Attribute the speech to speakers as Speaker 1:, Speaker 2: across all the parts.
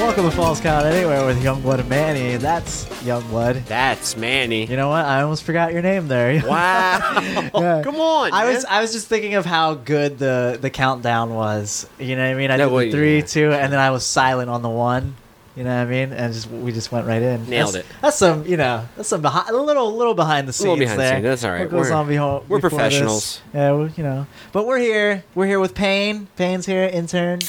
Speaker 1: Welcome to Falls Count Anywhere with Youngblood and Manny. That's Youngblood.
Speaker 2: That's Manny.
Speaker 1: You know what? I almost forgot your name there.
Speaker 2: Wow.
Speaker 1: Yeah.
Speaker 2: Come on.
Speaker 1: I
Speaker 2: man.
Speaker 1: was I was just thinking of how good the the countdown was. You know what I mean? I
Speaker 2: No,
Speaker 1: did
Speaker 2: well,
Speaker 1: the three,
Speaker 2: yeah.
Speaker 1: two, and then I was silent on the one. You know what I mean? And just we just went right in.
Speaker 2: Nailed
Speaker 1: that's,
Speaker 2: it.
Speaker 1: That's some you know that's some behind a little little behind the scenes
Speaker 2: little behind the
Speaker 1: there.
Speaker 2: scenes. That's all right.
Speaker 1: What goes
Speaker 2: We're-
Speaker 1: on beho- before
Speaker 2: we're
Speaker 1: this.
Speaker 2: professionals.
Speaker 1: Yeah, well, you know. But we're here. We're here with Payne. Payne's here, intern.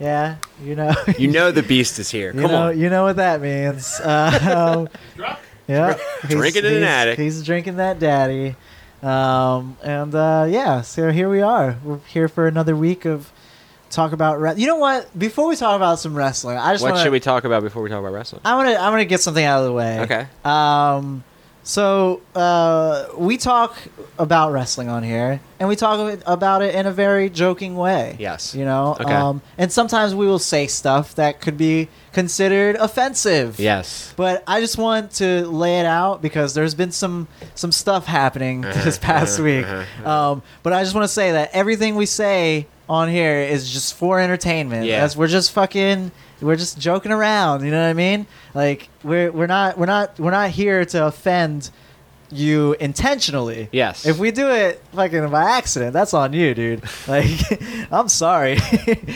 Speaker 1: Yeah, you know.
Speaker 2: you know the beast is here.
Speaker 1: You
Speaker 2: Come
Speaker 1: know,
Speaker 2: on.
Speaker 1: you know what that means. Uh, um, yeah, he's-
Speaker 2: Drinking in an
Speaker 1: he's-
Speaker 2: attic.
Speaker 1: He's drinking that daddy, um, and uh, yeah. So here we are. We're here for another week of talk about. Re- you know what? Before we talk about some wrestling, I just
Speaker 2: What
Speaker 1: wanna,
Speaker 2: should we talk about before we talk about wrestling?
Speaker 1: I want to. I want to get something out of the way.
Speaker 2: Okay.
Speaker 1: Um, so uh, we talk about wrestling on here, and we talk about it in a very joking way.
Speaker 2: Yes.
Speaker 1: You know.
Speaker 2: Okay.
Speaker 1: Um, and sometimes we will say stuff that could be considered offensive.
Speaker 2: Yes.
Speaker 1: But I just want to lay it out because there's been some some stuff happening
Speaker 2: Uh-huh.
Speaker 1: this past week. Um, but I just want to say that everything we say on here is just for entertainment.
Speaker 2: Yeah.
Speaker 1: That's- we're just fucking we're just joking around, you know what I mean? Like we're we're not we're not we're not here to offend you intentionally.
Speaker 2: Yes.
Speaker 1: If we do it fucking by accident, that's on you, dude. Like I'm sorry.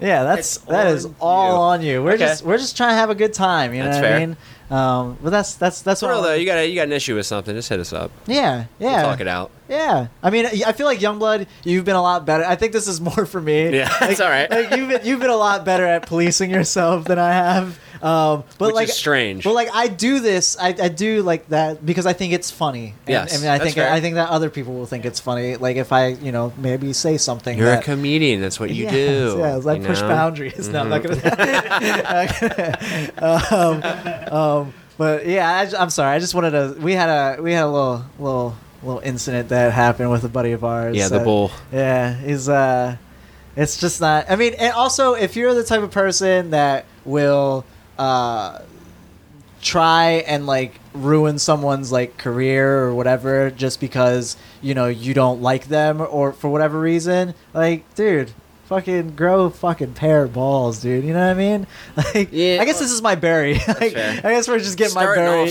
Speaker 1: yeah, that's
Speaker 2: It's
Speaker 1: that is
Speaker 2: on you.
Speaker 1: all on you. We're
Speaker 2: Okay.
Speaker 1: just we're just trying to have a good time, you know
Speaker 2: That's
Speaker 1: what
Speaker 2: fair.
Speaker 1: I mean? Um, but that's that's that's
Speaker 2: For
Speaker 1: what I
Speaker 2: real though,
Speaker 1: wanna-
Speaker 2: you got a, you got an issue with something? Just hit us up.
Speaker 1: yeah,
Speaker 2: We'll
Speaker 1: yeah.
Speaker 2: talk it out.
Speaker 1: Yeah, I mean, I feel like Youngblood, you've been a lot better. I think this is more for me.
Speaker 2: Yeah, that's all right.
Speaker 1: Like you've been, you've been a lot better at policing yourself than I have. Um, but
Speaker 2: Which
Speaker 1: like,
Speaker 2: is strange.
Speaker 1: But like, I do this. I, I do like that because I think it's funny. And,
Speaker 2: Yes,
Speaker 1: I mean, I
Speaker 2: that's
Speaker 1: think
Speaker 2: fair.
Speaker 1: I think that other people will think it's funny. Like if I, you know, maybe say something.
Speaker 2: You're a
Speaker 1: that,
Speaker 2: comedian. That's what you
Speaker 1: Yes,
Speaker 2: do.
Speaker 1: Yes, I
Speaker 2: you
Speaker 1: push
Speaker 2: know? Mm-hmm.
Speaker 1: boundaries. No, I'm not gonna. um, um, but yeah, I, ju- I'm sorry. I just wanted to. We had a we had a little little little incident that happened with a buddy of ours.
Speaker 2: Yeah, the
Speaker 1: that-
Speaker 2: bull.
Speaker 1: Yeah, he's uh, it's just not. I mean, and also if you're the type of person that will uh try and like ruin someone's like career or whatever just because you know you don't like them or for whatever reason like dude fucking grow a fucking pair of balls dude you know what i mean like
Speaker 2: Yeah.
Speaker 1: i guess this is my berry like
Speaker 2: fair.
Speaker 1: i guess we're just getting
Speaker 2: Starting
Speaker 1: my berry
Speaker 2: off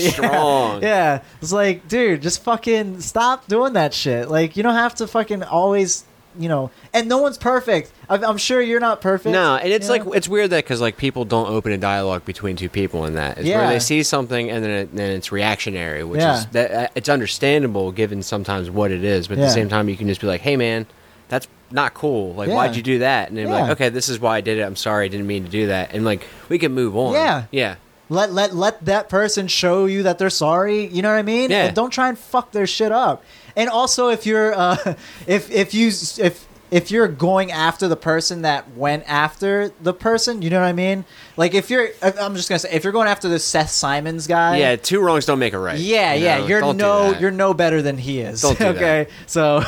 Speaker 2: strong.
Speaker 1: yeah yeah, it's like, dude, just fucking stop doing that shit. Like, you don't have to fucking always, you know. And no one's perfect. I'm, I'm sure you're not perfect.
Speaker 2: No, and it's
Speaker 1: you
Speaker 2: like
Speaker 1: know?
Speaker 2: it's weird that because like people don't open a dialogue between two people in that. It's where
Speaker 1: Yeah.
Speaker 2: they see something and then it, then it's reactionary, which
Speaker 1: Yeah.
Speaker 2: is that uh, it's understandable given sometimes what it is, but at
Speaker 1: Yeah.
Speaker 2: the same time you can just be like, "Hey, man, that's not cool. Like,
Speaker 1: Yeah.
Speaker 2: why'd you do that?" And then be like,
Speaker 1: Yeah.
Speaker 2: "Okay, this is why I did it. I'm sorry, I didn't mean to do that." And like we can move on.
Speaker 1: Yeah.
Speaker 2: yeah,
Speaker 1: let let let that person show you that they're sorry. You know what I mean?
Speaker 2: Yeah.
Speaker 1: And don't try and fuck their shit up. And also, if you're uh, if if you s- if if you're going after the person that went after the person, you know what I mean? Like if you're, I- I'm just gonna say, if you're going after the Seth Simons guy,
Speaker 2: yeah. Two wrongs don't make a right.
Speaker 1: Yeah,
Speaker 2: you
Speaker 1: yeah.
Speaker 2: know?
Speaker 1: You're
Speaker 2: Don't do
Speaker 1: no
Speaker 2: that.
Speaker 1: you're no better than he is.
Speaker 2: Don't do that.
Speaker 1: okay. So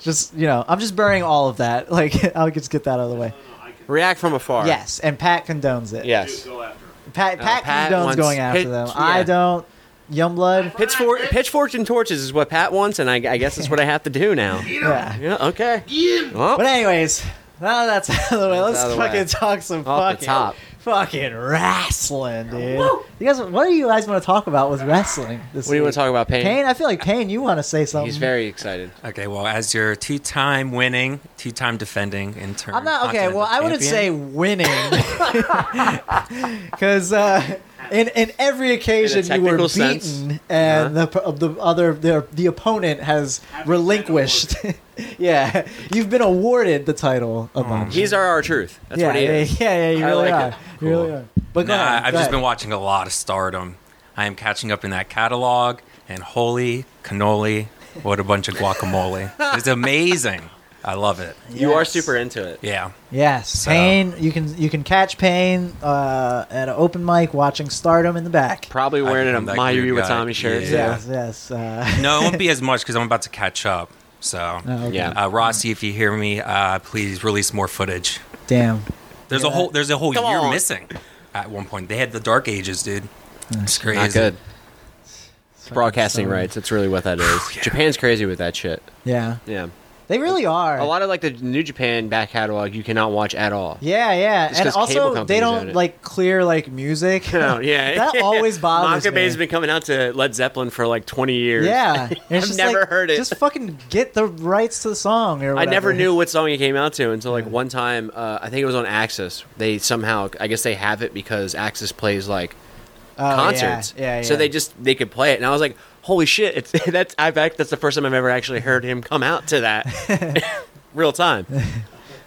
Speaker 1: just you know, I'm just burying all of that. Like I'll just get that out of the way.
Speaker 2: react from afar.
Speaker 1: Yes, and Pat condones it.
Speaker 2: yes.
Speaker 1: Pat
Speaker 2: Uh,
Speaker 1: Pat,
Speaker 2: Pat
Speaker 1: condones
Speaker 2: wants-
Speaker 1: going after
Speaker 2: Pit-
Speaker 1: them.
Speaker 2: yeah.
Speaker 1: I don't. Youngblood.
Speaker 2: Pitchfork, pitchforks and torches is what Pat wants, and I, I guess that's what I have to do now.
Speaker 1: Yeah.
Speaker 2: Yeah, okay. Well,
Speaker 1: But anyways, now that's out of the way. Let's
Speaker 2: out of the
Speaker 1: fucking
Speaker 2: way.
Speaker 1: talk some
Speaker 2: Off
Speaker 1: fucking
Speaker 2: the top.
Speaker 1: fucking wrestling, dude. You guys, what do you guys want to talk about with wrestling? This
Speaker 2: what do you want to talk about, Payne?
Speaker 1: Payne, um, I feel like Payne, you want to say something.
Speaker 2: He's very excited.
Speaker 3: Okay, well, as your two-time winning, two-time defending intern,
Speaker 1: I'm not okay.
Speaker 3: continental
Speaker 1: Well, I wouldn't
Speaker 3: champion,
Speaker 1: say winning, because uh, in in every occasion you were
Speaker 2: technical
Speaker 1: beaten,
Speaker 2: sense. Uh-huh.
Speaker 1: and the p- the other the, the opponent has relinquished. yeah, you've been awarded the title a bunch.
Speaker 2: He's our, our truth. Mm-hmm. That's
Speaker 1: yeah,
Speaker 2: what he
Speaker 1: yeah,
Speaker 2: is.
Speaker 1: yeah, yeah, You
Speaker 2: I
Speaker 1: really
Speaker 2: like
Speaker 1: are.
Speaker 2: it.
Speaker 1: You really
Speaker 3: Cool.
Speaker 1: are. But go
Speaker 3: Nah,
Speaker 1: ahead,
Speaker 3: I've
Speaker 1: go
Speaker 3: just been
Speaker 1: ahead.
Speaker 3: watching a lot of Stardom. I am catching up in that catalog, and holy cannoli, what a bunch of guacamole! it's amazing. I love it.
Speaker 2: You are
Speaker 1: Yes.
Speaker 2: super into it.
Speaker 3: Yeah.
Speaker 1: Yes,
Speaker 3: So-
Speaker 1: Payne. You can you can catch Payne uh, at an open mic watching Stardom in the back.
Speaker 2: Probably wearing a
Speaker 3: I'm that
Speaker 2: My
Speaker 3: weird
Speaker 2: Yuri
Speaker 3: guy.
Speaker 2: Tommy shirt.
Speaker 3: Yeah.
Speaker 1: Yes, yes. Uh,
Speaker 3: No, it won't be as much because I'm about to catch up. So,
Speaker 1: oh, okay.
Speaker 2: Yeah.
Speaker 3: uh, Rossi, if you hear me, uh, please release more footage.
Speaker 1: Damn.
Speaker 3: There's
Speaker 1: Yeah.
Speaker 3: a whole there's a whole
Speaker 2: Come
Speaker 3: year
Speaker 2: on.
Speaker 3: missing. At one point, they had the Dark Ages, dude. It's crazy.
Speaker 2: Not good. Broadcasting
Speaker 1: Stardom.
Speaker 3: Oh,
Speaker 2: rights. That's really what that is. Japan's crazy with that shit.
Speaker 1: Yeah.
Speaker 2: Yeah.
Speaker 1: They really are.
Speaker 2: A lot of like the New Japan back catalog you cannot watch at all.
Speaker 1: Yeah, yeah,
Speaker 2: Just
Speaker 1: and
Speaker 2: 'cause cable
Speaker 1: also they
Speaker 2: companies own
Speaker 1: don't
Speaker 2: it.
Speaker 1: like clear like music.
Speaker 2: No, yeah,
Speaker 1: that always bothers
Speaker 2: Maka Bay's
Speaker 1: me.
Speaker 2: been coming out to Led Zeppelin for like 20 years.
Speaker 1: Yeah, and it's
Speaker 2: I've
Speaker 1: just
Speaker 2: never
Speaker 1: like,
Speaker 2: heard it.
Speaker 1: Just fucking get the rights to the song. Or
Speaker 2: I never
Speaker 1: whatever.
Speaker 2: knew what song he came out to until like one time. Uh, I think it was on Axis. They somehow, I guess they have it because Axis plays like
Speaker 1: Oh, yeah,
Speaker 2: concerts.
Speaker 1: Yeah, yeah.
Speaker 2: So they just they could play it, and I was like, "Holy shit!" It's, that's I bet that's the first time I've ever actually heard him come out to that real time.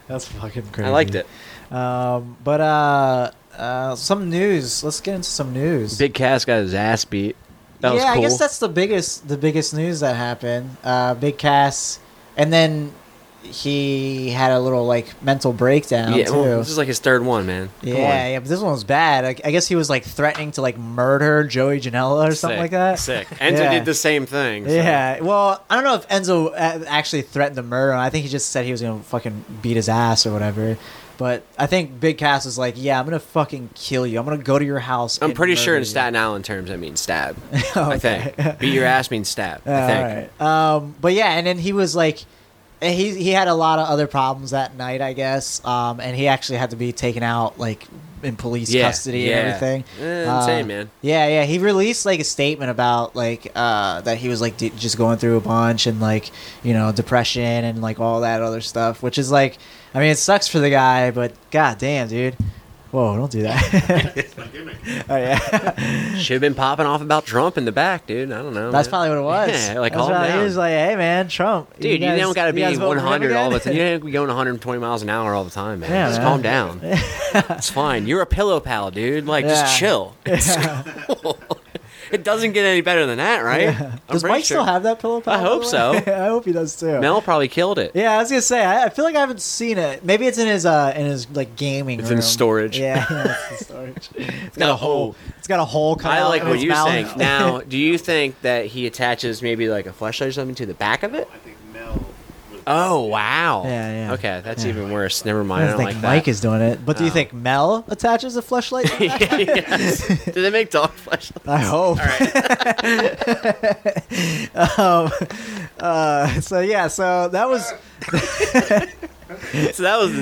Speaker 1: that's fucking crazy.
Speaker 2: I liked it.
Speaker 1: Um, but uh, uh, some news. Let's get into some news.
Speaker 2: Big Cass got his ass beat. That
Speaker 1: yeah,
Speaker 2: was cool.
Speaker 1: I guess that's the biggest the biggest news that happened. Uh, Big Cass, and then he had a little like mental breakdown
Speaker 2: yeah,
Speaker 1: too.
Speaker 2: well, this is like his third one, man. Come
Speaker 1: Yeah,
Speaker 2: on.
Speaker 1: yeah, but this one was bad. I, I guess he was like threatening to like murder Joey Janela or something
Speaker 2: Sick,
Speaker 1: like that.
Speaker 2: Sick. Enzo
Speaker 1: Yeah.
Speaker 2: did the same thing. so-
Speaker 1: Yeah, well, I don't know if Enzo uh, actually threatened to murder him. I think he just said he was gonna fucking beat his ass or whatever. But I think Big Cass was like, "Yeah, I'm gonna fucking kill you. I'm gonna go to your house."
Speaker 2: I'm
Speaker 1: and
Speaker 2: pretty sure
Speaker 1: murder
Speaker 2: in
Speaker 1: you."
Speaker 2: Staten Island terms that means stab. I
Speaker 1: Okay.
Speaker 2: think. Beat your ass means stab.
Speaker 1: Yeah,
Speaker 2: I think.
Speaker 1: alright. Um, but yeah, and then he was like, and he he had a lot of other problems that night, I guess. Um, and he actually had to be taken out like in police
Speaker 2: Yeah,
Speaker 1: custody
Speaker 2: yeah.
Speaker 1: and everything. Um,
Speaker 2: Eh, insane, man.
Speaker 1: Yeah, yeah. He released like a statement about like uh, that he was like d- just going through a bunch and like you know depression and like all that other stuff, which is like, I mean, it sucks for the guy, but god damn, dude. Whoa! Don't do that. oh yeah.
Speaker 2: Should have been popping off about Trump in the back, dude. I don't know.
Speaker 1: That's
Speaker 2: man.
Speaker 1: probably what it was.
Speaker 2: Yeah, like
Speaker 1: That's
Speaker 2: calm
Speaker 1: probably-
Speaker 2: down.
Speaker 1: He was like, "Hey, man, Trump,
Speaker 2: Dude, you,
Speaker 1: guys-
Speaker 2: don't got to be
Speaker 1: guys vote for him
Speaker 2: 100 all the
Speaker 1: again?"
Speaker 2: time. You don't be going 120 miles an hour all the time, man.
Speaker 1: Yeah,
Speaker 2: just
Speaker 1: man.
Speaker 2: calm down. it's fine. You're a pillow pal, dude. Like,
Speaker 1: Yeah.
Speaker 2: just chill. It's cool. it doesn't get any better than that, right? I'm
Speaker 1: does
Speaker 2: pretty
Speaker 1: Mike still
Speaker 2: sure.
Speaker 1: have that pillow? pal,
Speaker 2: I
Speaker 1: by the
Speaker 2: hope
Speaker 1: way?
Speaker 2: so.
Speaker 1: I hope he does too.
Speaker 2: Mel probably killed it.
Speaker 1: Yeah, I was gonna say. I, I feel like I haven't seen it. Maybe it's in his uh in his like gaming.
Speaker 2: It's in his
Speaker 1: room.
Speaker 2: storage.
Speaker 1: Yeah, yeah, it's in storage. It's
Speaker 2: No,
Speaker 1: got a hole. It's got a hole cut
Speaker 2: oh, I
Speaker 1: out
Speaker 2: like
Speaker 1: of
Speaker 2: what
Speaker 1: his
Speaker 2: you're
Speaker 1: mouth.
Speaker 2: saying. Now, do you think that he attaches maybe like a flashlight or something to the back of it?
Speaker 4: I think Mel. Was
Speaker 2: Oh wow!
Speaker 1: Yeah, yeah.
Speaker 2: Okay, that's
Speaker 1: Yeah.
Speaker 2: even worse. Never
Speaker 1: I
Speaker 2: mind. I
Speaker 1: don't
Speaker 2: don't
Speaker 1: think
Speaker 2: like that.
Speaker 1: Mike is doing it, but do you
Speaker 2: Oh.
Speaker 1: think Mel attaches a flashlight? to that?
Speaker 2: yes. Do they make dog flashlights?
Speaker 1: I hope. um, uh, so yeah, so that was
Speaker 2: So that was the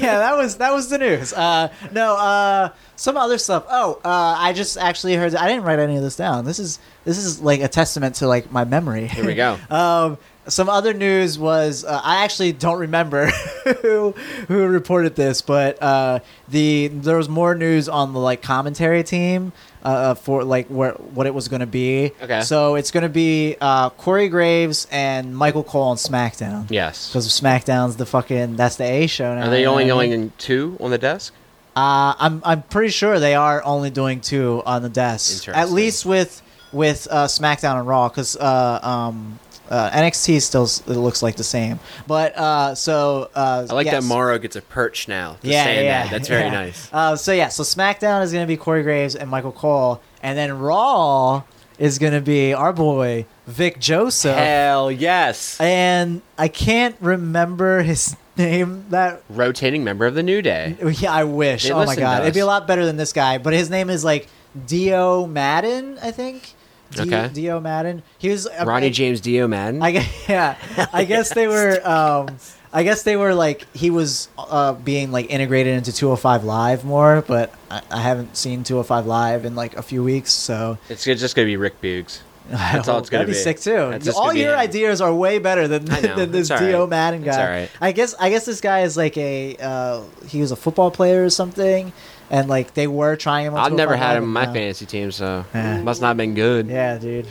Speaker 1: yeah, that was that was the news. Uh, no, uh, some other stuff. Oh, uh, I just actually heard. I didn't write any of this down. This is this is like a testament to like my memory.
Speaker 2: Here we go.
Speaker 1: um, some other news was uh, I actually don't remember who who reported this, but uh, the there was more news on the like commentary team uh, for like where what it was going to be.
Speaker 2: Okay.
Speaker 1: So it's going to be uh, Corey Graves and Michael Cole on SmackDown.
Speaker 2: Yes.
Speaker 1: Because SmackDown's the fucking that's the A show now.
Speaker 2: Are they
Speaker 1: you know
Speaker 2: only
Speaker 1: what I mean?
Speaker 2: going in two on the desk?
Speaker 1: Uh, I'm I'm pretty sure they are only doing two on the desk, at
Speaker 2: Interesting.
Speaker 1: least with with uh, SmackDown and Raw, because uh, um, uh, NXT still s- it looks like the same. But uh, so uh,
Speaker 2: I like
Speaker 1: yes.
Speaker 2: that Morrow gets a perch now. Just
Speaker 1: Yeah,
Speaker 2: saying
Speaker 1: yeah,
Speaker 2: that. That's very
Speaker 1: yeah.
Speaker 2: nice.
Speaker 1: Uh, so yeah, so SmackDown is gonna be Corey Graves and Michael Cole, and then Raw is gonna be our boy Vic Joseph,
Speaker 2: Hell yes.
Speaker 1: and I can't remember his name that
Speaker 2: Rotating member of the New Day.
Speaker 1: Yeah, I wish.
Speaker 2: They
Speaker 1: oh my
Speaker 2: listen
Speaker 1: god,
Speaker 2: to
Speaker 1: it'd be a
Speaker 2: us.
Speaker 1: lot better than this guy. But his name is like Dio Madden, I think. D-
Speaker 2: Okay.
Speaker 1: Dio Madden. He was uh,
Speaker 2: Ronnie James Dio Madden.
Speaker 1: I guess, yeah. I guess they were. Um, I guess they were like he was uh, being like integrated into 205 Live more, but I, I haven't seen 205 Live in like a few weeks, so
Speaker 2: it's just gonna be Rick Buggs.
Speaker 1: I
Speaker 2: That's all
Speaker 1: hope-
Speaker 2: it's gonna
Speaker 1: that'd be.
Speaker 2: be.
Speaker 1: sick too.
Speaker 2: That's just
Speaker 1: all
Speaker 2: gonna be
Speaker 1: your
Speaker 2: him.
Speaker 1: ideas are way better than,
Speaker 2: I know.
Speaker 1: than this
Speaker 2: It's all
Speaker 1: Dio
Speaker 2: right.
Speaker 1: Madden guy.
Speaker 2: It's all right.
Speaker 1: I guess I guess this guy is like a uh, he was a football player or something, and like they were trying him. on
Speaker 2: I've never
Speaker 1: 205
Speaker 2: had him in
Speaker 1: and
Speaker 2: my
Speaker 1: now-
Speaker 2: fantasy team, so
Speaker 1: Yeah.
Speaker 2: must not have been good.
Speaker 1: Yeah, dude,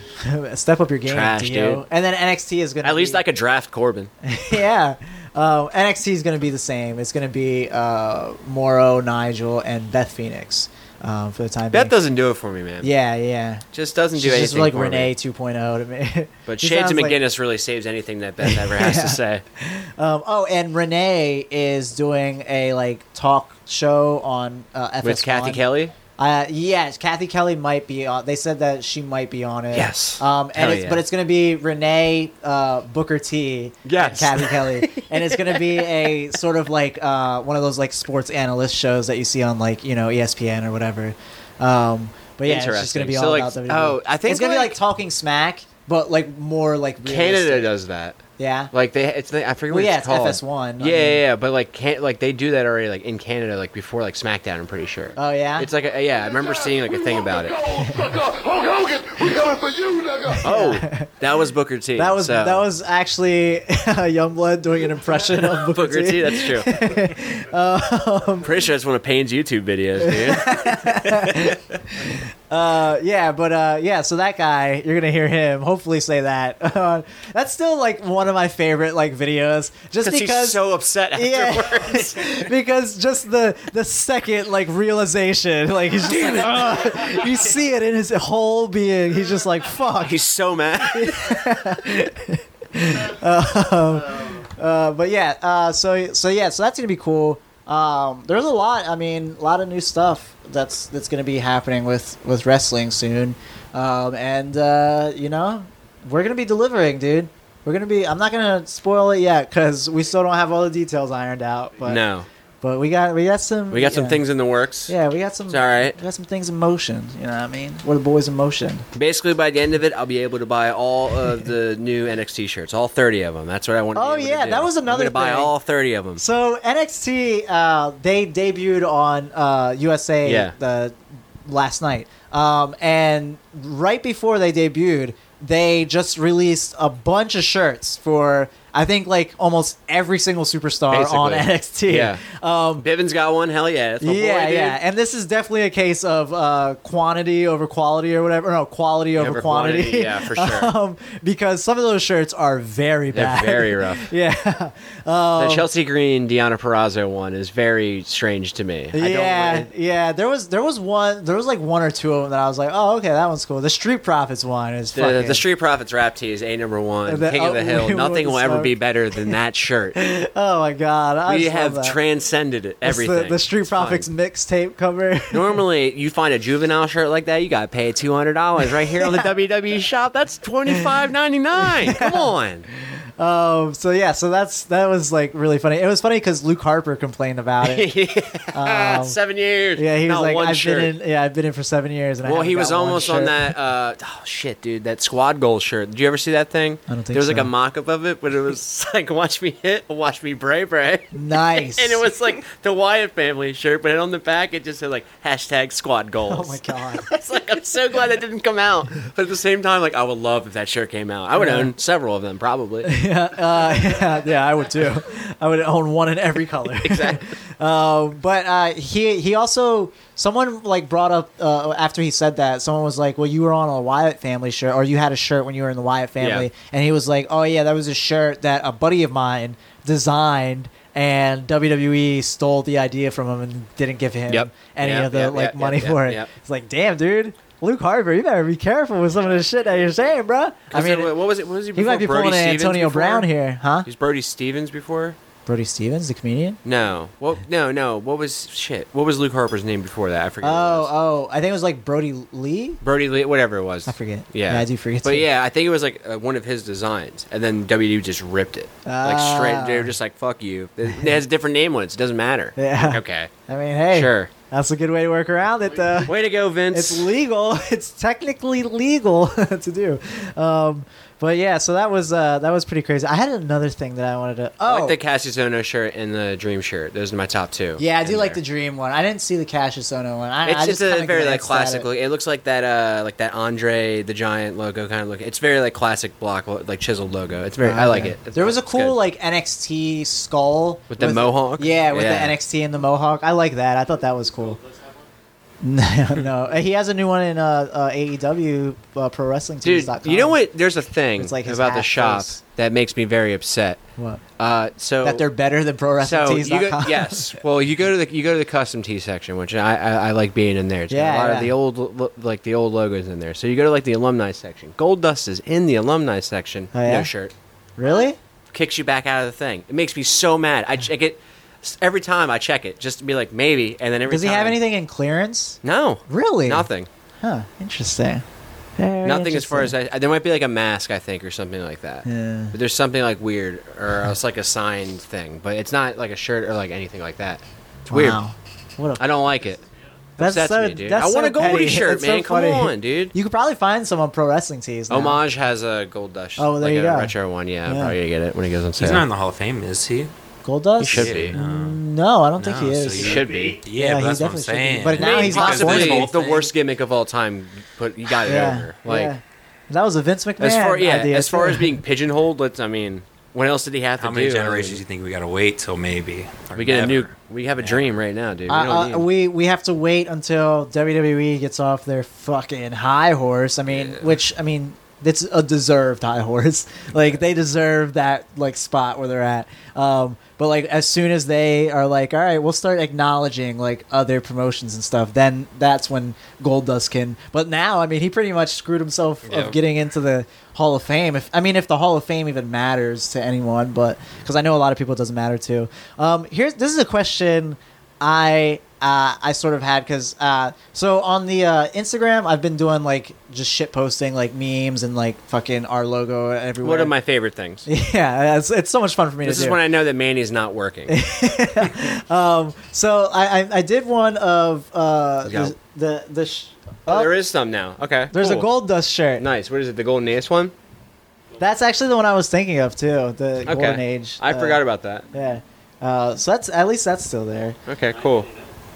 Speaker 1: step up your game,
Speaker 2: Trash,
Speaker 1: Dio.
Speaker 2: dude.
Speaker 1: And then NXT is gonna
Speaker 2: At least
Speaker 1: be,
Speaker 2: I could draft Corbin.
Speaker 1: yeah. Uh, NXT is going to be the same. It's going to be uh, Morrow, Nigel, and Beth Phoenix um, for the time
Speaker 2: That
Speaker 1: being.
Speaker 2: doesn't do it for me, man.
Speaker 1: Yeah, yeah.
Speaker 2: Just doesn't
Speaker 1: She's
Speaker 2: do anything
Speaker 1: just like
Speaker 2: for
Speaker 1: Renee
Speaker 2: me.
Speaker 1: 2.0 to me.
Speaker 2: But
Speaker 1: She
Speaker 2: Shades of
Speaker 1: sounds like-
Speaker 2: McGinnis really saves anything that Beth ever has
Speaker 1: Yeah.
Speaker 2: to say.
Speaker 1: Um, oh, and Renee is doing a like talk show on uh, FS1.
Speaker 2: With Kathy Kelly?
Speaker 1: Uh, yes, Kathy Kelly might be on. They said that she might be on it.
Speaker 2: Yes.
Speaker 1: Um, and
Speaker 2: Hell
Speaker 1: it's,
Speaker 2: yeah.
Speaker 1: but it's gonna be Renee, uh, Booker T,
Speaker 2: Yes.
Speaker 1: and Kathy Kelly, and it's gonna be a sort of like uh, one of those like sports analyst shows that you see on like you know E ESPN or whatever. Um, but yeah, it's just gonna
Speaker 2: Interesting.
Speaker 1: be
Speaker 2: So,
Speaker 1: all
Speaker 2: like,
Speaker 1: about WWE.
Speaker 2: oh, I think,
Speaker 1: it's gonna be
Speaker 2: like-
Speaker 1: like talking smack, but like more like
Speaker 2: Canada
Speaker 1: realistic.
Speaker 2: does that.
Speaker 1: Yeah.
Speaker 2: Like they, it's the, I forget what
Speaker 1: Well, yeah,
Speaker 2: it's
Speaker 1: it's
Speaker 2: called.
Speaker 1: FS1, I
Speaker 2: Yeah, yeah,
Speaker 1: mean-
Speaker 2: yeah, but like can't like they do that already like in Canada like before like SmackDown. I'm pretty sure.
Speaker 1: Oh, yeah?
Speaker 2: It's like a, yeah, I remember seeing like a thing about it. Oh, that was Booker T.
Speaker 1: That was
Speaker 2: so-
Speaker 1: that was actually Youngblood doing an impression of Booker, Um,
Speaker 2: Booker T. That's true. I'm pretty sure that's one of Payne's YouTube videos, dude.
Speaker 1: Uh, yeah, but uh, yeah, so that guy, you're gonna hear him. Hopefully, say that. Uh, that's still like one of my favorite like videos, just
Speaker 2: Because he's
Speaker 1: because.
Speaker 2: so upset afterwards.
Speaker 1: yeah, because just the the second like realization, like he's just like, "Ugh." you see it in his whole being. He's just like, fuck.
Speaker 2: He's so mad.
Speaker 1: Uh, but yeah, uh, so so yeah, so that's gonna be cool. Um, there's a lot. I mean, a lot of new stuff that's that's gonna be happening with with wrestling soon, um, and uh, you know, we're gonna be delivering, dude. We're gonna be. I'm not gonna spoil it yet because we still don't have all the details ironed out. But
Speaker 2: no,
Speaker 1: but we got we got some
Speaker 2: we got some
Speaker 1: yeah.
Speaker 2: things in the works.
Speaker 1: Yeah, we got some.
Speaker 2: It's all right.
Speaker 1: We got some things in motion. You know what I mean? We're the boys in motion.
Speaker 2: Basically, by the end of it, I'll be able to buy all of the new NXT shirts, all 30 of them. That's what I want.
Speaker 1: Oh,
Speaker 2: to be able to
Speaker 1: yeah,
Speaker 2: do.
Speaker 1: that was
Speaker 2: I'm gonna
Speaker 1: another
Speaker 2: Buy
Speaker 1: thing.
Speaker 2: all 30 of them.
Speaker 1: So NXT, uh, they debuted on uh, USA
Speaker 2: Yeah.
Speaker 1: the last night, um, and right before they debuted, they just released a bunch of shirts for I think like almost every single superstar on NXT.
Speaker 2: Basically. Yeah.
Speaker 1: Um,
Speaker 2: Bivens got one. Hell yeah, that's my
Speaker 1: yeah,
Speaker 2: boy, dude.
Speaker 1: yeah, and this is definitely a case of uh, quantity over quality or whatever. No, quality over,
Speaker 2: Over
Speaker 1: quantity.
Speaker 2: quantity, yeah, for sure.
Speaker 1: um, because some of those shirts are very
Speaker 2: They're
Speaker 1: bad.
Speaker 2: very rough.
Speaker 1: yeah. Oh.
Speaker 2: the Chelsea Green, Deanna Perrazzo one is very strange to me. I
Speaker 1: yeah,
Speaker 2: don't,
Speaker 1: yeah. There was there was one there was like one or two of them that I was like, oh okay, that one's cool. The Street Profits one is
Speaker 2: The,
Speaker 1: fucking.
Speaker 2: the Street Profits rap tee is a number one.
Speaker 1: The-
Speaker 2: King of the
Speaker 1: oh,
Speaker 2: Hill.
Speaker 1: we
Speaker 2: Nothing will
Speaker 1: want
Speaker 2: ever
Speaker 1: some.
Speaker 2: be better than that shirt.
Speaker 1: oh my god, I
Speaker 2: we
Speaker 1: just love
Speaker 2: have
Speaker 1: that.
Speaker 2: transcended it,
Speaker 1: It's
Speaker 2: everything.
Speaker 1: The, the Street
Speaker 2: It's fine.
Speaker 1: Profits mixtape cover.
Speaker 2: Normally, you find a juvenile shirt like that, you gotta pay two hundred dollars right here on the WWE shop. That's twenty five ninety nine. Come on,
Speaker 1: um, so yeah, so that's that was like really funny. It was funny because Luke Harper complained about it.
Speaker 2: Ah, seven years.
Speaker 1: yeah, he was
Speaker 2: Not
Speaker 1: like,
Speaker 2: one
Speaker 1: I've
Speaker 2: shirt.
Speaker 1: been in. Yeah, I've been in for seven years. And I
Speaker 2: well,
Speaker 1: haven't
Speaker 2: he
Speaker 1: got
Speaker 2: was
Speaker 1: one
Speaker 2: almost on
Speaker 1: shirt.
Speaker 2: that. Uh, oh shit, dude, that squad goal shirt. Did you ever see that thing?
Speaker 1: I don't think
Speaker 2: There was like
Speaker 1: so.
Speaker 2: a mock up of it, but it was like, "Watch me hit, watch me bray bray,"
Speaker 1: Nice.
Speaker 2: and it was like the Wyatt family shirt, but on the back it just said like hashtag squad
Speaker 1: Oh
Speaker 2: goals.
Speaker 1: my god.
Speaker 2: It's like I'm so glad that didn't come out, but at the same time, like I would love if that shirt came out. I would
Speaker 1: Yeah.
Speaker 2: own several of them probably.
Speaker 1: yeah, uh, yeah, yeah, I would too. I would own one in every color.
Speaker 2: Exactly.
Speaker 1: Uh, but uh, he he also someone like brought up uh, after he said that someone was like, "Well, you were on a Wyatt family shirt, or you had a shirt when you were in the Wyatt family,"
Speaker 2: Yeah.
Speaker 1: and he was like, "Oh yeah, that was a shirt that a buddy of mine designed." And WWE stole the idea from him and didn't give him
Speaker 2: Yep.
Speaker 1: any
Speaker 2: Yep,
Speaker 1: of the
Speaker 2: yep,
Speaker 1: like
Speaker 2: yep,
Speaker 1: money
Speaker 2: yep,
Speaker 1: for
Speaker 2: yep,
Speaker 1: it.
Speaker 2: yep.
Speaker 1: It's like, damn, dude, Luke Harper, you better be careful with some of the shit that you're saying, bro. I mean,
Speaker 2: what was it? What was he?
Speaker 1: he
Speaker 2: Before?
Speaker 1: might be
Speaker 2: Brody
Speaker 1: pulling an
Speaker 2: Stevens
Speaker 1: Antonio
Speaker 2: before?
Speaker 1: Brown here, huh?
Speaker 2: He's Brody Stevens before?
Speaker 1: Brody Stevens, the comedian.
Speaker 2: No. What? No. No. What was shit? What was Luke Harper's name before that? I forget. what it
Speaker 1: Oh,
Speaker 2: was.
Speaker 1: oh, I think it was like Brody Lee.
Speaker 2: Brody Lee, whatever it was.
Speaker 1: I forget.
Speaker 2: Yeah,
Speaker 1: Yeah, I do forget
Speaker 2: But
Speaker 1: too.
Speaker 2: yeah, I think it was like uh, one of his designs, and then WD just ripped it, like
Speaker 1: Ah.
Speaker 2: straight. They were just like, "Fuck you." It it has a different name on it. so It doesn't matter.
Speaker 1: Yeah.
Speaker 2: Like, okay.
Speaker 1: I mean, hey,
Speaker 2: Sure.
Speaker 1: that's a good way to work around it, though.
Speaker 2: Way to go, Vince.
Speaker 1: It's legal. It's technically legal to do. Um, but yeah, so that was uh, that was pretty crazy. I had another thing that I wanted to. Oh,
Speaker 2: I like the Cassius Ono shirt and the Dream shirt. Those are my top two.
Speaker 1: yeah, I do
Speaker 2: in
Speaker 1: like the
Speaker 2: there.
Speaker 1: dream one. I didn't see the Cassius Ono one. I, I
Speaker 2: It's
Speaker 1: just
Speaker 2: just a
Speaker 1: kinda
Speaker 2: very like
Speaker 1: glanced at
Speaker 2: classic
Speaker 1: it.
Speaker 2: look. It looks like that uh like that Andre the Giant logo kind of look. It's very like classic block lo- like chiseled logo. It's very I like
Speaker 1: Okay.
Speaker 2: it. It's-
Speaker 1: Ah, there was a
Speaker 2: it's
Speaker 1: cool
Speaker 2: good.
Speaker 1: like NXT skull
Speaker 2: With the mohawk?
Speaker 1: Yeah, with
Speaker 2: Yeah.
Speaker 1: the NXT and the mohawk. I like that. I thought that was cool. No, no, he has a new one in uh, uh, AEW uh, Pro Wrestling.
Speaker 2: Dude,
Speaker 1: Tees.com.
Speaker 2: you know what? There's a thing
Speaker 1: It's like his
Speaker 2: about the
Speaker 1: half
Speaker 2: shop
Speaker 1: face.
Speaker 2: that makes me very upset.
Speaker 1: What?
Speaker 2: Uh, so
Speaker 1: That they're better than Pro Wrestling.
Speaker 2: so
Speaker 1: Tees
Speaker 2: you go,
Speaker 1: dot com?
Speaker 2: yes. Well, you go to the you go to the custom tee section, which I, I, I like being in there. It's got
Speaker 1: Yeah,
Speaker 2: a lot
Speaker 1: yeah.
Speaker 2: of the old lo- like the old logos in there. So you go to like the alumni section. Gold Dust is in the alumni section.
Speaker 1: Oh, yeah?
Speaker 2: No shirt.
Speaker 1: Really?
Speaker 2: kicks you back out of the thing. It makes me so mad. I check it every time. I check it just to be like maybe, and then every
Speaker 1: Does he
Speaker 2: time,
Speaker 1: have anything in clearance?
Speaker 2: No,
Speaker 1: Really?
Speaker 2: nothing.
Speaker 1: Huh. Interesting. Very
Speaker 2: Nothing as far as
Speaker 1: interesting.
Speaker 2: I, there might be like a mask, I think, or something like that.
Speaker 1: Yeah.
Speaker 2: But there's something like weird, or else like a signed thing. But it's not like a shirt or like anything like that. It's weird.
Speaker 1: Wow. What a
Speaker 2: I don't like it.
Speaker 1: That's
Speaker 2: upsets
Speaker 1: so-
Speaker 2: me, dude.
Speaker 1: that's
Speaker 2: I
Speaker 1: so
Speaker 2: want a Goldie
Speaker 1: petty.
Speaker 2: shirt,
Speaker 1: It's so
Speaker 2: man. Come
Speaker 1: funny.
Speaker 2: on, dude. Oh
Speaker 1: You could probably find some on pro wrestling tees. Now.
Speaker 2: Homage has a gold dust.
Speaker 1: Oh, well, there
Speaker 2: like
Speaker 1: you
Speaker 2: a
Speaker 1: go.
Speaker 2: retro one. Yeah, I'm
Speaker 1: Yeah.
Speaker 2: probably gonna get it when he goes on sale.
Speaker 3: He's not in the Hall of Fame, is he?
Speaker 1: Gold Dust.
Speaker 2: He should be.
Speaker 1: No, I don't think he
Speaker 3: No, so
Speaker 1: is.
Speaker 2: He should be.
Speaker 1: Yeah, he
Speaker 3: Yeah, but that's what I'm
Speaker 1: definitely should be.
Speaker 3: saying.
Speaker 1: But now
Speaker 2: Maybe
Speaker 1: he's not
Speaker 2: possibly
Speaker 1: formidable.
Speaker 2: the worst gimmick of all time. But you got it
Speaker 1: yeah.
Speaker 2: over. Like
Speaker 1: yeah. that was a Vince McMahon
Speaker 2: as far yeah,
Speaker 1: idea.
Speaker 2: as far
Speaker 1: too.
Speaker 2: as being pigeonholed, let's. I mean, what else did he have
Speaker 3: How
Speaker 2: to
Speaker 3: many
Speaker 2: do? I mean,
Speaker 3: generations do you think we gotta wait till maybe? or
Speaker 2: we get a new.
Speaker 3: never?
Speaker 2: We have a dream right now, dude. We
Speaker 1: Uh,
Speaker 2: don't
Speaker 1: uh,
Speaker 2: need-
Speaker 1: we we have to wait until WWE gets off their fucking high horse. I mean, which I mean, it's a deserved high horse. Like they deserve that like spot where they're at. Um, but like as soon as they are like, all right, we'll start acknowledging like other promotions and stuff. Then that's when Gold Dust can. But now, I mean, he pretty much screwed himself
Speaker 2: Yeah.
Speaker 1: of getting into the Hall of Fame. If I mean, if the Hall of Fame even matters to anyone, but because I know a lot of people it doesn't matter to. Um, here's this is a question I uh, I sort of had because uh, so on the uh, Instagram I've been doing like just shit posting like memes and like fucking our logo everywhere.
Speaker 2: one of my favorite things.
Speaker 1: yeah, it's, it's so much fun for me
Speaker 2: This
Speaker 1: to
Speaker 2: is
Speaker 1: do.
Speaker 2: when I know that Manny's not working.
Speaker 1: um, so I, I I did one of uh,
Speaker 2: Yeah.
Speaker 1: the the, the sh-
Speaker 2: Oh,
Speaker 1: oh,
Speaker 2: there is some now. Okay.
Speaker 1: there's a
Speaker 2: cool.
Speaker 1: gold dust shirt.
Speaker 2: Nice. What is it? The golden ace one.
Speaker 1: That's actually the one I was thinking of too. The
Speaker 2: Okay.
Speaker 1: golden age.
Speaker 2: I
Speaker 1: uh,
Speaker 2: forgot about that.
Speaker 1: Yeah. Uh, so that's at least that's still there,
Speaker 2: Okay. Cool.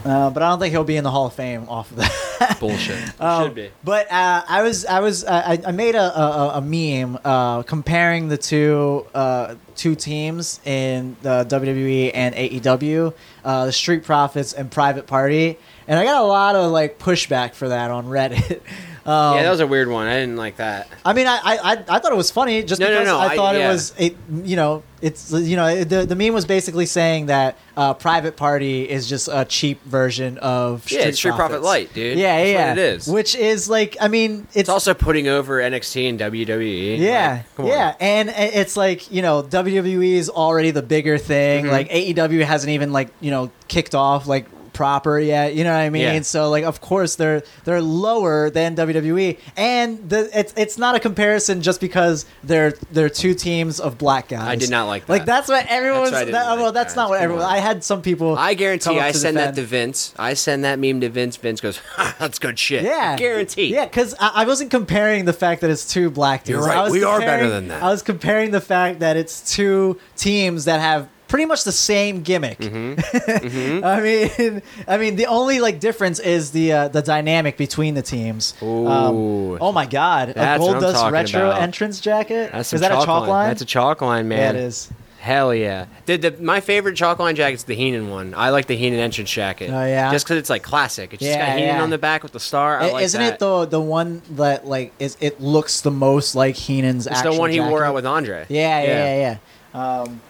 Speaker 1: uh, but I don't think he'll be in the Hall of Fame off of that.
Speaker 2: Bullshit.
Speaker 1: Um,
Speaker 2: Should be.
Speaker 1: But uh, I was I was I, I- I made a a, a- a meme uh, comparing the two uh, two teams in the WWE and AEW, uh, the Street Profits and Private Party, and I got a lot of like pushback for that on Reddit. Um,
Speaker 2: yeah, that was a weird one. I didn't like that.
Speaker 1: I mean, I, I, I- I thought it was funny just
Speaker 2: No, no,
Speaker 1: because
Speaker 2: no,
Speaker 1: I
Speaker 2: I-
Speaker 1: thought it
Speaker 2: yeah.
Speaker 1: was it. You know, it's you know the the meme was basically saying that uh, private party is just a cheap version of
Speaker 2: Yeah, it's Street Profit
Speaker 1: Profits.
Speaker 2: Lite, dude.
Speaker 1: Yeah,
Speaker 2: That's
Speaker 1: yeah,
Speaker 2: what it is.
Speaker 1: Which is like, I mean, it's,
Speaker 2: It's also putting over NXT and WWE.
Speaker 1: yeah,
Speaker 2: Like, come on.
Speaker 1: yeah, and i- it's like you know WWE is already the bigger
Speaker 2: Mm-hmm.
Speaker 1: thing. Like AEW hasn't even like you know kicked off like proper yet. You know what I mean?
Speaker 2: Yeah.
Speaker 1: So like of course they're they're lower than WWE, and the, it's it's not a comparison just because they're they're two teams of black guys.
Speaker 2: I did not like
Speaker 1: Like
Speaker 2: that.
Speaker 1: that's what everyone's.
Speaker 2: I didn't
Speaker 1: that- well,
Speaker 2: like,
Speaker 1: that's
Speaker 2: guys.
Speaker 1: not what
Speaker 2: Come
Speaker 1: everyone.
Speaker 2: on.
Speaker 1: I had some people.
Speaker 2: I
Speaker 1: come
Speaker 2: guarantee
Speaker 1: up
Speaker 2: I
Speaker 1: to
Speaker 2: send
Speaker 1: defend.
Speaker 2: that to Vince. I send that meme to Vince. Vince goes, "Ha, that's good shit.
Speaker 1: Yeah,
Speaker 2: Guarantee.
Speaker 1: Yeah, because I, I wasn't comparing the fact that it's two black dudes.
Speaker 2: You're right.
Speaker 1: I was
Speaker 2: We are
Speaker 1: comparing-
Speaker 2: better than that.
Speaker 1: I was comparing the fact that it's two teams that have pretty much the same gimmick.
Speaker 2: Mm-hmm.
Speaker 1: I mean, I mean, the only like difference is the uh, the dynamic between the teams. Um,
Speaker 2: Ooh.
Speaker 1: oh my God, a
Speaker 2: That's what
Speaker 1: Gold
Speaker 2: I'm
Speaker 1: Dust
Speaker 2: talking
Speaker 1: retro
Speaker 2: about.
Speaker 1: entrance jacket.
Speaker 2: That's some
Speaker 1: is that a chalk line?
Speaker 2: That's a chalk line, man.
Speaker 1: Yeah, it is.
Speaker 2: Hell yeah. The, the, my favorite chalk line jacket's the Heenan one. I like the Heenan entrance jacket.
Speaker 1: Oh, yeah?
Speaker 2: Just because it's like classic. It's just
Speaker 1: Yeah,
Speaker 2: got Heenan
Speaker 1: yeah.
Speaker 2: on the back with the star. I
Speaker 1: I-
Speaker 2: like
Speaker 1: Isn't
Speaker 2: that.
Speaker 1: it the the one that like is it looks the most like Heenan's?
Speaker 2: It's the
Speaker 1: actual
Speaker 2: one he wore
Speaker 1: jacket?
Speaker 2: out with Andre.
Speaker 1: Yeah, yeah, yeah. Yeah, um,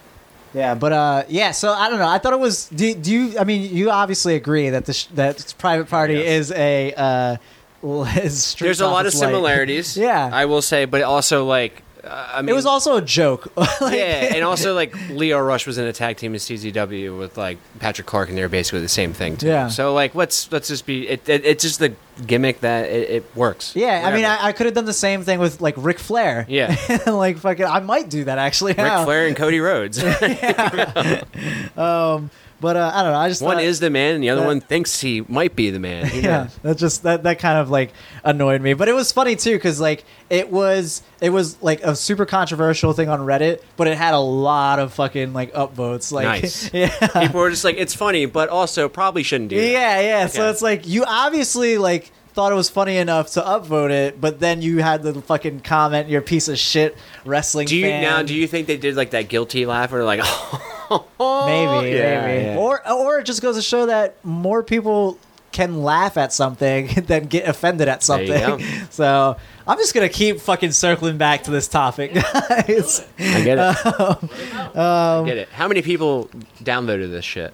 Speaker 1: yeah but uh, yeah. So I don't know. I thought it was. Do, do you? I mean, you obviously agree that this that private party
Speaker 2: Yes.
Speaker 1: is a. Uh, well, is Street
Speaker 2: There's a lot of
Speaker 1: Profits light.
Speaker 2: similarities.
Speaker 1: Yeah.
Speaker 2: I will say, but also like, uh, I mean,
Speaker 1: It was also a joke. Like-
Speaker 2: yeah, and also like Leo Rush was in a tag team in CZW with like Patrick Clark, and they were basically the same thing too.
Speaker 1: Yeah.
Speaker 2: So like, let's let's just be it, it, it's just the gimmick that it, it works.
Speaker 1: Yeah, I mean,
Speaker 2: Whatever.
Speaker 1: I, I could have done the same thing with like Ric Flair.
Speaker 2: Yeah.
Speaker 1: like fucking, I might do that actually. now.
Speaker 2: Ric Flair and Cody Rhodes.
Speaker 1: But uh, I don't know. I just
Speaker 2: one
Speaker 1: thought-
Speaker 2: is the man, and the other
Speaker 1: that-
Speaker 2: one thinks he might be the man. Who
Speaker 1: yeah
Speaker 2: knows?
Speaker 1: that just that that kind of like annoyed me but it was funny too because like it was it was like a super controversial thing on reddit but it had a lot of fucking like upvotes like
Speaker 2: Nice.
Speaker 1: yeah
Speaker 2: People are just like, it's funny, but also probably shouldn't do. that.
Speaker 1: yeah yeah so
Speaker 2: Okay.
Speaker 1: it's like you obviously like thought it was funny enough to upvote it but then you had the fucking comment you're a piece of shit wrestling
Speaker 2: Do you
Speaker 1: fan.
Speaker 2: now? Do you think they did like that guilty laugh, or like,
Speaker 1: maybe
Speaker 2: Yeah,
Speaker 1: maybe
Speaker 2: yeah.
Speaker 1: or or it just goes to show that more people can laugh at something than get offended at
Speaker 2: There
Speaker 1: something
Speaker 2: you
Speaker 1: so i'm just gonna keep fucking circling back to this topic guys
Speaker 2: I get it.
Speaker 1: Um,
Speaker 2: I get it. How many people downloaded this shit?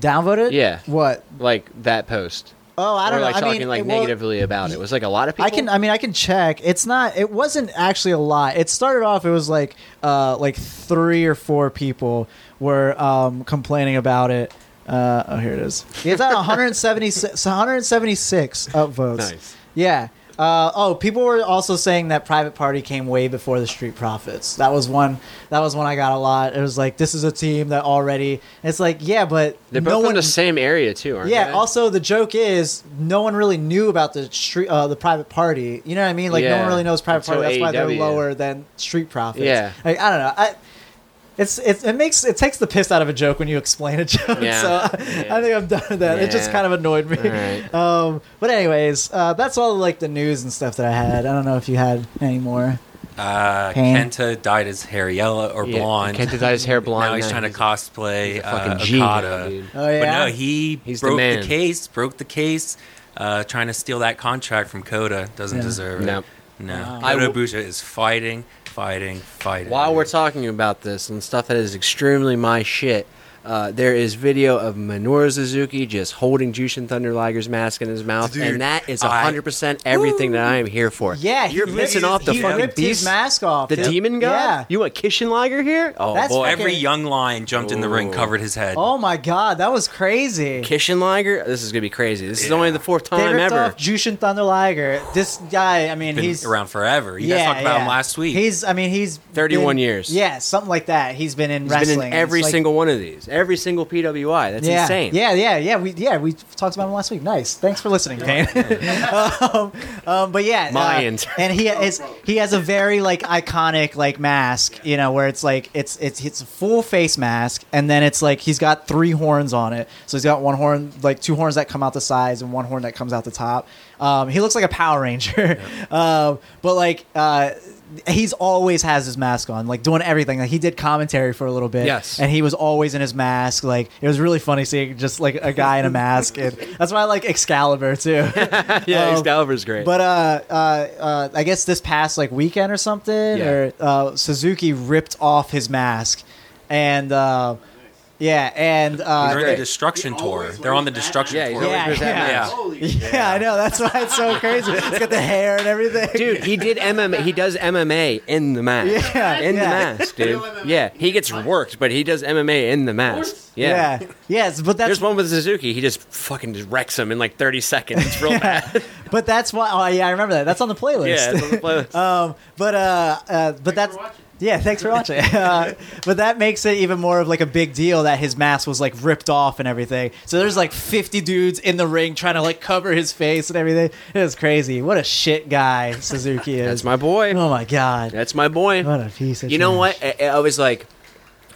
Speaker 1: downvoted
Speaker 2: Yeah.
Speaker 1: what
Speaker 2: Like that post.
Speaker 1: oh i don't
Speaker 2: or
Speaker 1: know
Speaker 2: like
Speaker 1: i
Speaker 2: talking
Speaker 1: mean
Speaker 2: like
Speaker 1: it- well,
Speaker 2: negatively about it. It was like a lot of people.
Speaker 1: I can. I mean, I can check. It's not. It wasn't actually a lot. It started off. It was like, uh, like three or four people were um complaining about it. Uh, oh, here it is. It's at 176, 176 upvotes.
Speaker 2: Nice.
Speaker 1: Yeah. Uh, oh, people were also saying that Private Party came way before the Street Profits. That was one. That was one I got a lot. It was like this is a team that already. It's like yeah, but
Speaker 2: They're both
Speaker 1: no
Speaker 2: in
Speaker 1: one.
Speaker 2: the same area too, aren't
Speaker 1: yeah.
Speaker 2: they?
Speaker 1: Also, the joke is no one really knew about the street, uh, the Private Party. You know what I mean? Like no one
Speaker 2: Yeah.
Speaker 1: really knows Private
Speaker 2: Until
Speaker 1: Party. That's why they're
Speaker 2: AEW.
Speaker 1: lower than Street Profits.
Speaker 2: Yeah.
Speaker 1: Like, I don't know. I, it's, it's it makes it takes the piss out of a joke when you explain a joke.
Speaker 2: Yeah.
Speaker 1: So I,
Speaker 2: Yeah.
Speaker 1: I think I'm done with that. It just
Speaker 2: Yeah.
Speaker 1: kind of annoyed me.
Speaker 2: All right.
Speaker 1: Um, but anyways, uh, that's all like the news and stuff that I had. I don't know if you had any more.
Speaker 3: Uh,
Speaker 1: Pan.
Speaker 3: Kenta dyed his hair yellow or
Speaker 2: Yeah,
Speaker 3: blonde.
Speaker 2: Kenta dyed his hair blonde.
Speaker 3: now he's trying to cosplay
Speaker 2: he's a
Speaker 3: uh,
Speaker 2: fucking G now,
Speaker 3: Okada.
Speaker 2: dude.
Speaker 1: Oh, yeah?
Speaker 3: But no, he
Speaker 2: He's the
Speaker 3: broke the,
Speaker 2: man.
Speaker 3: case. Broke the case. Uh, trying to steal that contract from Coda doesn't
Speaker 1: Yeah.
Speaker 3: deserve it.
Speaker 2: Nope.
Speaker 3: No,
Speaker 2: I
Speaker 3: Kota
Speaker 2: w-
Speaker 3: Ibushi is fighting, fighting, fighting.
Speaker 2: While we're talking about this and stuff that is extremely my shit, uh, there is video of Minoru Suzuki just holding Jushin Thunder Liger's mask in his mouth,
Speaker 3: Dude,
Speaker 2: and that is
Speaker 3: I-
Speaker 2: hundred percent everything that I am here for.
Speaker 1: Yeah, he
Speaker 2: you're
Speaker 1: ripped
Speaker 2: missing
Speaker 1: his-
Speaker 2: off the
Speaker 1: he
Speaker 2: fucking
Speaker 1: ripped
Speaker 2: beast,
Speaker 1: his mask off.
Speaker 2: the
Speaker 1: dude.
Speaker 2: demon god.
Speaker 1: Yeah.
Speaker 2: You want Kishin Liger here? Oh,
Speaker 1: That's
Speaker 2: boy.
Speaker 3: well, every
Speaker 1: fucking-
Speaker 3: young lion jumped in the ring,
Speaker 2: Ooh.
Speaker 3: covered his head.
Speaker 1: Oh my god, that was crazy.
Speaker 2: Kishin Liger. This is gonna be crazy. This is
Speaker 3: Yeah.
Speaker 2: only the fourth
Speaker 1: they
Speaker 2: time
Speaker 1: ripped
Speaker 2: ever.
Speaker 1: off Jushin Thunder Liger. This guy, I mean,
Speaker 3: Uh, Been
Speaker 1: he's
Speaker 3: around forever. You guys
Speaker 1: yeah,
Speaker 3: talked about him
Speaker 1: yeah.
Speaker 3: last week.
Speaker 1: He's, I mean, he's
Speaker 2: 31
Speaker 1: been-
Speaker 2: years.
Speaker 1: Yeah, something like that. He's been in
Speaker 2: He's
Speaker 1: wrestling.
Speaker 2: been in
Speaker 1: It's
Speaker 2: every
Speaker 1: like-
Speaker 2: single one of these. Every single PWI. That's
Speaker 1: yeah,
Speaker 2: insane.
Speaker 1: Yeah, yeah, yeah. We yeah we talked about him last week. Nice. Thanks for listening, Kane. um, um, but yeah, uh,
Speaker 2: Mayans.
Speaker 1: and he is he has a very like iconic like mask, you know, where it's like it's it's it's a full face mask, and then it's like he's got three horns on it. So he's got one horn, like two horns that come out the sides, and one horn that comes out the top. Um, he looks like a Power Ranger, um, but like. Uh, He's always has his mask on, like doing everything. Like he did commentary for a little bit,
Speaker 2: Yes.
Speaker 1: and he was always in his mask. Like it was really funny seeing just like a guy in a mask, and that's why I like Excalibur too.
Speaker 2: yeah
Speaker 1: Um,
Speaker 2: Excalibur's great.
Speaker 1: But uh, uh, uh, I guess this past like weekend or something,
Speaker 2: Yeah.
Speaker 1: or uh, Suzuki ripped off his mask, and uh, yeah, and
Speaker 3: They're in
Speaker 1: uh,
Speaker 3: the destruction
Speaker 4: He
Speaker 3: tour.
Speaker 4: always
Speaker 3: They're on the
Speaker 4: wears that.
Speaker 3: destruction
Speaker 2: Yeah, he's
Speaker 3: tour.
Speaker 2: always
Speaker 1: Yeah,
Speaker 2: wears that
Speaker 1: yeah.
Speaker 2: mask.
Speaker 4: Holy
Speaker 1: yeah, I know that's why it's so crazy. It's got the hair and everything.
Speaker 2: Dude, he did MMA. He does MMA in the mask.
Speaker 1: Yeah,
Speaker 2: in
Speaker 1: yeah.
Speaker 2: the mask, dude. Yeah, he gets worked, but he does MMA in the mask. Yeah.
Speaker 1: yeah, yes, but that's
Speaker 2: There's one with Suzuki. He just fucking just wrecks him in like 30 seconds. It's real bad.
Speaker 1: but that's why. Oh yeah, I remember that. That's on the playlist.
Speaker 2: yeah, it's on the playlist.
Speaker 1: um, but uh, uh, but that's
Speaker 4: for watching.
Speaker 1: yeah. Thanks for watching. uh, but that makes it even more of like a big deal that his mask was like ripped off and everything. So there's like 50 dudes in the ring trying to like cover his face and everything. It was crazy. What a shit guy Suzuki is.
Speaker 2: That's my boy.
Speaker 1: oh Uh, my god.
Speaker 2: That's my boy.
Speaker 1: What a piece of
Speaker 2: You know
Speaker 1: trash.
Speaker 2: what? I, I was like,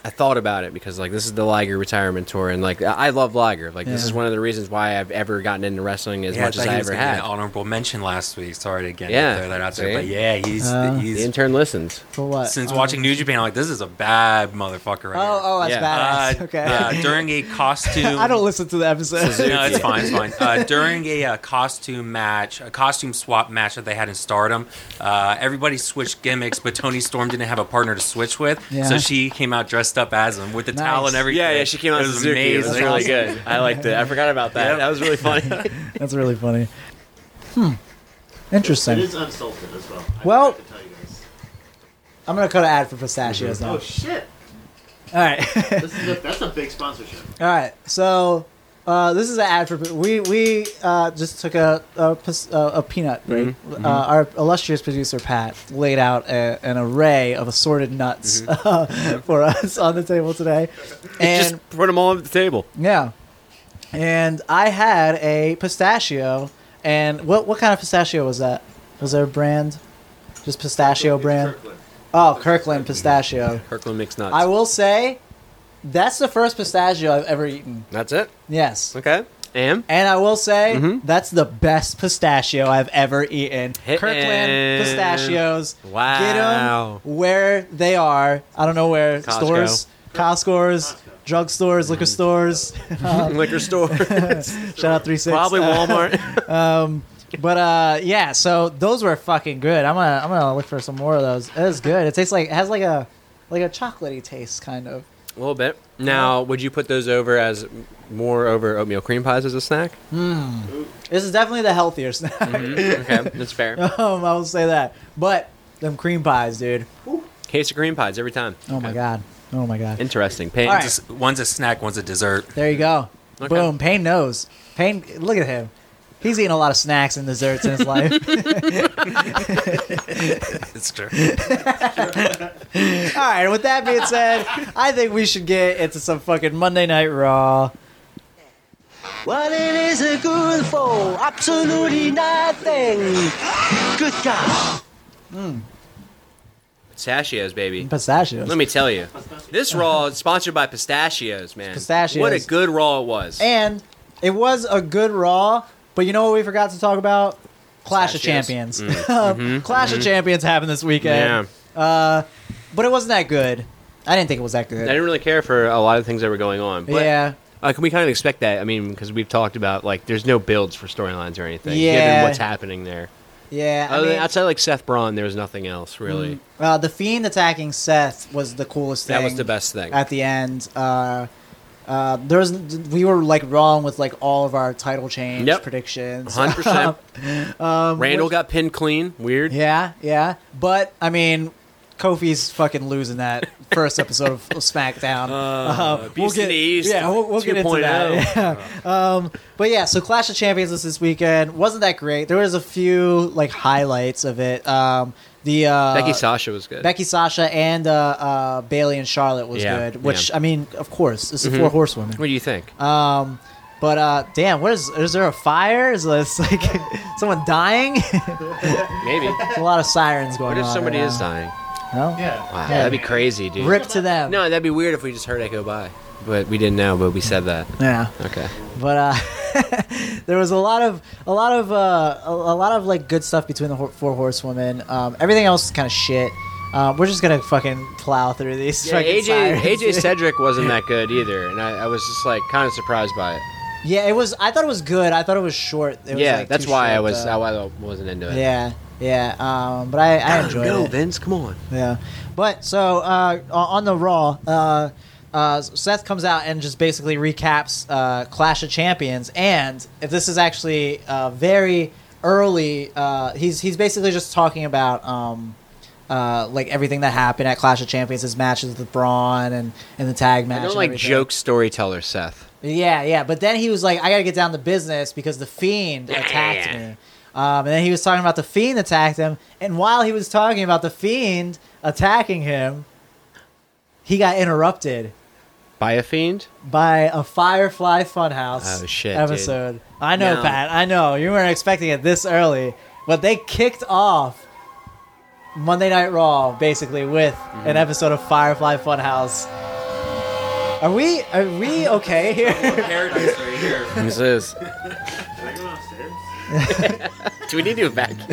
Speaker 2: I thought about it because like this is the Liger retirement tour, and like I I love Liger. Like this
Speaker 1: Yeah.
Speaker 2: is one of the reasons why I've ever gotten into wrestling as
Speaker 3: Yeah,
Speaker 2: much
Speaker 3: I
Speaker 2: as
Speaker 3: thought
Speaker 2: I
Speaker 3: he was
Speaker 2: ever
Speaker 3: gonna get
Speaker 2: had.
Speaker 3: An honorable mention last week. Sorry to again
Speaker 2: Yeah.
Speaker 3: throw that out there,
Speaker 2: See?
Speaker 3: but yeah, he's
Speaker 1: Uh,
Speaker 2: The
Speaker 3: he's
Speaker 2: intern listens.
Speaker 1: For what?
Speaker 3: since
Speaker 1: Um,
Speaker 3: watching New Japan, I'm like this is a bad motherfucker. Right
Speaker 1: Oh, oh, that's
Speaker 2: Yeah.
Speaker 1: badass.
Speaker 3: here. Uh,
Speaker 1: okay.
Speaker 3: uh, during a costume,
Speaker 1: I don't listen to the episode.
Speaker 3: No, it's fine. It's fine. Uh, during a, uh costume match, a costume swap match that they had in Stardom, uh, everybody switched gimmicks, but Tony Storm didn't have a partner to switch with,
Speaker 1: Yeah.
Speaker 3: so she came out dressed up as him with the
Speaker 1: Nice.
Speaker 3: towel and everything.
Speaker 2: Yeah, yeah, she came out
Speaker 3: It
Speaker 2: as
Speaker 3: was
Speaker 2: Suzuki. It was
Speaker 3: amazing.
Speaker 2: really
Speaker 1: awesome.
Speaker 2: good. I liked it. I forgot about that.
Speaker 3: Yep.
Speaker 2: That was really funny.
Speaker 1: That's really funny. Hmm.
Speaker 4: It
Speaker 1: Interesting.
Speaker 4: is unsalted as well. I
Speaker 1: Well-
Speaker 4: forgot to tell you guys.
Speaker 1: I'm gonna cut an ad for pistachios now.
Speaker 4: Oh shit!
Speaker 1: All right.
Speaker 4: This is a, that's a big sponsorship.
Speaker 1: All right, so uh, this is an ad for we we uh, just took a a, pis- a, a peanut break. Uh, our illustrious producer Pat laid out a, an array of assorted nuts uh, for us on the table today, and
Speaker 2: just put them all on the table.
Speaker 1: yeah, and I had a pistachio, and what what kind of pistachio was that? Was there a brand? Just pistachio
Speaker 4: It's
Speaker 1: brand?
Speaker 4: Kirkland.
Speaker 1: Oh, Kirkland pistachio.
Speaker 2: Kirkland mixed nuts.
Speaker 1: I will say, that's the first pistachio I've ever eaten.
Speaker 2: That's it.
Speaker 1: Yes.
Speaker 2: Okay. And
Speaker 1: And I will say
Speaker 2: Mhm.
Speaker 1: that's the best pistachio I've ever eaten.
Speaker 2: Hit
Speaker 1: Kirkland
Speaker 2: it.
Speaker 1: pistachios.
Speaker 2: Wow.
Speaker 1: Get them where they are. I don't know where
Speaker 2: Costco. Mm-hmm.
Speaker 1: stores, Costco's,
Speaker 4: Costco.
Speaker 1: drug stores, liquor stores.
Speaker 2: liquor store.
Speaker 1: Shout out three six.
Speaker 2: Probably Walmart.
Speaker 1: But uh, yeah, so those were fucking good. I'm gonna I'm gonna look for some more of those. It is good. It tastes like it has like a like a chocolatey taste kind of.
Speaker 2: a little bit. Now, would you put those over as more over oatmeal cream pies as a snack?
Speaker 1: This is definitely the healthier snack.
Speaker 2: Mm-hmm. okay, that's fair.
Speaker 1: um, I will say that. But them cream pies, dude.
Speaker 2: Case of cream pies every time.
Speaker 1: Oh my
Speaker 2: Okay.
Speaker 1: god. Oh my god.
Speaker 2: Interesting. Pain.
Speaker 1: All right.
Speaker 3: One's a, one's a snack, one's a dessert.
Speaker 1: There you go.
Speaker 2: Okay.
Speaker 1: Boom. Payne knows. Payne, look at him. He's eating a lot of snacks and desserts in his life.
Speaker 3: It's true.
Speaker 1: All right. With that being said, I think we should get into some fucking Monday Night Raw.
Speaker 5: Well, it isn't good for absolutely nothing. Good God.
Speaker 2: Pistachios, baby.
Speaker 1: Pistachios.
Speaker 2: Let me tell you, this Raw is sponsored by pistachios, man.
Speaker 1: Pistachios.
Speaker 2: What a good Raw it was.
Speaker 1: and it was a good Raw, but you know what we forgot to talk about? Clash of
Speaker 2: Pistachios. Mm. Mm-hmm.
Speaker 1: Champions. Clash of Champions happened this
Speaker 2: yeah.
Speaker 1: weekend. Uh, but it wasn't that good. I didn't think it was that good.
Speaker 2: I didn't really care for a lot of things that were going on. But
Speaker 1: yeah.
Speaker 2: Uh, can we kind of expect that? I mean, because we've talked about like there's no builds for storylines or anything,
Speaker 1: Yeah.
Speaker 2: given what's happening there.
Speaker 1: Yeah. I
Speaker 2: Other than,
Speaker 1: mean,
Speaker 2: outside like Seth Braun, there was nothing else really.
Speaker 1: uh, the Fiend attacking Seth was the coolest thing.
Speaker 2: That was the best thing.
Speaker 1: At the end, uh, uh, there was we were like wrong with like all of our title change
Speaker 2: Yep.
Speaker 1: predictions.
Speaker 2: Hundred percent. Randall got pinned clean. Weird.
Speaker 1: Um, Yeah, yeah. But I mean, Kofi's fucking losing that first episode of SmackDown. Uh,
Speaker 2: Beast in the East, oh.
Speaker 1: Yeah, we'll, we'll get into
Speaker 2: 2.0.
Speaker 1: that. Yeah. Um, but yeah, so Clash of Champions was this weekend wasn't that great. There was a few like highlights of it. Um, the uh,
Speaker 2: Becky Sasha was good.
Speaker 1: Becky Sasha and uh, uh, Bailey and Charlotte was
Speaker 2: Yeah,
Speaker 1: good. Which
Speaker 2: yeah. Mm-hmm.
Speaker 1: I mean, of course, it's the four horsewomen.
Speaker 2: what do you think?
Speaker 1: Um, but uh, damn, what is? Is there a fire? Is this like someone dying?
Speaker 2: Maybe. what
Speaker 1: a lot of sirens going on.
Speaker 2: if somebody
Speaker 1: right
Speaker 2: is
Speaker 1: now.
Speaker 2: dying?
Speaker 1: No?
Speaker 4: Yeah.
Speaker 2: Wow,
Speaker 1: Yeah.
Speaker 2: that'd be crazy, dude.
Speaker 1: Rip to them.
Speaker 2: No, that'd be weird if we just heard it go by, but we didn't know. But we said that.
Speaker 1: Yeah,
Speaker 2: Okay.
Speaker 1: but uh, there was a lot of a lot of uh, a, a lot of like good stuff between the ho- four horsewomen. Um, everything else is kind of shit. Um, we're just gonna fucking plow through these.
Speaker 2: Yeah,
Speaker 1: fucking
Speaker 2: AJ
Speaker 1: sirens.
Speaker 2: AJ Cedric wasn't that good either, and I, I was just like kind of surprised by it.
Speaker 1: Yeah, it was. I thought it was good. I thought it was short. It was,
Speaker 2: yeah,
Speaker 1: like,
Speaker 2: that's
Speaker 1: too
Speaker 2: why I
Speaker 1: short, uh,
Speaker 2: was
Speaker 1: though.
Speaker 2: I I wasn't into it.
Speaker 1: yeah, yeah. Um, but I, I enjoyed
Speaker 2: no,
Speaker 1: it.
Speaker 2: Vince, come on.
Speaker 1: Yeah, but so uh, o- on the Raw, uh, uh, Seth comes out and just basically recaps uh, Clash of Champions, and if this is actually uh, very early, uh, he's he's basically just talking about. Um, uh, like everything that happened at Clash of Champions, his matches with Braun and, and the tag match.
Speaker 2: I don't
Speaker 1: and
Speaker 2: like
Speaker 1: everything.
Speaker 2: joke storyteller Seth.
Speaker 1: Yeah, yeah. But then he was like, I gotta get down to business because the fiend attacked me. Um, and then he was talking about the fiend attacked him, and while he was talking about the fiend attacking him, he got interrupted
Speaker 2: By a fiend?
Speaker 1: by a Firefly Funhouse
Speaker 2: Oh, shit, dude.
Speaker 1: episode. I know,
Speaker 2: No.
Speaker 1: Pat. I know you weren't expecting it this early, but they kicked off Monday Night Raw basically with an
Speaker 2: Mm-hmm.
Speaker 1: episode of Firefly Funhouse. Are we are we okay here?
Speaker 3: Paradise right here.
Speaker 2: This is.
Speaker 4: Can I go downstairs?
Speaker 2: Do we need to evacuate?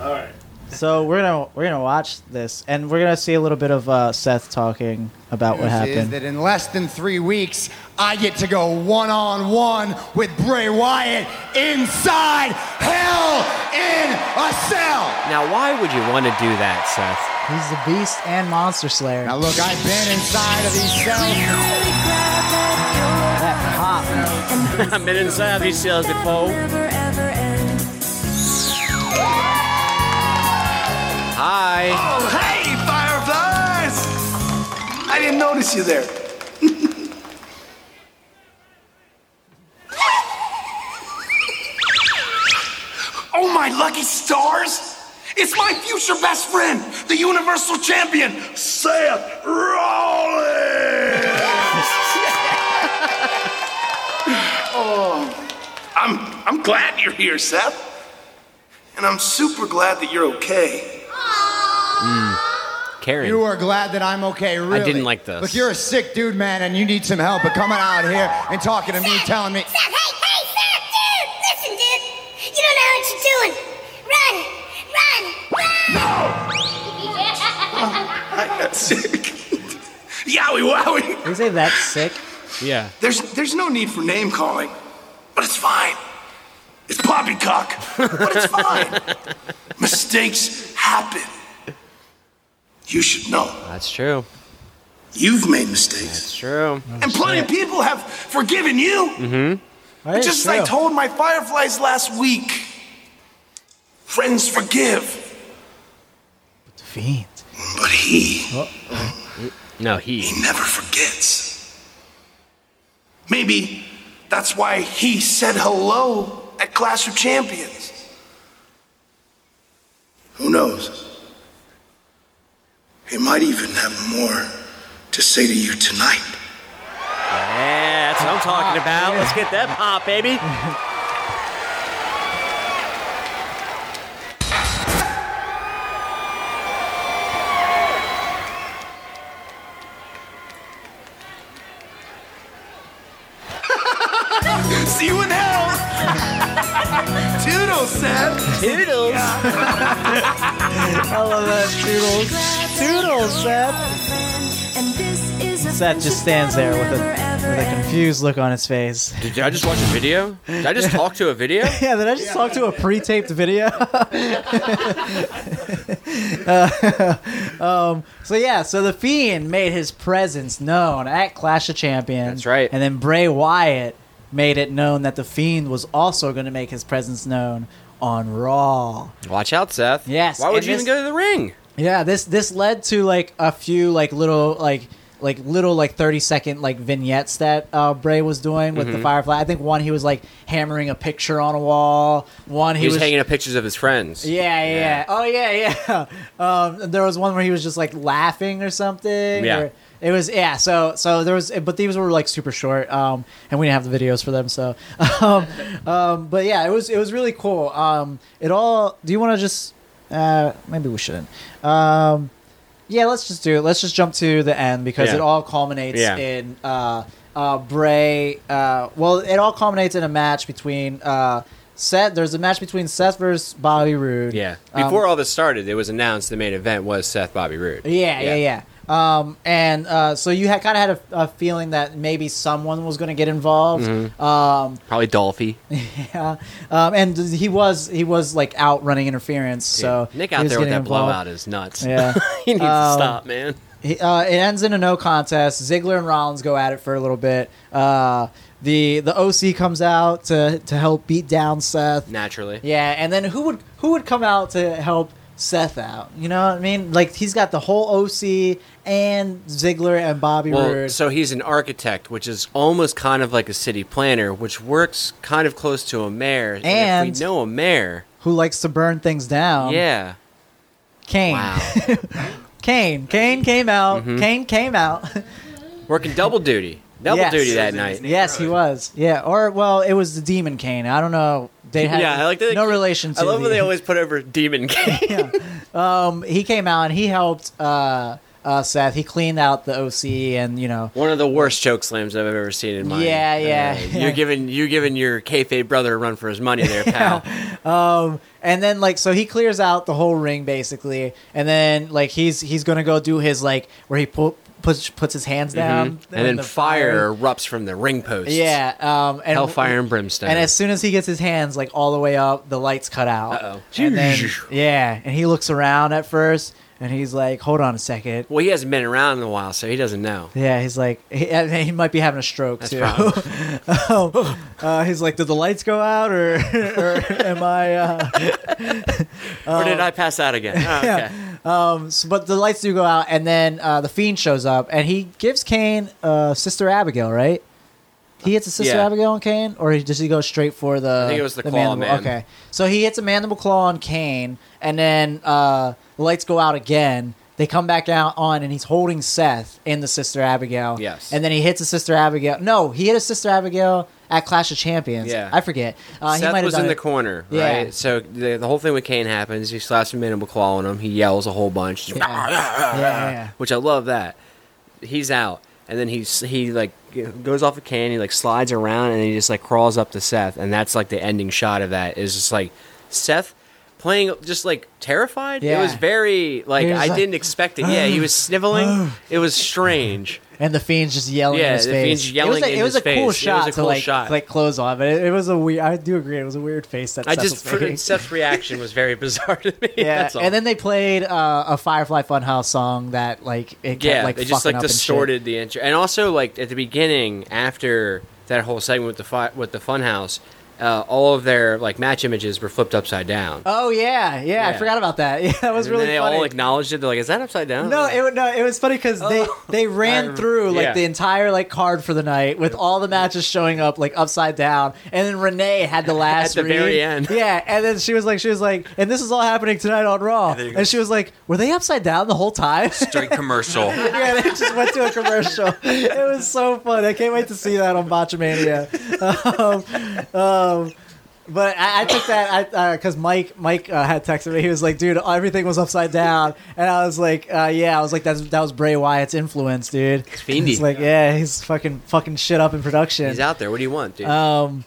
Speaker 4: All right.
Speaker 1: So we're gonna we're gonna watch this, and we're gonna see a little bit of uh, Seth talking about what
Speaker 6: news is
Speaker 1: happened.
Speaker 6: that in less than three weeks, I get to go one on one with Bray Wyatt inside Hell in a Cell.
Speaker 2: Now, why would you want to do that, Seth?
Speaker 1: He's the Beast and Monster Slayer.
Speaker 6: Now, look, I've been inside of these cells.
Speaker 1: That pop.
Speaker 2: I've been inside these cells before. Hi.
Speaker 7: Oh, hey, fireflies! I didn't notice you there. oh, my lucky stars! It's my future best friend, the Universal Champion, Seth Rollins! oh, I'm, I'm glad you're here, Seth. And I'm super glad that you're okay.
Speaker 2: Karen.
Speaker 6: You are glad that I'm okay, really.
Speaker 2: didn't like this.
Speaker 6: Look, you're a sick dude, man, and you need some help. But coming out here and talking to me, telling me,
Speaker 8: Seth, hey, hey, Seth, dude! Listen, dude! You don't know what you're doing! Run! Run! Run!
Speaker 7: I got sick. Yowie wowie.
Speaker 1: Did he say that's sick?
Speaker 2: yeah.
Speaker 7: There's there's no need for name calling, but it's fine. It's poppycock, but it's fine. Mistakes happen. You should know.
Speaker 2: That's true.
Speaker 7: You've made mistakes,
Speaker 2: It's true.
Speaker 7: and plenty of people have forgiven you.
Speaker 1: That is
Speaker 7: Just as I
Speaker 1: true.
Speaker 7: told my fireflies last week. Friends forgive,
Speaker 1: Fiend.
Speaker 7: but he
Speaker 2: No, he.
Speaker 7: He never forgets. Maybe That's why he said hello at Clash of Champions. Who knows? He might even have more to say to you tonight.
Speaker 9: Yeah, that's what I'm talking about. Let's get that pop, baby.
Speaker 7: See you in hell! Toodles, Seth!
Speaker 9: Toodles.
Speaker 1: I love that Toodles. Toodles, Seth. Seth just stands there with a with a confused look on his face.
Speaker 2: Did I just watch a video? Did I just talk to a video?
Speaker 1: Yeah, did I just talk to a pre-taped video? Uh, um, so yeah, so the Fiend made his presence known at Clash of Champions.
Speaker 2: That's right.
Speaker 1: And then Bray Wyatt made it known that the Fiend was also going to make his presence known on Raw.
Speaker 2: Watch out, Seth.
Speaker 1: Yes,
Speaker 2: Why would
Speaker 1: and
Speaker 2: you
Speaker 1: this-
Speaker 2: even go to the ring?
Speaker 1: Yeah, this this led to like a few like little like like little like 30 second like vignettes that uh, Bray was doing with
Speaker 2: Mm-hmm.
Speaker 1: the Firefly. I think one he was like hammering a picture on a wall. One he,
Speaker 2: He was,
Speaker 1: was
Speaker 2: hanging up pictures of his friends.
Speaker 1: yeah, yeah, yeah. Oh, yeah, yeah. Um, there was one where he was just like laughing or something.
Speaker 2: Yeah.
Speaker 1: or- it was yeah. So so there was, but these were like super short, um, and we didn't have the videos for them. So, um, um, but yeah, it was it was really cool. Um, it all. Do you want to just? Uh, maybe we shouldn't. Um, yeah, let's just do it. Let's just jump to the end because
Speaker 2: Yeah.
Speaker 1: it all culminates
Speaker 2: Yeah.
Speaker 1: in uh, uh, Bray. Uh, well, it all culminates in a match between uh, Seth. There's a match between Seth versus Bobby Roode.
Speaker 2: Yeah.
Speaker 1: Um,
Speaker 2: Before all this started, it was announced the main event was Seth Bobby Roode.
Speaker 1: yeah, yeah, yeah. Um, and uh, so you had kind of had a, a feeling that maybe someone was going to get involved.
Speaker 2: Mm-hmm.
Speaker 1: Um,
Speaker 2: Probably Dolphy.
Speaker 1: yeah. Um, and he was he was like out running interference. So
Speaker 2: Nick
Speaker 1: he
Speaker 2: out
Speaker 1: was
Speaker 2: there with that
Speaker 1: getting
Speaker 2: blowout
Speaker 1: involved.
Speaker 2: is nuts.
Speaker 1: Yeah.
Speaker 2: he needs
Speaker 1: Um,
Speaker 2: to stop, man.
Speaker 1: He- uh, it ends in a no contest. Ziggler and Rollins go at it for a little bit. Uh, the the OC comes out to to help beat down Seth.
Speaker 2: Naturally.
Speaker 1: Yeah, and then who would who would come out to help Seth out? You know what I mean? Like he's got the whole OC and Ziggler and Bobby
Speaker 2: Well,
Speaker 1: Roode.
Speaker 2: so he's an architect, which is almost kind of like a city planner, which works kind of close to a mayor.
Speaker 1: And- Um,
Speaker 2: if we know a mayor,
Speaker 1: who likes to burn things down.
Speaker 2: yeah.
Speaker 1: Kane.
Speaker 2: Wow.
Speaker 1: Kane. Kane came out. Kane came out.
Speaker 2: Working double duty. Double
Speaker 1: Yes.
Speaker 2: duty that
Speaker 3: He was in
Speaker 2: night.
Speaker 3: his
Speaker 1: yes, he was. Yeah, or well, it was the Demon Kane. I don't know. They had
Speaker 2: Yeah, I like that.
Speaker 1: no relation to
Speaker 2: I love
Speaker 1: the-
Speaker 2: when they always put over Demon King.
Speaker 1: um, he came out and he helped uh, uh, Seth. He cleaned out the OC and you know
Speaker 2: One of the worst choke slams I've ever seen in my.
Speaker 1: Yeah, yeah,
Speaker 2: Uh,
Speaker 1: yeah.
Speaker 2: You're giving you giving your kayfabe brother a run for his money there, pal.
Speaker 1: Um, and then like so he clears out the whole ring basically, and then like he's he's gonna go do his like where he pu- puts puts his hands down
Speaker 2: Mm-hmm. and then
Speaker 1: the
Speaker 2: fire erupts from the ring posts.
Speaker 1: Yeah, um, and
Speaker 2: Hellfire and brimstone.
Speaker 1: And as soon as he gets his hands like all the way up, the lights cut out.
Speaker 2: Uh-oh.
Speaker 1: And then, yeah, and he looks around at first, and he's like, "Hold on a second.
Speaker 2: Well, he hasn't been around in a while, so he doesn't know.
Speaker 1: Yeah, he's like, he, I mean, he might be having a stroke too. um, uh, he's like, did the lights go out, or, or am I? Uh,
Speaker 2: or did I pass out again? Oh, okay.
Speaker 1: So- but the lights do go out, and then uh, the fiend shows up, and he gives Kane uh, Sister Abigail, right? He hits a Sister
Speaker 2: Yeah.
Speaker 1: Abigail on Kane, or he, does he go straight for the?
Speaker 2: I think it was the claw,
Speaker 1: mandible?
Speaker 2: man.
Speaker 1: Okay, so he hits a mandible claw on Kane, and then uh, the lights go out again. They come back out on, and he's holding Seth in the Sister Abigail.
Speaker 2: Yes.
Speaker 1: and then he hits a Sister Abigail. No, he hit a Sister Abigail at Clash of Champions.
Speaker 2: Yeah.
Speaker 1: I forget. Uh, he
Speaker 2: Seth
Speaker 1: might have
Speaker 2: was
Speaker 1: done
Speaker 2: in the
Speaker 1: it-
Speaker 2: corner,
Speaker 1: Yeah.
Speaker 2: right? So the, the whole thing with Kane happens. He slaps a mandible claw on him. He yells a whole bunch,
Speaker 1: Yeah, yeah, yeah.
Speaker 2: which I love that. He's out, and then he's he like goes off a Kane. He like slides around, and he just like crawls up to Seth, and that's like the ending shot of that. Is just like Seth playing just like terrified. It was
Speaker 1: Yeah.
Speaker 2: very like
Speaker 1: He was
Speaker 2: I
Speaker 1: like,
Speaker 2: didn't expect it. Yeah, he was sniveling. it was strange.
Speaker 1: And the fiend's just yelling in
Speaker 2: Yeah,
Speaker 1: his
Speaker 2: the
Speaker 1: face.
Speaker 2: fiend's
Speaker 1: it was
Speaker 2: yelling
Speaker 1: a,
Speaker 2: in
Speaker 1: it was
Speaker 2: his
Speaker 1: a cool
Speaker 2: face. It
Speaker 1: shot
Speaker 2: was a
Speaker 1: to
Speaker 2: cool
Speaker 1: like
Speaker 2: shot.
Speaker 1: to, like close on, but it, it was a weird. I do agree, it was a weird face that
Speaker 2: I
Speaker 1: Seth
Speaker 2: just
Speaker 1: was making.
Speaker 2: Seth's reaction was very bizarre to me.
Speaker 1: yeah,
Speaker 2: that's all.
Speaker 1: and then they played uh, a Firefly Funhouse song that like it kept
Speaker 2: yeah,
Speaker 1: like
Speaker 2: they
Speaker 1: fucking
Speaker 2: just like
Speaker 1: up and shit.
Speaker 2: distorted the intro, and also like at the beginning after that whole segment with the fi- with the funhouse. uh, all of their like match images were flipped upside down.
Speaker 1: Oh yeah, yeah, I
Speaker 2: Yeah.
Speaker 1: forgot about that. Yeah, that was
Speaker 2: and
Speaker 1: really
Speaker 2: then they
Speaker 1: funny.
Speaker 2: all acknowledged it. They're like, "Is that upside down?"
Speaker 1: no, it wa- no, it was funny because they they ran through like
Speaker 2: yeah.
Speaker 1: the entire like card for the night with all the matches showing up like upside down, and then Renee had the last
Speaker 2: the
Speaker 1: read.
Speaker 2: very end.
Speaker 1: Yeah, and then she was like, she was like, and this is all happening tonight on Raw,
Speaker 3: there you
Speaker 1: and,
Speaker 3: go.
Speaker 1: she was like, were they upside down the whole time?
Speaker 3: Straight commercial.
Speaker 1: yeah, they just went to a commercial. It was so fun. I can't wait to see that on Botchamania. Um, um, but I, I took that I because Mike Mike uh, had texted me. He was like, "Dude, everything was upside down," and I was like, uh, "Yeah." I was like, "That's that was Bray Wyatt's influence, dude." It's
Speaker 2: fiendy.
Speaker 1: like, yeah, he's fucking fucking shit up in production.
Speaker 2: he's out there. What do you want, dude?
Speaker 1: Um,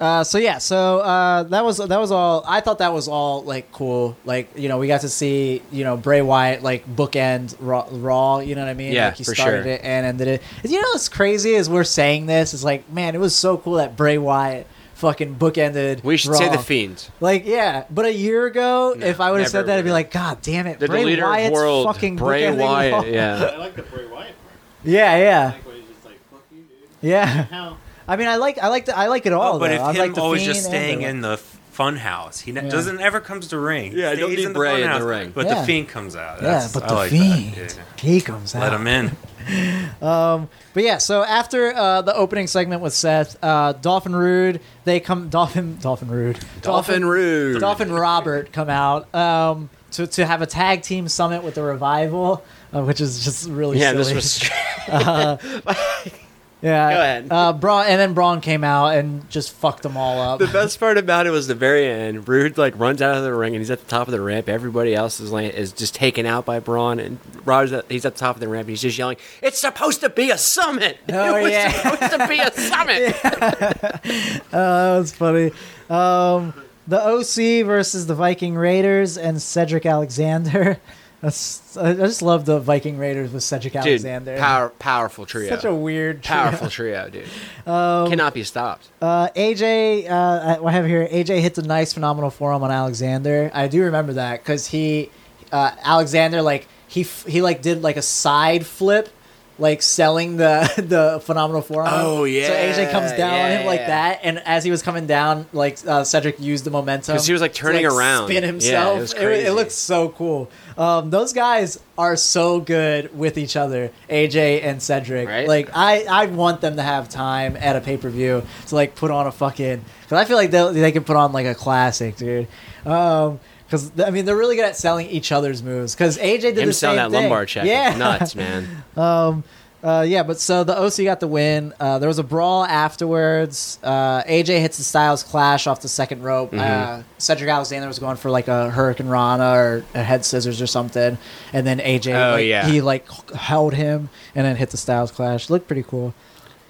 Speaker 1: uh, so yeah, so uh, that was that was all. I thought that was all like cool. Like you know, we got to see you know Bray Wyatt like bookend Raw. raw you know what I mean?
Speaker 2: Yeah,
Speaker 1: like, he
Speaker 2: for
Speaker 1: started
Speaker 2: sure.
Speaker 1: it and ended it. And you know what's crazy is we're saying this. It's like man, it was so cool that Bray Wyatt fucking bookended.
Speaker 2: we should
Speaker 1: Raw.
Speaker 2: say the fiend.
Speaker 1: Like yeah, but a year ago, if I would have
Speaker 2: never
Speaker 1: said that, I'd be
Speaker 2: would've.
Speaker 1: like, God damn it,
Speaker 2: The
Speaker 1: Bray
Speaker 2: leader
Speaker 1: Wyatt's
Speaker 2: of world,
Speaker 1: fucking
Speaker 2: Bray
Speaker 1: bookending Raw.
Speaker 2: Wyatt. Yeah.
Speaker 4: I like the Bray Wyatt part.
Speaker 1: yeah, yeah,
Speaker 4: Like, where he's just like, fuck you, dude.
Speaker 1: yeah.
Speaker 4: How?
Speaker 1: I mean, I like I like the, I like it all.
Speaker 3: Oh, but
Speaker 1: though.
Speaker 3: if
Speaker 1: I
Speaker 3: him
Speaker 1: like the
Speaker 3: always
Speaker 1: Fiend
Speaker 3: just
Speaker 1: and Bray
Speaker 3: staying
Speaker 1: Wyatt.
Speaker 3: in the f- fun house, he ne- doesn't ever comes to ring.
Speaker 2: Yeah, I don't
Speaker 3: Stays
Speaker 2: need Bray in the
Speaker 3: funhouse,
Speaker 2: ring.
Speaker 3: But
Speaker 1: Yeah.
Speaker 3: the fiend comes out.
Speaker 1: Yeah,
Speaker 3: That's-
Speaker 1: but
Speaker 3: I
Speaker 1: the
Speaker 3: like that.
Speaker 1: fiend,
Speaker 3: Yeah.
Speaker 1: he comes out.
Speaker 3: Let him in.
Speaker 1: But yeah, so after uh, the opening segment with Seth, uh, Dolphin Rude, they come Dolphin Dolphin Rude
Speaker 2: Dolphin Rude.
Speaker 1: Dolphin Robert come out um, to to have a tag team summit with the revival, uh, which is just really
Speaker 2: Yeah,
Speaker 1: silly.
Speaker 2: this was.
Speaker 1: yeah.
Speaker 2: Go ahead.
Speaker 1: Uh, Braun and then Braun came out and just fucked them all up.
Speaker 2: The best part about it was the very end. Rude like runs out of the ring and he's at the top of the ramp. Everybody else is laying, is just taken out by Braun and Roger's at, he's at the top of the ramp. And he's just yelling, "It's supposed to be a summit!
Speaker 1: Oh,
Speaker 2: it was
Speaker 1: yeah.
Speaker 2: supposed to be a summit!"
Speaker 1: that was funny. Um, the OC versus the Viking Raiders and Cedric Alexander. That's, I I just love the Viking Raiders with Cedric
Speaker 2: Dude,
Speaker 1: Alexander.
Speaker 2: power, powerful trio,
Speaker 1: Such a weird trio. Um,
Speaker 2: powerful trio, dude. Cannot be stopped.
Speaker 1: Uh, AJ, uh, I have here. AJ hits a nice, phenomenal forearm on Alexander. I do remember that because he, uh, Alexander, like he f- he like did like a side flip, like selling the the phenomenal forearm.
Speaker 2: Oh,
Speaker 1: So AJ comes
Speaker 2: yeah,
Speaker 1: down on him like
Speaker 2: yeah.
Speaker 1: that, and as he was coming down, like uh, Cedric used the momentum
Speaker 2: 'Cause he was, like,
Speaker 1: to,
Speaker 2: turning around.
Speaker 1: spin
Speaker 2: Yeah, it
Speaker 1: himself.
Speaker 2: was
Speaker 1: It,
Speaker 2: crazy.
Speaker 1: looks so cool. Um, those guys are so good with each other, AJ and Cedric.
Speaker 2: Right?
Speaker 1: Like I, I want them to have time at a pay per view to like put on a fucking because I feel like they they can put on like a classic, dude. Um, because I mean they're really good at selling each other's moves. Because AJ did
Speaker 2: Him
Speaker 1: the same
Speaker 2: selling that
Speaker 1: thing.
Speaker 2: lumbar check,
Speaker 1: yeah,
Speaker 2: yeah, nuts, man.
Speaker 1: Uh, yeah, but so the OC got the win. Uh, there was a brawl afterwards. Uh, AJ hits the Styles Clash off the second rope.
Speaker 2: Mm-hmm.
Speaker 1: Uh, Cedric Alexander was going for like a Hurricane Rana or a head scissors or something, and then AJ,
Speaker 2: Oh,
Speaker 1: like,
Speaker 2: yeah.
Speaker 1: he like h- held him and then hit the Styles Clash. Looked pretty cool.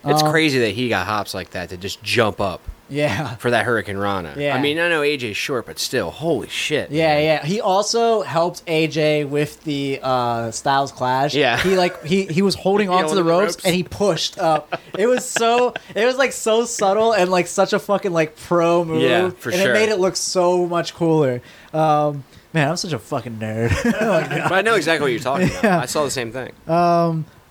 Speaker 2: It's
Speaker 1: Um,
Speaker 2: crazy that he got hops like that to just jump up
Speaker 1: Yeah.
Speaker 2: for that Hurricane Rana.
Speaker 1: Yeah.
Speaker 2: I mean, I know AJ's short, but still, holy shit.
Speaker 1: Yeah,
Speaker 2: man.
Speaker 1: yeah. He also helped AJ with the uh, Styles Clash.
Speaker 2: Yeah.
Speaker 1: He like he he was holding
Speaker 2: He held
Speaker 1: on to the
Speaker 2: on to the
Speaker 1: ropes,
Speaker 2: ropes.
Speaker 1: and he pushed up. it was so it was like so subtle and like such a fucking like pro move.
Speaker 2: Yeah, for
Speaker 1: and it
Speaker 2: sure.
Speaker 1: made it look so much cooler. Um, man, I'm such a fucking nerd.
Speaker 2: But I know exactly what you're talking about. I saw the same thing.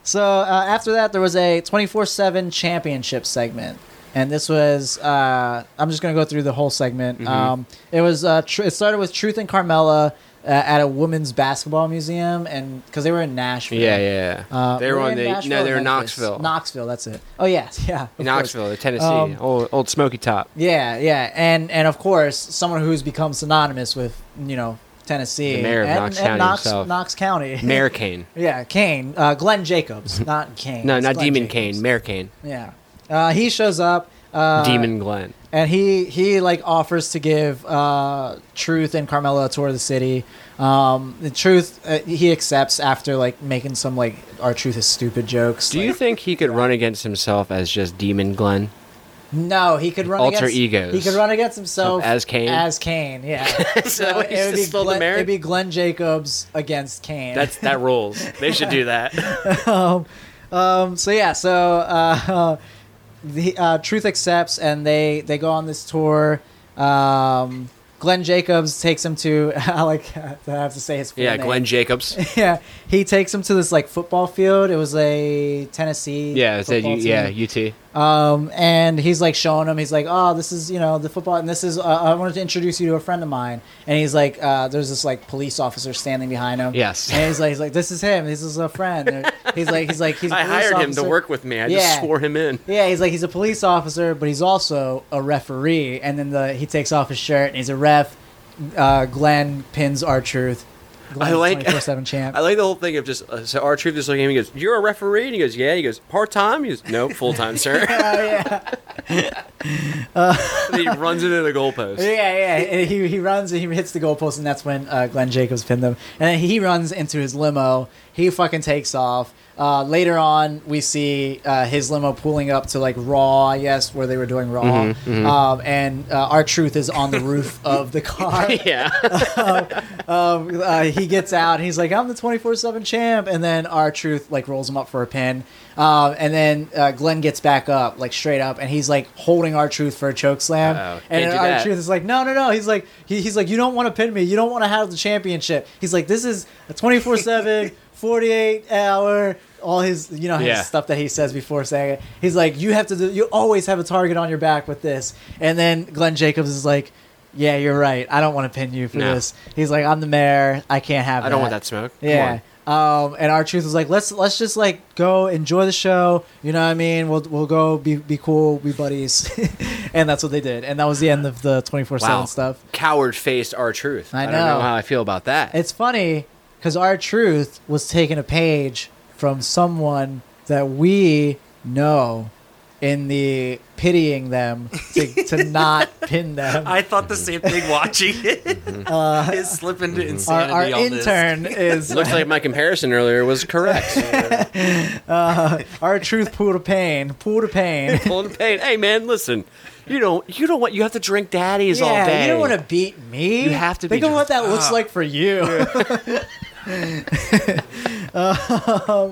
Speaker 1: So uh, after that, there was a 24 7 championship segment. And this was, uh, I'm just going to go through the whole segment.
Speaker 2: Mm-hmm.
Speaker 1: Um, it was, uh, tr- it started with Truth and Carmella uh, at a women's basketball museum, and because they were in Nashville.
Speaker 2: Yeah, yeah. yeah.
Speaker 1: Uh,
Speaker 2: they were on
Speaker 1: in
Speaker 2: the
Speaker 1: Nashville
Speaker 2: no, they
Speaker 1: or
Speaker 2: were
Speaker 1: Memphis?
Speaker 2: Knoxville.
Speaker 1: Knoxville, that's it. Oh yes, yeah. of course.
Speaker 2: Knoxville, Tennessee,
Speaker 1: Um,
Speaker 2: old, old Smoky Top.
Speaker 1: Yeah, yeah, and and of course, someone who's become synonymous with you know Tennessee,
Speaker 2: The mayor of
Speaker 1: and,
Speaker 2: Knox
Speaker 1: and
Speaker 2: County
Speaker 1: Knox,
Speaker 2: himself.
Speaker 1: Knox County,
Speaker 2: Mayor Kane.
Speaker 1: yeah, Kane, uh, Glenn Jacobs, not Kane.
Speaker 2: No,
Speaker 1: it's
Speaker 2: not
Speaker 1: Glenn
Speaker 2: Demon
Speaker 1: Jacobs.
Speaker 2: Kane. Mayor Kane.
Speaker 1: Yeah, uh, he shows up. Uh,
Speaker 2: Demon Glenn.
Speaker 1: and he he like offers to give uh, Truth and Carmella a tour of the city. Um, the Truth uh, he accepts after like making some like our Truth is stupid jokes.
Speaker 2: Do you
Speaker 1: like-
Speaker 2: think he could run against himself as just Demon Glenn?
Speaker 1: no, he could run
Speaker 2: Alter
Speaker 1: against,
Speaker 2: egos.
Speaker 1: He could run against himself
Speaker 2: As Kane?
Speaker 1: As Kane, yeah.
Speaker 2: So he's
Speaker 1: it would
Speaker 2: just
Speaker 1: be
Speaker 2: spelled
Speaker 1: Glenn,
Speaker 2: American?
Speaker 1: it'd be Glenn Jacobs against Kane.
Speaker 2: That's that rules. They should do that.
Speaker 1: Um, so yeah, so uh, the uh, Truth accepts, and they they go on this tour. Um, Glenn Jacobs takes him to. I like that I have to say his full
Speaker 2: Yeah,
Speaker 1: name.
Speaker 2: Glenn Jacobs.
Speaker 1: Yeah, he takes him to this like football field. It was a Tennessee.
Speaker 2: Yeah, it's a,
Speaker 1: football team.
Speaker 2: yeah, UT.
Speaker 1: Um, and he's like showing him, he's like, oh, this is, you know, the football. And this is, uh, I wanted to introduce you to a friend of mine. And he's like, uh, there's this like police officer standing behind him.
Speaker 2: Yes.
Speaker 1: And he's like, he's like this is him. This is a friend. And he's like, he's like, he's a
Speaker 2: I
Speaker 1: police
Speaker 2: hired him to
Speaker 1: officer.
Speaker 2: work with me. I
Speaker 1: Yeah.
Speaker 2: just swore him in.
Speaker 1: Yeah, he's like he's a police officer, but he's also a referee. And then the he takes off his shirt and he's a ref. Uh, Glenn pins our truth.
Speaker 2: I like
Speaker 1: twenty four seven champ.
Speaker 2: I like the whole thing of just uh, so our truth is looking at him. He goes, "You're a referee." And he goes, "Yeah." He goes, "Part time." He goes, "No, full time, sir."
Speaker 1: Oh, yeah,
Speaker 2: And he runs into the goalpost.
Speaker 1: yeah, yeah. And he he runs and he hits the goalpost, and that's when uh, Glenn Jacobs pinned him. And then he runs into his limo. He fucking takes off. Uh, later on, we see uh, his limo pulling up to like Raw, I guess, where they were doing Raw.
Speaker 2: Mm-hmm,
Speaker 1: Um, and uh, our truth is on the roof of the car.
Speaker 2: Yeah.
Speaker 1: um, uh, he gets out and he's like, "I'm the 24/7 champ," and then our truth like rolls him up for a pin, um, and then uh, Glenn gets back up like straight up and he's like holding our truth for a choke slam,
Speaker 2: Uh-oh.
Speaker 1: and
Speaker 2: Can't do
Speaker 1: our
Speaker 2: that.
Speaker 1: truth is like, "No, no, no," he's like, he, he's like, "You don't want to pin me, you don't want to have the championship." He's like, "This is a 24/7, 48 hour." All his, you know, his
Speaker 2: Yeah.
Speaker 1: stuff that he says before saying it. He's like, "You have to, do, you always have a target on your back with this." And then Glenn Jacobs is like, "Yeah, you're right. I don't want to pin you for
Speaker 2: No.
Speaker 1: this." He's like, I'm the mayor. I can't have.
Speaker 2: I don't want that smoke. Come
Speaker 1: Yeah. Um, and our truth was like, let's let's just like go enjoy the show. You know what I mean? We'll we'll go be be cool, be buddies, and that's what they did. And that was the end of the twenty four
Speaker 2: Wow.
Speaker 1: seven stuff.
Speaker 2: Coward faced our truth.
Speaker 1: I
Speaker 2: I, don't
Speaker 1: know.
Speaker 2: know how I feel about that.
Speaker 1: It's funny because our truth was taking a page from someone that we know in the pitying them to, to not pin them.
Speaker 3: I thought the same thing watching it.
Speaker 2: Mm-hmm.
Speaker 3: His slip into
Speaker 1: our
Speaker 3: insanity.
Speaker 1: Uh, our
Speaker 3: on this.
Speaker 1: intern is
Speaker 2: Looks like my comparison earlier was correct.
Speaker 1: our truth pool to pain, pool to pain.
Speaker 2: Full of pain. Hey man, listen. You don't. You don't want. You have to drink daddies all day.
Speaker 1: You don't want to beat me.
Speaker 2: You have to
Speaker 1: Think
Speaker 2: be Ah.
Speaker 1: of what
Speaker 2: drunk.
Speaker 1: that looks like for you. Um, uh,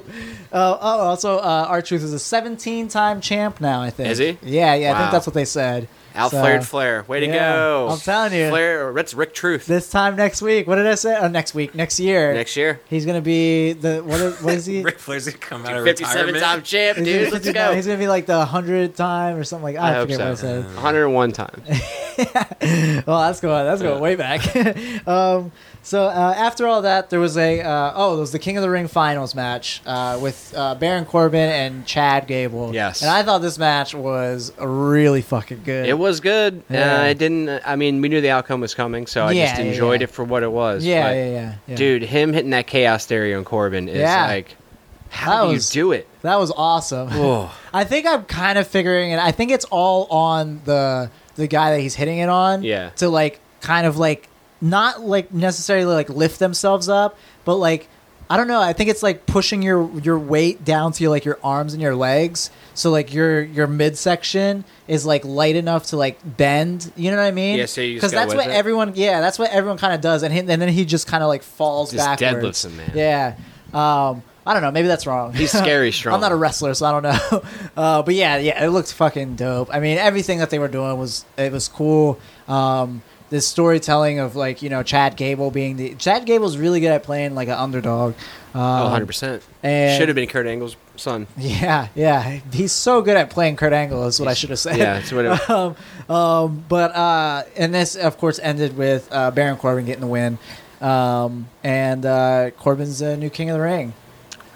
Speaker 1: oh, also, uh, our truth is a 17-time champ now. I think.
Speaker 2: Is he?
Speaker 1: Yeah, yeah. I think
Speaker 2: Wow.
Speaker 1: that's what they said.
Speaker 2: Out
Speaker 1: So,
Speaker 2: flared flair. Way to
Speaker 1: yeah,
Speaker 2: go.
Speaker 1: I'm telling you.
Speaker 2: Flair. That's Rick Truth.
Speaker 1: This time next week. What did I say? Oh, next week, next year.
Speaker 2: Next year.
Speaker 1: He's gonna be the what? Is, what is he?
Speaker 3: Ric Flair's gonna come out of
Speaker 2: 57
Speaker 3: retirement.
Speaker 2: time champ, dude. Let's go.
Speaker 1: He's gonna be like the hundred time or something like. I,
Speaker 2: I hope
Speaker 1: forget
Speaker 2: so.
Speaker 1: what I said.
Speaker 2: 101 times.
Speaker 1: Well, that's going that's going way back. um, so uh, after all that, there was a uh, oh, there was the King of the Ring finals match uh, with uh, Baron Corbin and Chad Gable.
Speaker 2: Yes.
Speaker 1: and I thought this match was really fucking good.
Speaker 2: It was good.
Speaker 1: Yeah.
Speaker 2: Uh, it didn't. I mean, we knew the outcome was coming, so I
Speaker 1: Yeah,
Speaker 2: just
Speaker 1: yeah,
Speaker 2: enjoyed
Speaker 1: yeah.
Speaker 2: it for what it was.
Speaker 1: Yeah,
Speaker 2: but,
Speaker 1: yeah, yeah, yeah.
Speaker 2: Dude, him hitting that chaos stereo on Corbin is
Speaker 1: Yeah.
Speaker 2: like,
Speaker 1: That
Speaker 2: how do
Speaker 1: was-
Speaker 2: you do it?
Speaker 1: That was awesome.
Speaker 2: Oh.
Speaker 1: I think I'm kind of figuring it. I think it's all on the the guy that he's hitting it on.
Speaker 2: Yeah.
Speaker 1: To like kind of like not like necessarily like lift themselves up, but like I don't know. I think it's like pushing your your weight down to like your arms and your legs. So like your your midsection is like light enough to like bend. You know what I mean?
Speaker 2: Yeah, so you just
Speaker 1: because
Speaker 2: go
Speaker 1: that's what
Speaker 2: with it.
Speaker 1: everyone. Yeah, that's what everyone kind of does. And he, and then he just kind of like falls
Speaker 2: Just
Speaker 1: backwards.
Speaker 2: deadlifts him, man.
Speaker 1: Yeah. Um, I don't know. Maybe that's wrong.
Speaker 2: He's scary strong.
Speaker 1: I'm not a wrestler, so I don't know. Uh, but yeah, yeah, it looked fucking dope. I mean, everything that they were doing was it was cool. Um, this storytelling of like you know Chad Gable being the Chad Gable's really good at playing like an underdog. Um,
Speaker 2: Oh, 100%.
Speaker 1: and-
Speaker 2: Should have been Kurt Angle's son.
Speaker 1: Yeah, yeah, he's so good at playing Kurt Angle is what I should have said.
Speaker 2: Yeah, it's whatever.
Speaker 1: um, um, but uh, and this of course ended with uh, Baron Corbin getting the win, um, and uh, Corbin's the new king of the ring.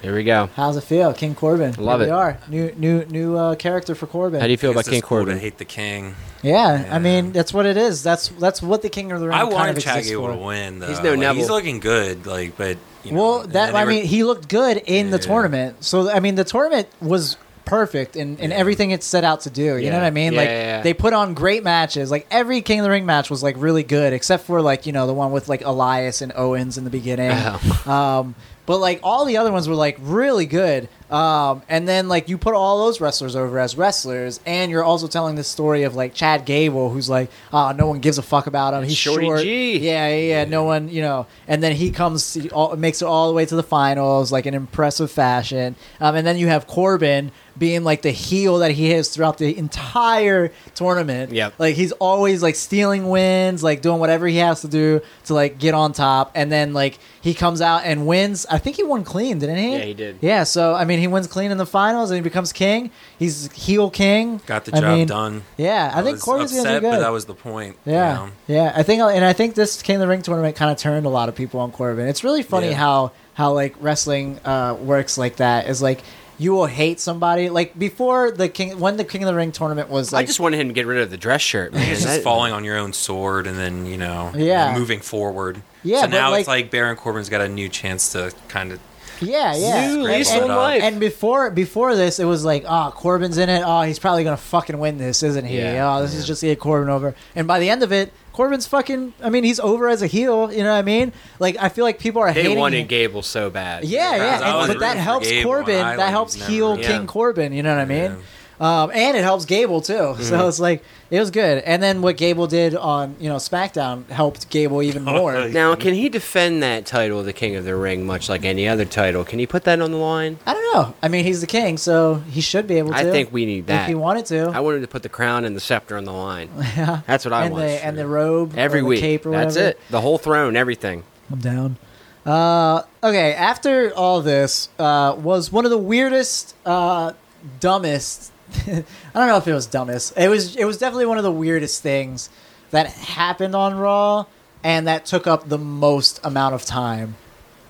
Speaker 2: Here we go.
Speaker 1: How's it feel, King Corbin?
Speaker 2: Love
Speaker 1: Here
Speaker 2: it.
Speaker 1: We are new, new, new uh, character for Corbin.
Speaker 2: How do you feel
Speaker 3: It's
Speaker 2: about
Speaker 3: just
Speaker 2: King
Speaker 3: cool to
Speaker 2: Corbin?
Speaker 3: hate the king.
Speaker 1: yeah, I
Speaker 3: Yeah.
Speaker 1: mean that's what it is. That's that's what the King of the Ring.
Speaker 3: I
Speaker 1: kind
Speaker 3: wanted
Speaker 1: of
Speaker 3: Chad
Speaker 1: exists
Speaker 3: Gable
Speaker 1: for.
Speaker 3: to win. Though.
Speaker 2: He's no
Speaker 3: Like,
Speaker 2: Neville.
Speaker 3: He's looking good. Like, but you know,
Speaker 1: Well,
Speaker 3: and
Speaker 1: that
Speaker 3: they
Speaker 1: I
Speaker 3: were-
Speaker 1: mean, he looked good in the
Speaker 3: Yeah.
Speaker 1: tournament. So I mean, the tournament was perfect in, in everything it set out to do. You know
Speaker 2: Yeah.
Speaker 1: what I mean?
Speaker 2: Yeah,
Speaker 1: like
Speaker 2: yeah, yeah.
Speaker 1: they put on great matches. Like every King of the Ring match was like really good, except for like you know the one with like Elias and Owens in the beginning. um, but like all the other ones were like really good. Um, and then like you put all those wrestlers over as wrestlers, and you're also telling this story of like Chad Gable, who's like, oh, no one gives a fuck about him. He's
Speaker 2: Shorty
Speaker 1: short.
Speaker 2: G.
Speaker 1: Yeah, yeah, yeah, yeah. No one, you know. And then he comes, he all, makes it all the way to the finals, like in impressive fashion. Um, and then you have Corbin, being like the heel that he is throughout the entire tournament.
Speaker 2: Yep.
Speaker 1: Like he's always like stealing wins, like doing whatever he has to do to like get on top. And then like he comes out and wins. I think he won clean, didn't he?
Speaker 2: Yeah, he did.
Speaker 1: Yeah, so I mean he wins clean in the finals and he becomes king. He's heel king.
Speaker 3: Got the
Speaker 1: I
Speaker 3: job
Speaker 1: mean,
Speaker 3: done.
Speaker 1: Yeah, I, think
Speaker 3: was
Speaker 1: Corey's gonna
Speaker 3: upset,
Speaker 1: do good.
Speaker 3: but that was the point. you
Speaker 1: Yeah,
Speaker 3: know?
Speaker 1: yeah. I think, and I think this King of the Ring tournament kind of turned a lot of people on Corbin. It's really funny
Speaker 3: Yeah.
Speaker 1: how how like wrestling uh, works like that. Is like you will hate somebody like before the King when the King of the Ring tournament was
Speaker 2: I
Speaker 1: like
Speaker 2: just wanted him to get rid of the dress shirt. Man.
Speaker 3: It's
Speaker 2: That-
Speaker 3: just falling on your own sword and then, you know,
Speaker 1: Yeah.
Speaker 3: moving forward.
Speaker 1: Yeah,
Speaker 3: So
Speaker 1: but
Speaker 3: now
Speaker 1: like-
Speaker 3: it's like Baron Corbin's got a new chance to kind of.
Speaker 1: yeah yeah
Speaker 2: New
Speaker 3: Scramble
Speaker 2: lease
Speaker 3: it
Speaker 2: on
Speaker 3: up.
Speaker 2: life.
Speaker 1: And before before this, it was like, oh, Corbin's in it. Oh, he's probably gonna fucking win this, isn't he?
Speaker 2: Yeah.
Speaker 1: Oh, this is just to get Corbin over. And by the end of it, Corbin's fucking. I mean, he's over as a heel. You know what I mean? Like, I feel like people are
Speaker 2: they
Speaker 1: hating.
Speaker 2: wanted
Speaker 1: him.
Speaker 2: Gable so bad.
Speaker 1: Yeah,
Speaker 3: Yeah,
Speaker 1: yeah,
Speaker 3: 'cause I
Speaker 1: and-
Speaker 3: was
Speaker 1: but that
Speaker 3: rooting for
Speaker 1: helps
Speaker 3: Gable
Speaker 1: Corbin.
Speaker 3: and I
Speaker 1: That
Speaker 3: was
Speaker 1: helps
Speaker 3: never-
Speaker 1: heel
Speaker 3: yeah.
Speaker 1: King Corbin. You know what I mean? Um, and it helps Gable too.
Speaker 3: Mm-hmm.
Speaker 1: So it's like it was good. And then what Gable did on you know SmackDown helped Gable even
Speaker 3: Oh,
Speaker 1: more.
Speaker 2: Now, can he defend that title, the King of the Ring, much like any other title? Can he put that on the line?
Speaker 1: I don't know. I mean, he's the king, so he should be able to.
Speaker 2: I think we need that.
Speaker 1: if he wanted to.
Speaker 2: I wanted to put the crown and the scepter on the line.
Speaker 1: yeah.
Speaker 2: That's what I
Speaker 1: and
Speaker 2: want.
Speaker 1: the and the robe
Speaker 2: every
Speaker 1: or the
Speaker 2: week.
Speaker 1: cape or
Speaker 2: That's
Speaker 1: whatever.
Speaker 2: it. The whole throne, everything.
Speaker 1: I'm down. Uh, okay, after all this uh, was one of the weirdest, uh, dumbest. I don't know if it was dumbest. It was. It was definitely one of the weirdest things that happened on Raw, and that took up the most amount of time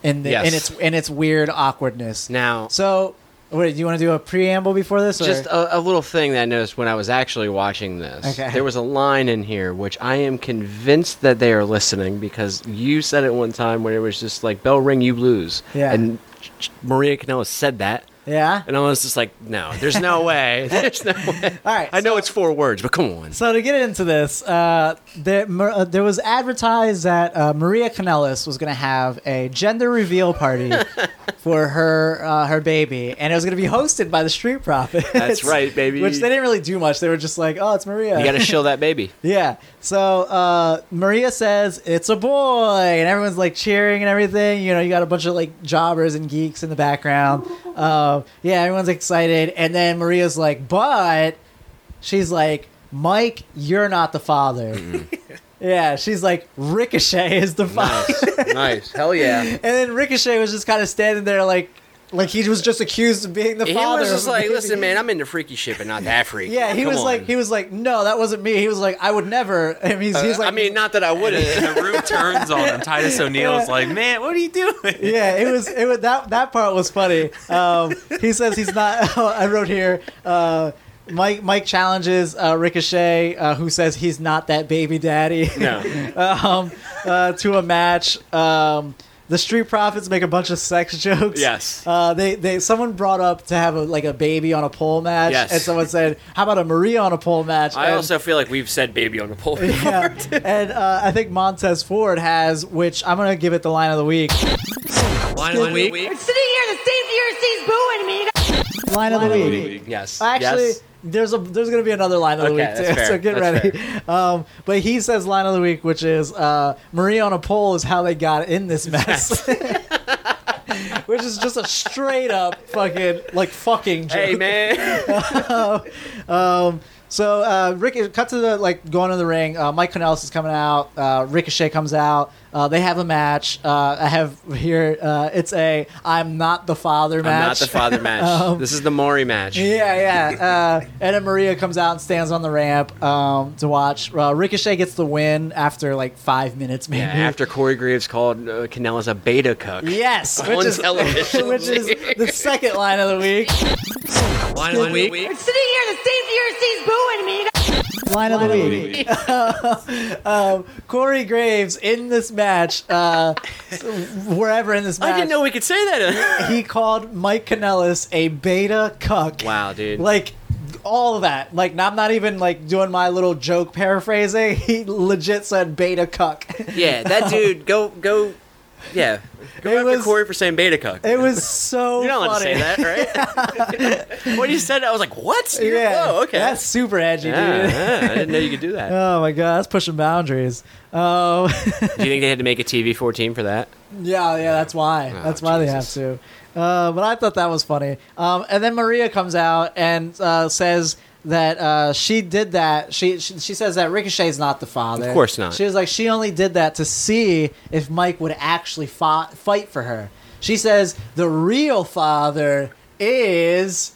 Speaker 1: in the,
Speaker 2: Yes.
Speaker 1: in its in its weird awkwardness.
Speaker 2: Now,
Speaker 1: So, wait, do you want to do a preamble before this? Or?
Speaker 2: just a, a little thing that I noticed when I was actually watching this.
Speaker 1: Okay.
Speaker 2: There was a line in here which I am convinced that they are listening because you said it one time when it was just like bell ring, you lose.
Speaker 1: Yeah.
Speaker 2: And Ch- Ch- Maria Canellis said that.
Speaker 1: yeah.
Speaker 2: And I was just like, no, there's no way. There's no way.
Speaker 1: All right.
Speaker 2: I know it's four words, but come on.
Speaker 1: So to get into this, uh, there, Mar- uh, there was advertised that uh, Maria Kanellis was going to have a gender reveal party for her uh, her baby, and it was going to be hosted by the Street Profits.
Speaker 2: That's right, baby.
Speaker 1: Which they didn't really do much. They were just like, "Oh, it's Maria."
Speaker 2: You got to show that baby.
Speaker 1: Yeah. So uh, Maria says it's a boy, and everyone's like cheering and everything. You know, you got a bunch of like jobbers and geeks in the background. Uh, yeah, everyone's excited, and then Maria's like, "But," she's like, "Mike, you're not the father."
Speaker 2: Mm-hmm.
Speaker 1: yeah, she's like, "Ricochet is the father."
Speaker 2: nice. Hell yeah.
Speaker 1: and then Ricochet was just kind of standing there, like, like he was just accused of being the
Speaker 2: He
Speaker 1: father.
Speaker 2: was
Speaker 1: of
Speaker 2: just
Speaker 1: a
Speaker 2: like,
Speaker 1: baby."
Speaker 2: listen, man, I'm into freaky shit, but not that freaky.
Speaker 1: Yeah, he
Speaker 2: Come
Speaker 1: was like,
Speaker 2: on."
Speaker 1: he was like, no, that wasn't me. He was like, I would never. I mean, he's, he's like,
Speaker 2: Uh, I mean, not that I wouldn't.
Speaker 3: And the room turns on him. Titus O'Neil is like, man, what are you doing?
Speaker 1: yeah, it was it was that that part was funny. Um, he says he's not. I wrote here. Uh, Mike Mike challenges uh, Ricochet, uh, who says he's not that baby daddy. um, uh, to a match. Um, the Street Profits make a bunch of sex jokes.
Speaker 2: Yes.
Speaker 1: Uh, they, they someone brought up to have a, like a baby on a pole match,
Speaker 2: Yes.
Speaker 1: and someone said, "How about a Maria on a pole match?"
Speaker 2: I
Speaker 1: And-
Speaker 2: also feel like we've said baby on the pole.
Speaker 1: yeah. and uh, I think Montez Ford has, which I'm gonna give it the line of the week.
Speaker 2: Line of the week.
Speaker 8: Sitting here, the same VRC's booing me.
Speaker 1: Line of the week.
Speaker 2: Yes.
Speaker 1: Actually,
Speaker 2: Yes.
Speaker 1: there's a there's gonna be another line of the
Speaker 2: Okay,
Speaker 1: week
Speaker 2: that's
Speaker 1: too.
Speaker 2: fair.
Speaker 1: So get
Speaker 2: That's
Speaker 1: ready. Um, but he says line of the week, which is uh, Maria on a pole is how they got in this mess. Which is just a straight up fucking like fucking joke.
Speaker 2: Hey man.
Speaker 1: So uh, Rick, cut to the like going to the ring. Uh, Mike Kanellis is coming out. Uh, Ricochet comes out. Uh, they have a match. Uh, I have here. Uh, it's a I'm not the father
Speaker 2: I'm
Speaker 1: match.
Speaker 2: not the father match.
Speaker 1: Um,
Speaker 2: this is the Maury match.
Speaker 1: Yeah, yeah. Uh, Edna Maria comes out and stands on the ramp um, to watch. Uh, Ricochet gets the win after like five minutes, maybe.
Speaker 2: Yeah, after Corey Graves called uh, Canellas a beta cook.
Speaker 1: Yes,
Speaker 2: On
Speaker 1: which is
Speaker 2: television.
Speaker 1: which is the second line of the week.
Speaker 2: Line of the week.
Speaker 8: Sitting here, the same VRC's booing me.
Speaker 1: Line of the week. um, Corey Graves in this match, uh, wherever in this match,
Speaker 2: I didn't know we could say that.
Speaker 1: he called Mike Kanellis a beta cuck.
Speaker 2: wow, dude.
Speaker 1: like all of that like i'm not even like doing my little joke paraphrasing he legit said beta cuck
Speaker 2: yeah, that dude. Go go. Yeah.
Speaker 1: It
Speaker 2: Go after
Speaker 1: was-
Speaker 2: Corey for saying beta cuck.
Speaker 1: It was so
Speaker 2: You're not allowed to
Speaker 1: funny.
Speaker 2: say that, right? when you said that, I was like, what? You're-
Speaker 1: Yeah.
Speaker 2: Oh, okay.
Speaker 1: That's super edgy,
Speaker 2: yeah,
Speaker 1: dude.
Speaker 2: yeah, I didn't know you could do that.
Speaker 1: Oh my god, that's pushing boundaries. Um,
Speaker 2: do you think they had to make a TV 14 for that?
Speaker 1: yeah, yeah, that's why.
Speaker 2: Oh,
Speaker 1: that's why
Speaker 2: Jesus.
Speaker 1: they have to. Uh, but I thought that was funny. Um, and then Maria comes out and uh, says that uh, she did that. She, she she says that Ricochet's not the father.
Speaker 2: Of course not.
Speaker 1: She was like she only did that to see if Mike would actually fi- fight for her. She says the real father is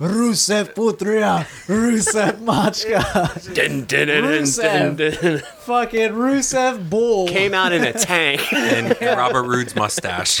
Speaker 1: Rusev Putria, Rusev Machka.
Speaker 2: Dun, dun, dun, dun,
Speaker 1: Rusev.
Speaker 2: dun, dun.
Speaker 1: fucking Rusev Bull.
Speaker 2: Came out in a tank.
Speaker 3: and Robert Roode's mustache.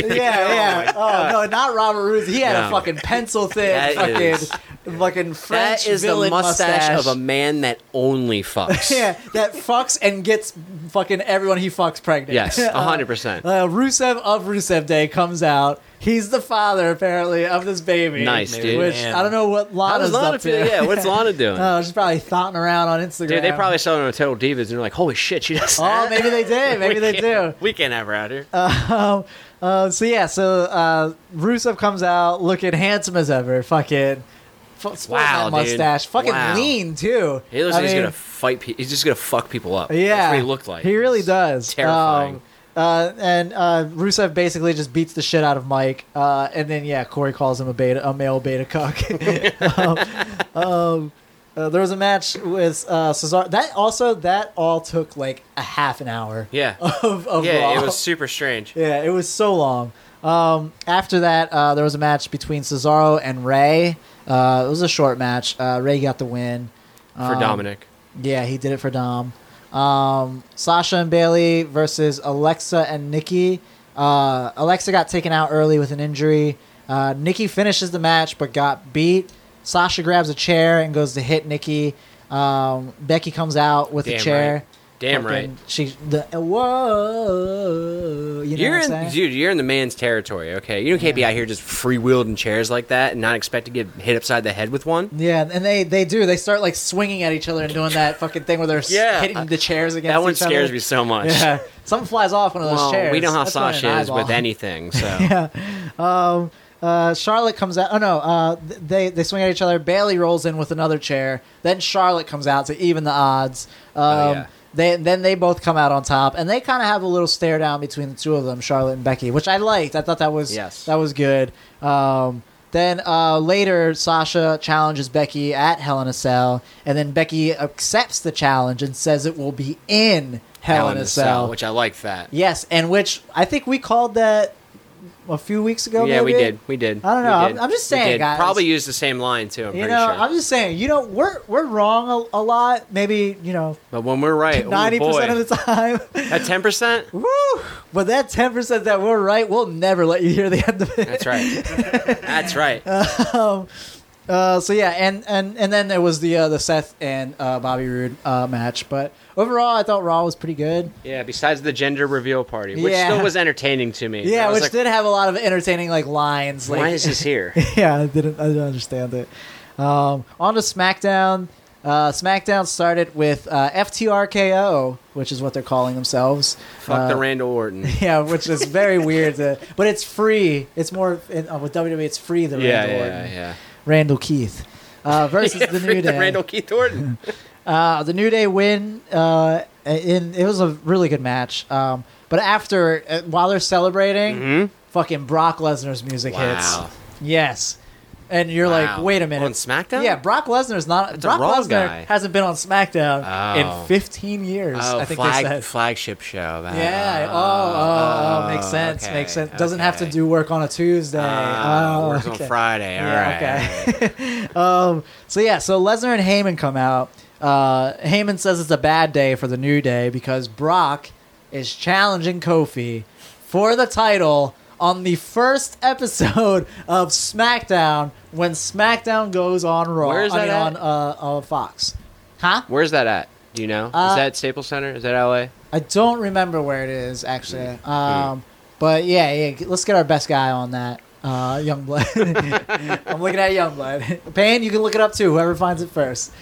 Speaker 1: yeah, yeah. Oh, no, not Robert Ruth. He had a
Speaker 2: No.
Speaker 1: fucking pencil thin
Speaker 2: That
Speaker 1: fucking
Speaker 2: is-
Speaker 1: fucking French
Speaker 2: that is the
Speaker 1: villain
Speaker 2: mustache,
Speaker 1: mustache,
Speaker 2: of a man that only fucks.
Speaker 1: yeah that fucks and gets fucking everyone he fucks pregnant.
Speaker 2: Yes,
Speaker 1: Uh,
Speaker 2: 100%.
Speaker 1: Uh, Rusev of Rusev Day comes out. He's the father apparently of this baby.
Speaker 2: Nice, dude.
Speaker 1: Which
Speaker 3: Man.
Speaker 1: I don't know what
Speaker 2: How does
Speaker 1: Lana's
Speaker 2: Lana
Speaker 1: up
Speaker 2: feel?
Speaker 1: to.
Speaker 2: Yeah, what's Lana doing?
Speaker 1: Oh, she's probably thoughting around on Instagram.
Speaker 2: Dude, they probably saw her on Total Divas and they're like, holy shit, she does
Speaker 1: Oh,
Speaker 2: that?
Speaker 1: maybe they did. Maybe
Speaker 2: We
Speaker 1: they do.
Speaker 2: can't- We can't have her out here.
Speaker 1: um, uh, so yeah, so uh, Rusev comes out looking handsome as ever, fucking. F- sporting
Speaker 2: Wow,
Speaker 1: that
Speaker 2: dude.
Speaker 1: mustache, fucking
Speaker 2: Wow.
Speaker 1: lean too.
Speaker 2: he looks
Speaker 1: I
Speaker 2: like he's
Speaker 1: mean,
Speaker 2: gonna fight. Pe- he's just gonna fuck people up.
Speaker 1: Yeah,
Speaker 2: That's what he looked like.
Speaker 1: He really does.
Speaker 2: terrifying.
Speaker 1: Um, uh, and uh, Rusev basically just beats the shit out of Mike, uh, and then yeah, Corey calls him a beta, a male beta cuck. um, um, uh, there was a match with uh, Cesaro. That also that all took like a half an hour.
Speaker 2: Yeah.
Speaker 1: Of, of
Speaker 2: Yeah,
Speaker 1: Raw.
Speaker 2: it was super strange.
Speaker 1: Yeah, it was so long. Um, after that, uh, there was a match between Cesaro and Ray. Uh, it was a short match. Uh, Ray got the win. Um,
Speaker 2: for Dominic.
Speaker 1: Yeah, he did it for Dom. Um, Sasha and Bailey versus Alexa and Nikki. Uh, Alexa got taken out early with an injury. Uh, Nikki finishes the match but got beat. Sasha grabs a chair and goes to hit Nikki. Um, Becky comes out with a
Speaker 2: Damn
Speaker 1: chair.
Speaker 2: right. Damn right.
Speaker 1: Fucking- She the whoa. You know
Speaker 2: You're
Speaker 1: what I'm
Speaker 2: in,
Speaker 1: saying?
Speaker 2: dude. You're in the man's territory. Okay, you can't be out here just freewielding chairs like that and not expect to get hit upside the head with one.
Speaker 1: Yeah, and they they do. They start like swinging at each other and doing that fucking thing where they're s-
Speaker 2: Yeah.
Speaker 1: hitting the chairs against.
Speaker 2: That one
Speaker 1: each other.
Speaker 2: scares me so much.
Speaker 1: Yeah, something flies off one of those
Speaker 2: Well,
Speaker 1: chairs.
Speaker 2: we know how
Speaker 1: That's not an
Speaker 2: Sasha is
Speaker 1: eyeball.
Speaker 2: with anything, so
Speaker 1: Uh, Charlotte comes out. Oh no, uh, th- they they swing at each other. Bailey rolls in with another chair. Then Charlotte comes out to even the odds. Um,
Speaker 2: Oh, yeah.
Speaker 1: They then they both come out on top, and they kind of have a little stare down between the two of them, Charlotte and Becky, which I liked. I thought that was
Speaker 2: Yes.
Speaker 1: that was good. Um, then uh, later, Sasha challenges Becky at Hell in a Cell, and then Becky accepts the challenge and says it will be in Hell, in a Cell,
Speaker 2: which I like that.
Speaker 1: Yes, and which I think we called that a few weeks ago.
Speaker 2: yeah, we
Speaker 1: maybe?
Speaker 2: did. We did.
Speaker 1: I don't
Speaker 2: We
Speaker 1: know.
Speaker 2: did.
Speaker 1: I'm- I'm just
Speaker 2: We
Speaker 1: saying,
Speaker 2: did.
Speaker 1: guys.
Speaker 2: Probably used the same line too. I'm
Speaker 1: You
Speaker 2: pretty
Speaker 1: know,
Speaker 2: sure.
Speaker 1: I'm just saying. You know, we're we're wrong a, a lot. Maybe you know,
Speaker 2: but when we're right, oh,
Speaker 1: ninety percent of the time.
Speaker 2: at ten percent.
Speaker 1: Woo! But that ten percent that we're right, we'll never let you hear the end of it.
Speaker 2: That's right. That's right.
Speaker 1: Uh, so yeah, and and and then there was the uh, the Seth and uh, Bobby Roode uh, match. But overall, I thought Raw was pretty good.
Speaker 2: yeah. Besides the gender reveal party, which
Speaker 1: Yeah.
Speaker 2: still was entertaining to me. I
Speaker 1: Yeah,
Speaker 2: was
Speaker 1: which
Speaker 2: like,
Speaker 1: did have a lot of entertaining like lines. Like,
Speaker 2: Why is this here?
Speaker 1: yeah, I didn't, I didn't understand it. Um, on to SmackDown. Uh, SmackDown started with uh, FTRKO, which is what they're calling themselves.
Speaker 2: Fuck
Speaker 1: Uh,
Speaker 2: the Randall Orton.
Speaker 1: yeah, which is very weird. To, but it's free. It's more in, uh, with WWE. It's free. The
Speaker 2: Yeah,
Speaker 1: Randall
Speaker 2: yeah,
Speaker 1: Orton.
Speaker 2: yeah.
Speaker 1: Randall Keith uh, versus the New
Speaker 2: the
Speaker 1: Day.
Speaker 2: Randall Keith Orton.
Speaker 1: Uh, the New Day win. Uh, in it was a really good match. Um, but after, uh, while they're celebrating, fucking Brock Lesnar's music
Speaker 2: Mm-hmm. Wow.
Speaker 1: hits. Yes, and you're like,
Speaker 2: Wow.
Speaker 1: wait a minute,
Speaker 2: On SmackDown?
Speaker 1: Yeah, Brock Lesnar's not.
Speaker 2: a
Speaker 1: Brock
Speaker 2: Raw
Speaker 1: Lesnar
Speaker 2: guy.
Speaker 1: hasn't been on SmackDown
Speaker 2: Oh.
Speaker 1: in 15 years.
Speaker 2: Oh,
Speaker 1: I think
Speaker 2: flag,
Speaker 1: they said.
Speaker 2: flagship show. that.
Speaker 1: yeah. Oh, oh, oh, makes
Speaker 2: Oh,
Speaker 1: sense.
Speaker 2: okay,
Speaker 1: Makes sense. Doesn't have to
Speaker 2: okay.
Speaker 1: do work on a Tuesday.
Speaker 2: Ah,
Speaker 1: oh,
Speaker 2: works
Speaker 1: okay.
Speaker 2: on Friday. All right.
Speaker 1: Yeah, okay. um, so yeah, so Lesnar and Heyman come out. Uh, Heyman says it's a bad day for the New Day because Brock is challenging Kofi for the title on the first episode of SmackDown when SmackDown goes on Raw.
Speaker 2: Where is
Speaker 1: I
Speaker 2: that
Speaker 1: mean, on
Speaker 2: at?
Speaker 1: uh, on Fox. Huh?
Speaker 2: Where's that at? Do you know?
Speaker 1: Uh,
Speaker 2: is that Staples Center? Is that LA?
Speaker 1: I don't remember where it is actually. Um, but yeah, yeah, g- let's get our best guy on that. Uh, Youngblood. I'm looking at Youngblood. Payne, you can look it up too. Whoever finds it first.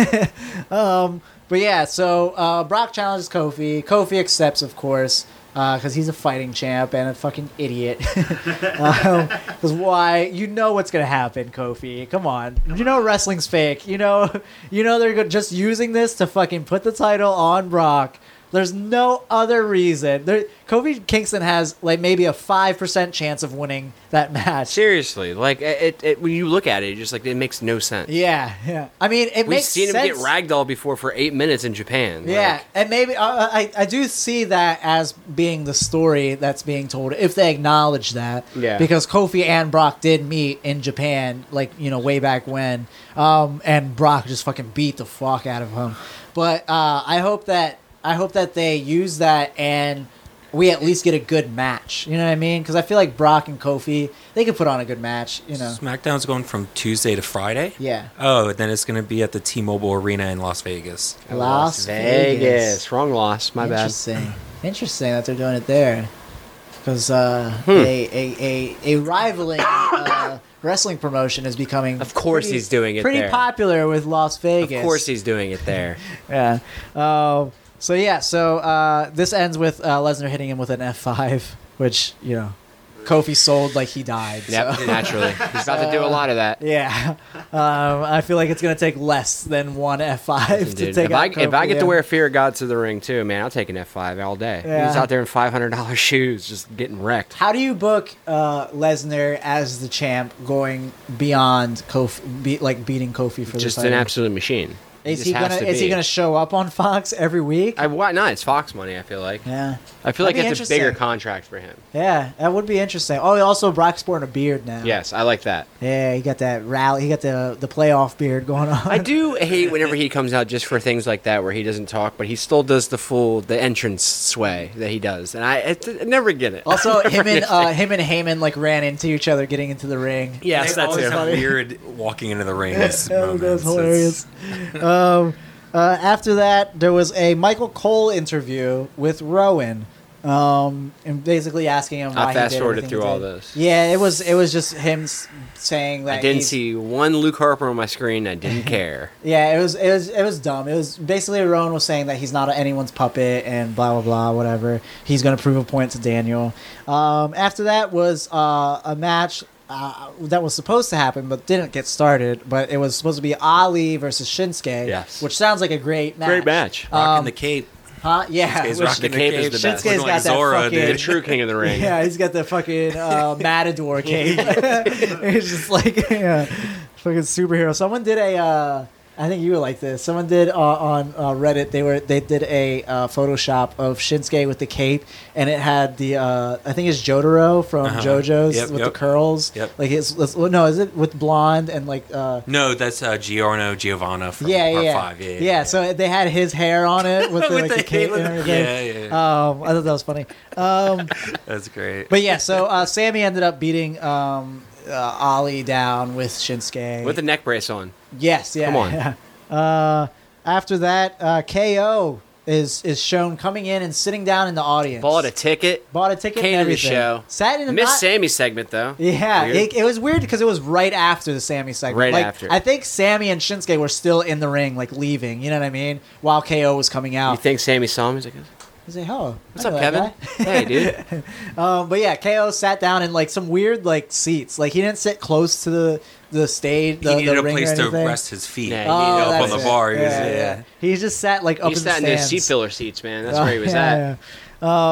Speaker 1: um, but yeah, so uh, Brock challenges Kofi. Kofi accepts, of course. because he's a fighting champ and a fucking idiot. Because why? You know what's gonna happen, Kofi. Come on, you know wrestling's fake. You know, you know they're go- just using this to fucking put the title on Brock. There's no other reason. There, Kofi Kingston has like maybe a five percent chance of winning that match.
Speaker 2: Seriously, like it, it, it- when you look at it, it just like it makes no sense.
Speaker 1: Yeah, yeah. I mean, it
Speaker 2: We've
Speaker 1: makes
Speaker 2: seen
Speaker 1: sense.
Speaker 2: him get ragdolled before for eight minutes in Japan.
Speaker 1: Yeah,
Speaker 2: Like,
Speaker 1: and maybe uh, I I do see that as being the story that's being told if they acknowledge that.
Speaker 2: Yeah.
Speaker 1: Because Kofi and Brock did meet in Japan, like you know, way back when, um, and Brock just fucking beat the fuck out of him. But uh, I hope that I hope that they use that and we at least get a good match. You know what I mean? Because I feel like Brock and Kofi they could put on a good match. You know.
Speaker 3: SmackDown's going from Tuesday to Friday.
Speaker 1: Yeah.
Speaker 3: Oh, then it's going to be at the T-Mobile Arena in Las Vegas.
Speaker 1: Las Vegas.
Speaker 2: Wrong loss. My bad.
Speaker 1: Interesting. Interesting that they're doing it there. Because uh,
Speaker 2: Hmm.
Speaker 1: a, a, a, a rivaling uh, wrestling promotion is becoming.
Speaker 2: Of course
Speaker 1: pretty-
Speaker 2: he's doing it
Speaker 1: Pretty
Speaker 2: there.
Speaker 1: popular with Las
Speaker 2: Of
Speaker 1: Vegas.
Speaker 2: course, he's doing it there.
Speaker 1: Yeah. Um, so, yeah, so uh, this ends with uh, Lesnar hitting him with an F5, which, you know, Kofi sold like he died. so-
Speaker 2: yep, naturally. He's about to do a lot of that.
Speaker 1: Yeah. Um, I feel like it's going to take less than one F5 to
Speaker 2: Dude,
Speaker 1: take
Speaker 2: if,
Speaker 1: out
Speaker 2: I, if I
Speaker 1: Kofi,
Speaker 2: get
Speaker 1: yeah.
Speaker 2: to wear Fear of God to the ring too, man, I'll take an F5 all day.
Speaker 1: Yeah.
Speaker 2: He's out there in $500 shoes, just getting wrecked.
Speaker 1: How do you book uh, Lesnar as the champ going beyond Kofi, be, like beating Kofi for
Speaker 2: Just
Speaker 1: the
Speaker 2: an
Speaker 1: title?
Speaker 2: absolute machine.
Speaker 1: Is
Speaker 2: just
Speaker 1: he
Speaker 2: has
Speaker 1: gonna
Speaker 2: to
Speaker 1: is he
Speaker 2: be.
Speaker 1: gonna show up on Fox every week?
Speaker 2: I, why not? It's Fox money, I feel like.
Speaker 1: yeah,
Speaker 2: I feel like
Speaker 1: That'd be
Speaker 2: it's a bigger
Speaker 1: interesting.
Speaker 2: contract for him.
Speaker 1: yeah, that would be interesting. Oh, also Brock's sporting a beard now.
Speaker 2: Yes, I like that.
Speaker 1: yeah, he got that rally. He got the the playoff beard going on.
Speaker 2: I do hate whenever he comes out just for things like that where he doesn't talk, but he still does the full the entrance sway that he does, and I, I, I never get it.
Speaker 1: Also, him and uh, him and Heyman like ran into each other getting into the ring.
Speaker 2: yes,
Speaker 3: they
Speaker 2: that's
Speaker 3: always
Speaker 2: it.
Speaker 3: have weird walking into the ring. moments.
Speaker 1: that was
Speaker 3: It's-
Speaker 1: hilarious. um, uh, after that, there was a Michael Cole interview with Rowan, um, and basically asking him.
Speaker 2: I
Speaker 1: Why he did
Speaker 2: fast-forwarded
Speaker 1: everything
Speaker 2: through
Speaker 1: he
Speaker 2: all
Speaker 1: did.
Speaker 2: those.
Speaker 1: Yeah, it was it was just him s- saying that
Speaker 2: I didn't
Speaker 1: he's-
Speaker 2: see one Luke Harper on my screen. I didn't care.
Speaker 1: Yeah, it was it was it was dumb. It was basically Rowan was saying that he's not anyone's puppet and blah blah blah whatever. He's gonna prove a point to Daniel. Um, after that was uh, a match uh, that was supposed to happen but didn't get started. But it was supposed to be Ali versus Shinsuke.
Speaker 2: Yes.
Speaker 1: which sounds like a great match.
Speaker 2: Great match.
Speaker 1: Oh,
Speaker 3: Rocking the cape.
Speaker 1: Huh? Um, Yeah.
Speaker 3: Shinsuke's
Speaker 1: which-
Speaker 3: rocking
Speaker 2: the cape is the
Speaker 1: Shinsuke's
Speaker 2: best.
Speaker 3: Looking
Speaker 1: got
Speaker 3: like
Speaker 1: that
Speaker 3: Zorro,
Speaker 2: the
Speaker 1: fucking.
Speaker 3: dude.
Speaker 2: true king of the ring.
Speaker 1: Yeah, he's got the fucking uh, matador cape. it's just like yeah, fucking superhero. Someone did a. Uh, I think you were like this. Someone did uh, on uh, Reddit. They were they did a uh, Photoshop of Shinsuke with the cape, and it had the uh, I think it's Jotaro from
Speaker 3: Uh-huh.
Speaker 1: JoJo's
Speaker 3: Yep,
Speaker 1: with
Speaker 3: yep.
Speaker 1: the curls.
Speaker 3: Yep.
Speaker 1: Like it's, it's well, no, is it with blonde and like uh,
Speaker 3: No, that's uh, Giorno Giovanna from
Speaker 1: yeah,
Speaker 3: Part
Speaker 1: yeah,
Speaker 3: Five. Yeah, yeah,
Speaker 1: So they had his hair on it with the, like, the cape and
Speaker 3: yeah,
Speaker 1: everything.
Speaker 3: yeah, yeah.
Speaker 1: Um, I thought that was funny. Um,
Speaker 3: that's great.
Speaker 1: But yeah, so uh, Sammy ended up beating um, uh, Ollie down with Shinsuke.
Speaker 2: With a neck brace on.
Speaker 1: yes, yeah.
Speaker 2: Come on.
Speaker 1: yeah. Uh, after that, uh, KO is is shown coming in and sitting down in the audience.
Speaker 2: Bought a ticket.
Speaker 1: bought a ticket.
Speaker 2: Came
Speaker 1: and
Speaker 2: to the
Speaker 1: everything.
Speaker 2: show.
Speaker 1: Sat in the
Speaker 2: Missed
Speaker 1: not-
Speaker 2: Sammy's segment though.
Speaker 1: Yeah,
Speaker 2: Weird.
Speaker 1: it, it was weird because it was right after the Sammy segment.
Speaker 2: Right
Speaker 1: Like,
Speaker 2: after.
Speaker 1: I think Sammy and Shinsuke were still in the ring, like leaving. You know what I mean? While KO was coming out.
Speaker 2: you think Sammy saw him? He's like,
Speaker 1: He's like, "Oh,
Speaker 2: "What's
Speaker 1: I
Speaker 2: up,
Speaker 1: know that guy."
Speaker 2: Kevin?" hey, dude.
Speaker 1: Um, but yeah, KO sat down in like some weird like seats. Like he didn't sit close to the the stage. The,
Speaker 3: he needed
Speaker 1: the
Speaker 3: a
Speaker 1: ring or
Speaker 3: place to
Speaker 1: anything.
Speaker 3: rest his feet.
Speaker 2: Yeah, he
Speaker 1: Oh,
Speaker 2: needed
Speaker 3: up
Speaker 1: that's
Speaker 3: on the
Speaker 1: it.
Speaker 3: bar. He was,
Speaker 1: Yeah,
Speaker 3: yeah,
Speaker 1: yeah. He just sat like up
Speaker 2: He
Speaker 1: in
Speaker 2: sat in
Speaker 1: the
Speaker 2: those
Speaker 1: stands.
Speaker 2: seat filler seats, man. That's where he was at.
Speaker 1: Yeah, yeah.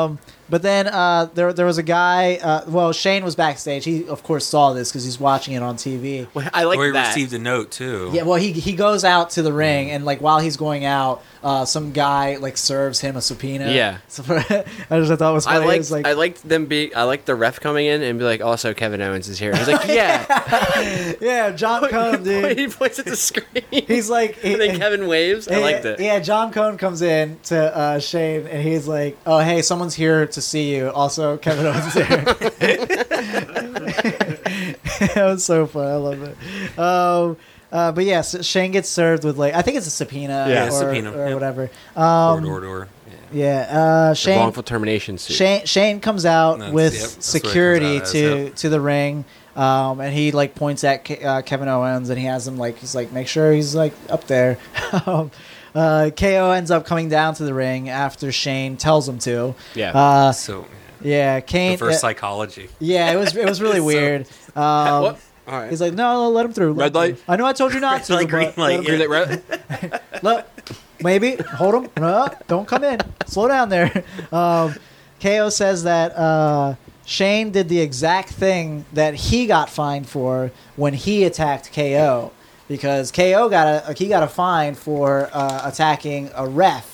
Speaker 1: Um, but then uh, there there was a guy. Uh, well, Shane was backstage. He of course saw this because he's watching it on TV.
Speaker 2: Well, I like
Speaker 3: Or he
Speaker 2: that.
Speaker 3: received a note too.
Speaker 1: Yeah, well, he he goes out to the ring, and like while he's going out, uh, some guy like serves him a subpoena.
Speaker 2: Yeah.
Speaker 1: so, I just thought it was
Speaker 2: I
Speaker 1: funny. It
Speaker 2: liked,
Speaker 1: was, like
Speaker 2: I liked them be I liked the ref coming in and be like, also Kevin Owens is here. I was like, yeah,
Speaker 1: yeah, John Cone, dude.
Speaker 2: he points at the screen.
Speaker 1: He's like,
Speaker 2: and then Kevin waves. I
Speaker 1: Yeah,
Speaker 2: liked it.
Speaker 1: Yeah, John Cone comes in to uh, Shane, and he's like, "Oh, hey, someone's here to see you." Also, Kevin Owens is here. that was so fun. I love it. Um, uh, but yes, Shane gets served with like I think it's a subpoena,
Speaker 3: Yeah,
Speaker 1: or,
Speaker 3: subpoena,
Speaker 1: or
Speaker 3: yep.
Speaker 1: whatever.
Speaker 3: Door,
Speaker 1: Um,
Speaker 3: door, door. Yeah.
Speaker 1: yeah, uh,
Speaker 2: The
Speaker 1: Shane.
Speaker 2: wrongful termination suit.
Speaker 1: Shane Shane comes out
Speaker 3: That's-
Speaker 1: with
Speaker 3: yep, that's what it comes
Speaker 1: security
Speaker 3: out as,
Speaker 1: to
Speaker 3: yep.
Speaker 1: to the ring, um, and he like points at Ke- uh, Kevin Owens, and he has him like he's like make sure he's like up there. um, Uh, KO ends up coming down to the ring after Shane tells him to.
Speaker 2: Yeah.
Speaker 1: Uh,
Speaker 3: So
Speaker 1: yeah.
Speaker 3: yeah.
Speaker 1: Kane.
Speaker 3: reverse
Speaker 1: uh,
Speaker 3: psychology.
Speaker 1: yeah, it was it was really
Speaker 3: So-
Speaker 1: weird. Um,
Speaker 2: What? All right.
Speaker 1: He's like, no, let him through. let
Speaker 2: Red
Speaker 1: him
Speaker 2: light?
Speaker 1: through. I know I told you not
Speaker 3: It's
Speaker 1: to.
Speaker 3: like green
Speaker 1: but let
Speaker 3: light.
Speaker 1: him
Speaker 3: yeah.
Speaker 2: Green light, red-
Speaker 1: Look, maybe hold him. No, don't come in. Slow down there. Um, KO says that uh, Shane did the exact thing that he got fined for when he attacked KO because KO got a he got a fine for uh, attacking a ref.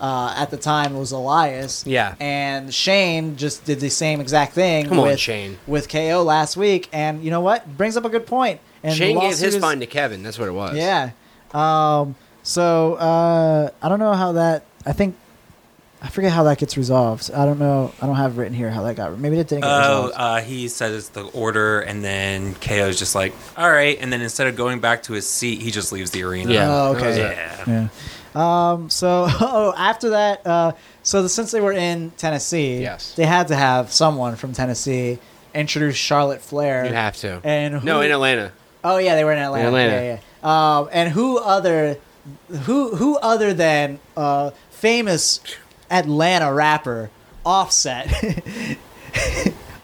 Speaker 1: Uh, at the time, it was Elias.
Speaker 2: Yeah.
Speaker 1: And Shane just did the same exact thing
Speaker 2: Come on,
Speaker 1: with
Speaker 2: Shane.
Speaker 1: with KO last week. And you know what? Brings up a good point. And the
Speaker 2: Shane gave
Speaker 1: lawsuit
Speaker 2: his
Speaker 1: is-
Speaker 2: fine to Kevin. That's what it was.
Speaker 1: yeah. Um, so uh, I don't know how that. I think I forget how that gets resolved. I don't know. I don't have written here how that got. Maybe it didn't get
Speaker 3: Oh,
Speaker 1: resolved.
Speaker 3: uh, he says it's the order, and then KO's just like, all right. And then instead of going back to his seat, he just leaves the arena.
Speaker 2: Yeah.
Speaker 1: Oh,
Speaker 2: that was
Speaker 1: okay.
Speaker 2: it.
Speaker 3: Yeah.
Speaker 1: yeah. Um, so oh, after that, uh, so the, since they were in Tennessee,
Speaker 2: Yes.
Speaker 1: they had to have someone from Tennessee introduce Charlotte Flair.
Speaker 2: You have to.
Speaker 1: And
Speaker 2: no,
Speaker 1: who-
Speaker 2: in Atlanta.
Speaker 1: Oh yeah, they were in Atlanta.
Speaker 2: Atlanta.
Speaker 1: Yeah, yeah. Um, and who other, who who other than uh, famous Atlanta rapper Offset?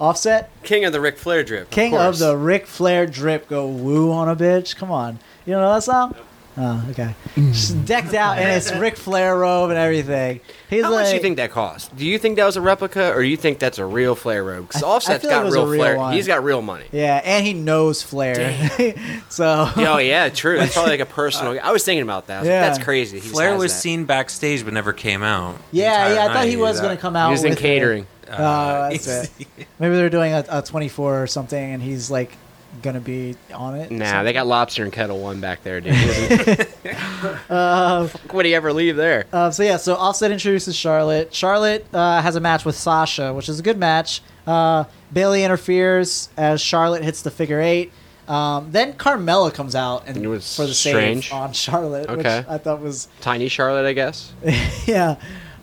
Speaker 1: Offset,
Speaker 2: King of the Ric Flair drip.
Speaker 1: king of,
Speaker 2: course.
Speaker 1: the Ric Flair drip, go woo on a bitch. Come on, you don't know that song? Oh, okay. She's decked out in his Ric Flair robe and everything. He's
Speaker 2: How
Speaker 1: like,
Speaker 2: much do you think that cost? Do you think that was a replica, or do you think that's a real Flair robe? Because
Speaker 1: I- I
Speaker 2: Offset's
Speaker 1: feel like it
Speaker 2: got
Speaker 1: was a
Speaker 2: real
Speaker 1: real
Speaker 2: Flair.
Speaker 1: one.
Speaker 2: He's got real money.
Speaker 1: Yeah, and he knows Flair, so
Speaker 2: Oh yeah, true. That's probably like a personal. I was thinking about that. I was like,
Speaker 1: Yeah.
Speaker 2: that's crazy. He
Speaker 3: Flair
Speaker 2: just has
Speaker 3: was
Speaker 2: that.
Speaker 3: seen backstage but never came out. the
Speaker 1: yeah,
Speaker 3: entire
Speaker 1: yeah. I thought
Speaker 3: night.
Speaker 1: he was gonna
Speaker 3: that-
Speaker 1: come out.
Speaker 2: He was in
Speaker 1: with it.
Speaker 2: catering.
Speaker 1: Oh, that's it. Maybe they're doing a, a 24 or something, and he's like gonna be on it.
Speaker 2: Nah, they got lobster and kettle one back there, dude. Fuck, would he ever leave there?
Speaker 1: Uh, so yeah, so Offset introduces Charlotte. Charlotte uh, has a match with Sasha, which is a good match. Uh, Bailey interferes as Charlotte hits the figure eight. Um, then Carmella comes out and
Speaker 2: It was
Speaker 1: for the
Speaker 2: strange.
Speaker 1: save on Charlotte,
Speaker 2: Okay.
Speaker 1: which I thought was
Speaker 2: Tiny Charlotte, I guess.
Speaker 1: yeah.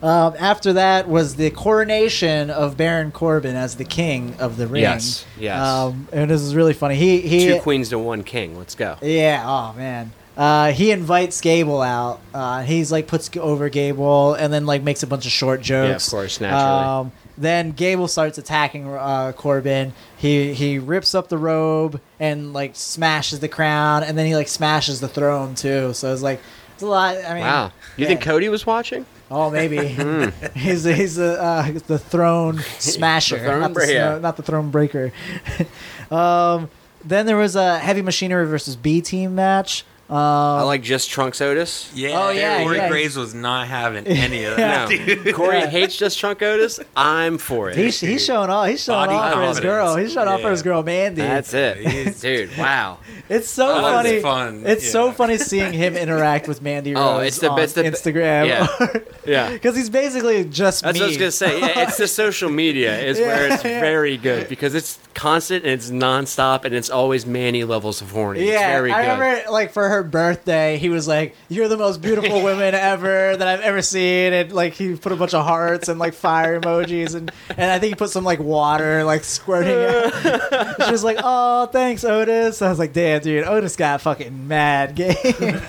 Speaker 1: Um, after that was the coronation of Baron Corbin as the king of the ring.
Speaker 2: Yes, yes.
Speaker 1: Um, and this is really funny. He he
Speaker 2: Two queens to one king. Let's go.
Speaker 1: Yeah. Oh man. Uh, he invites Gable out. Uh, he's like puts g- over Gable and then like makes a bunch of short jokes.
Speaker 2: of course, naturally.
Speaker 1: Um, then Gable starts attacking uh, Corbin. He he rips up the robe and like smashes the crown, and then he like smashes the throne too. So it's like it's a lot. I mean,
Speaker 2: Wow. You think
Speaker 1: yeah.
Speaker 2: Cody was watching?
Speaker 1: Oh, maybe he's he's the uh, the throne smasher,
Speaker 2: The throne
Speaker 1: not, the,
Speaker 2: bre- yeah.
Speaker 1: sno- not the throne breaker. um, then there was a heavy machinery versus B team match. Um,
Speaker 2: I like just Trunks Otis.
Speaker 3: Yeah,
Speaker 1: Oh, yeah,
Speaker 3: Corey
Speaker 1: yeah.
Speaker 3: Graves was not having any of that.
Speaker 2: No. Corey hates just Trunk Otis. I'm for it.
Speaker 1: he's, he's showing off. He's showing
Speaker 3: Body
Speaker 1: off for his
Speaker 3: confidence.
Speaker 1: girl. He's showing off for
Speaker 3: Yeah.
Speaker 1: his girl Mandy.
Speaker 2: That's it,
Speaker 3: He's-
Speaker 2: dude. Wow.
Speaker 1: it's so
Speaker 3: That was
Speaker 1: funny.
Speaker 3: fun,
Speaker 1: It's so
Speaker 3: yeah.
Speaker 1: funny seeing him interact with Mandy Rose
Speaker 2: Oh, it's the-
Speaker 1: on
Speaker 2: it's the-
Speaker 1: Instagram.
Speaker 2: yeah. Yeah.
Speaker 1: Because he's basically just
Speaker 2: That's
Speaker 1: me.
Speaker 2: what I was gonna say. Yeah, it's the social media is where it's very good because it's constant and it's nonstop and it's always Manny levels of horny. it's
Speaker 1: Yeah,
Speaker 2: very
Speaker 1: I
Speaker 2: good.
Speaker 1: remember like for her birthday, he was like, "You're the most beautiful women ever that I've ever seen," and like he put a bunch of hearts and like fire emojis, and and I think he put some like water like squirting. out. she was like, "Oh, thanks, Otis." I was like, "Damn, dude, Otis got fucking mad game."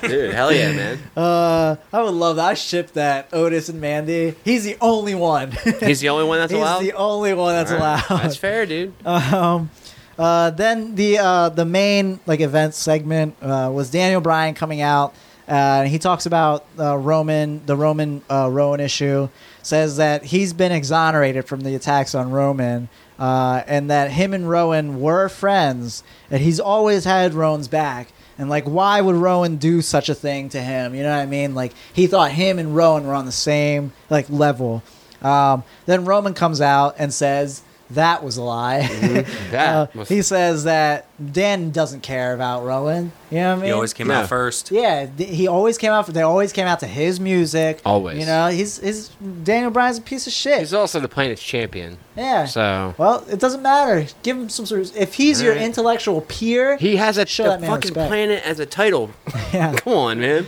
Speaker 2: Dude, hell yeah, man.
Speaker 1: uh, I would love that. I ship that Otis and Mandy. He's the only one.
Speaker 2: He's the only one that's
Speaker 1: He's
Speaker 2: allowed.
Speaker 1: the only one that's allowed.
Speaker 2: That's fair, dude.
Speaker 1: Um, uh, then the uh, the main like event segment uh, was Daniel Bryan coming out. Uh, and he talks about uh, Roman, the Roman uh, Rowan issue. Says that he's been exonerated from the attacks on Roman, uh, and that him and Rowan were friends, and he's always had Rowan's back. And like, why would Rowan do such a thing to him? You know what I mean? Like, he thought him and Rowan were on the same like level. Um, then Roman comes out and says that was a lie.
Speaker 2: That
Speaker 1: Uh,
Speaker 2: was-
Speaker 1: he says that Dan doesn't care about Rowan. You know what I mean?
Speaker 3: He always came
Speaker 2: Yeah.
Speaker 3: out first.
Speaker 1: yeah, th- he always came out. For, they always came out to his music.
Speaker 2: Always.
Speaker 1: You know, he's he's Daniel Bryan's a piece of shit.
Speaker 2: He's also the planet's champion.
Speaker 1: yeah.
Speaker 2: So
Speaker 1: well, it doesn't matter. Give him some sort of. If he's your
Speaker 2: Alright.
Speaker 1: intellectual peer,
Speaker 2: he has a,
Speaker 1: Show
Speaker 2: the
Speaker 1: that man
Speaker 2: fucking
Speaker 1: respect.
Speaker 2: planet as a title.
Speaker 1: yeah.
Speaker 2: Come on, man.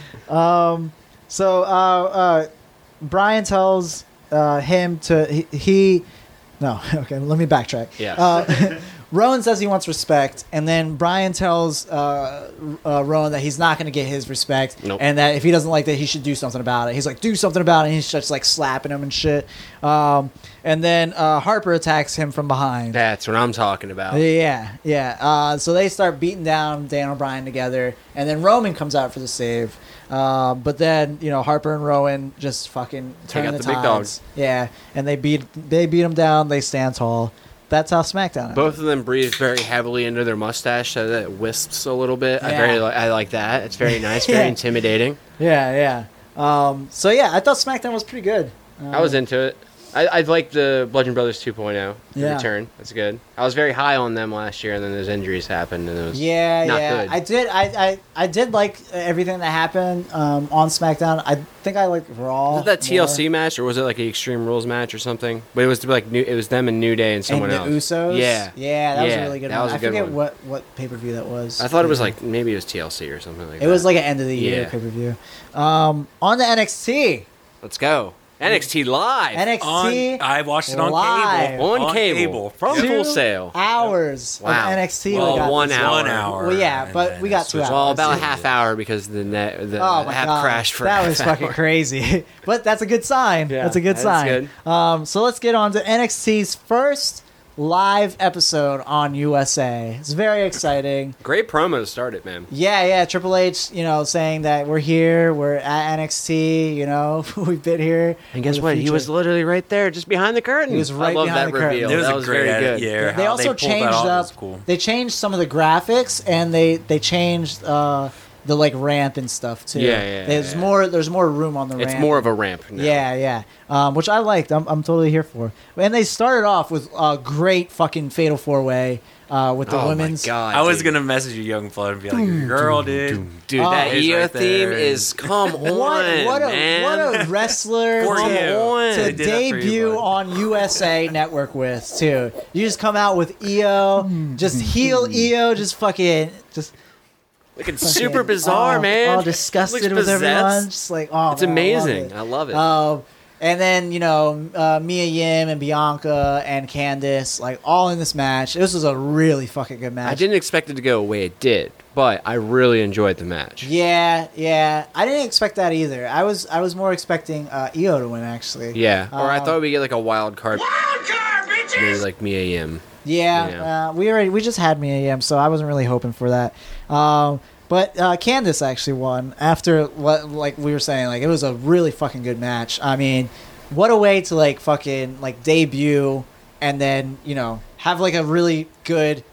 Speaker 1: So uh, uh, Brian tells uh, him to he, he no okay let me backtrack.
Speaker 2: Yes.
Speaker 1: Uh, Rowan says he wants respect, and then Brian tells uh, uh, Rowan that he's not going to get his respect,
Speaker 2: Nope.
Speaker 1: and that if he doesn't like that, he should do something about it. He's like, do something about it, and he's just like slapping him and shit. Um, and then uh, Harper attacks him from behind.
Speaker 2: That's what I'm talking about.
Speaker 1: Oh, Yeah, yeah. Uh, so they start beating down Dan O'Brien together, and then Roman comes out for the save. Uh, but then you know Harper and Rowan just fucking turn
Speaker 2: out
Speaker 1: the,
Speaker 2: the big
Speaker 1: tides.
Speaker 2: dogs.
Speaker 1: Yeah, and they beat they beat them down. They stand tall. That's how SmackDown. Ended.
Speaker 2: Both of them breathe very heavily into their mustache so that it wisps a little bit. I very
Speaker 1: Yeah.
Speaker 2: li- I like that. It's very nice, very
Speaker 1: Yeah.
Speaker 2: intimidating.
Speaker 1: Yeah, yeah. Um, so yeah, I thought SmackDown was pretty good. Uh,
Speaker 2: I was into it. I, I like the Bludgeon Brothers 2.0 the
Speaker 1: Yeah.
Speaker 2: return. That's good. I was very high on them last year, and then those injuries happened, and it was
Speaker 1: Yeah,
Speaker 2: not
Speaker 1: yeah.
Speaker 2: good.
Speaker 1: I did. I, I I did like everything that happened um, on SmackDown. I think I like Raw.
Speaker 2: was it that
Speaker 1: more.
Speaker 2: TLC match, or was it like an Extreme Rules match or something? But it was like new. It was them and New Day and someone
Speaker 1: and
Speaker 2: else.
Speaker 1: the Usos.
Speaker 2: Yeah,
Speaker 1: yeah, that was a
Speaker 2: Yeah,
Speaker 1: really good
Speaker 2: that
Speaker 1: one.
Speaker 2: was a
Speaker 1: I
Speaker 2: good
Speaker 1: forget
Speaker 2: one.
Speaker 1: what what pay per view that was.
Speaker 2: I thought it was like maybe it was TLC or something like
Speaker 1: it
Speaker 2: that.
Speaker 1: was like an end of the year
Speaker 2: Yeah.
Speaker 1: pay per view. Um, on the NXT,
Speaker 2: let's go NXT live
Speaker 1: NXT
Speaker 3: On, I watched it on
Speaker 1: Live.
Speaker 3: cable.
Speaker 2: on, cable, from
Speaker 1: two
Speaker 2: Full Sail.
Speaker 1: hours
Speaker 2: Wow.
Speaker 1: of NXT.
Speaker 2: Well,
Speaker 1: we got
Speaker 2: one
Speaker 1: this
Speaker 2: hour.
Speaker 1: week.
Speaker 3: One hour.
Speaker 1: Well, yeah,
Speaker 3: and
Speaker 1: but
Speaker 3: then
Speaker 1: we got
Speaker 3: it
Speaker 1: two
Speaker 3: switched.
Speaker 1: hours.
Speaker 2: Well, about
Speaker 1: Yeah.
Speaker 2: half hour because the net the
Speaker 1: Oh my
Speaker 2: app
Speaker 1: god,
Speaker 2: crashed for
Speaker 1: that
Speaker 2: half
Speaker 1: was fucking
Speaker 2: hour.
Speaker 1: crazy. But that's a good sign.
Speaker 2: Yeah,
Speaker 1: that's a good
Speaker 2: that's
Speaker 1: sign. Um, so let's get on to NXT's first live episode on USA. It's very exciting.
Speaker 2: Great promo to start it, man.
Speaker 1: Yeah, yeah. Triple H, you know, saying that we're here, we're at NXT, you know, we've been here.
Speaker 2: And guess
Speaker 1: We're the
Speaker 2: what? He
Speaker 1: future.
Speaker 2: was literally right there, just behind the curtain.
Speaker 1: He was right
Speaker 2: I love
Speaker 1: behind
Speaker 2: that
Speaker 1: the curtain.
Speaker 2: reveal.
Speaker 1: It
Speaker 3: It was
Speaker 2: that
Speaker 3: a
Speaker 2: was
Speaker 3: great
Speaker 2: very
Speaker 3: edit.
Speaker 2: good.
Speaker 3: Yeah,
Speaker 1: They
Speaker 3: how
Speaker 1: also
Speaker 3: pulled that
Speaker 1: changed
Speaker 3: off
Speaker 1: up.
Speaker 3: was cool.
Speaker 1: They changed some of the graphics, and they they changed uh, the like ramp and stuff too.
Speaker 2: Yeah, yeah,
Speaker 1: There's
Speaker 2: yeah.
Speaker 1: more. There's more room on the ramp.
Speaker 2: It's more of a ramp now.
Speaker 1: Yeah, yeah. Um, which I liked. I'm, I'm totally here for. And they started off with a great fucking fatal four way uh, with the
Speaker 2: oh
Speaker 1: women's.
Speaker 2: my god.
Speaker 3: I was
Speaker 2: dude.
Speaker 3: gonna message you, young blood, and be like, "You're a "Girl, dude."
Speaker 2: Dude, that
Speaker 3: it Oh, is
Speaker 2: EO
Speaker 3: right
Speaker 2: theme
Speaker 3: there.
Speaker 2: is come on,
Speaker 1: Oh, What, what, a,
Speaker 2: man.
Speaker 1: what a wrestler
Speaker 2: For
Speaker 1: to,
Speaker 2: you.
Speaker 1: to
Speaker 2: They
Speaker 3: did that for you,
Speaker 1: debut
Speaker 3: bud.
Speaker 1: on USA Network with, too. You just come out with EO,
Speaker 2: Hmm.
Speaker 1: just heel EO, just fucking. just
Speaker 2: Looking
Speaker 1: fucking
Speaker 2: super bizarre,
Speaker 1: all-
Speaker 2: man.
Speaker 1: All disgusted
Speaker 2: Looks
Speaker 1: with everyone.
Speaker 2: possessed.
Speaker 1: Just like, oh,
Speaker 2: It's
Speaker 1: man, I love
Speaker 2: amazing.
Speaker 1: it.
Speaker 2: I love it.
Speaker 1: Um, and then you know uh, Mia Yim and Bianca and Candice, like all in this match. This was a really fucking good match.
Speaker 2: I didn't expect it to go away. It did, but I really enjoyed the match.
Speaker 1: Yeah, yeah. I didn't expect that either. I was I was more expecting uh, Io to win actually.
Speaker 2: Yeah. or I
Speaker 1: Um,
Speaker 2: thought we get like a wild card. Maybe like Mia Yim.
Speaker 1: Yeah,
Speaker 2: Yeah.
Speaker 1: Uh, we already we just had Mia Yim, so I wasn't really hoping for that. Um, but uh, Candice actually won after what like we were saying, like it was a really fucking good match. I mean, what a way to like fucking like debut and then you know have like a really good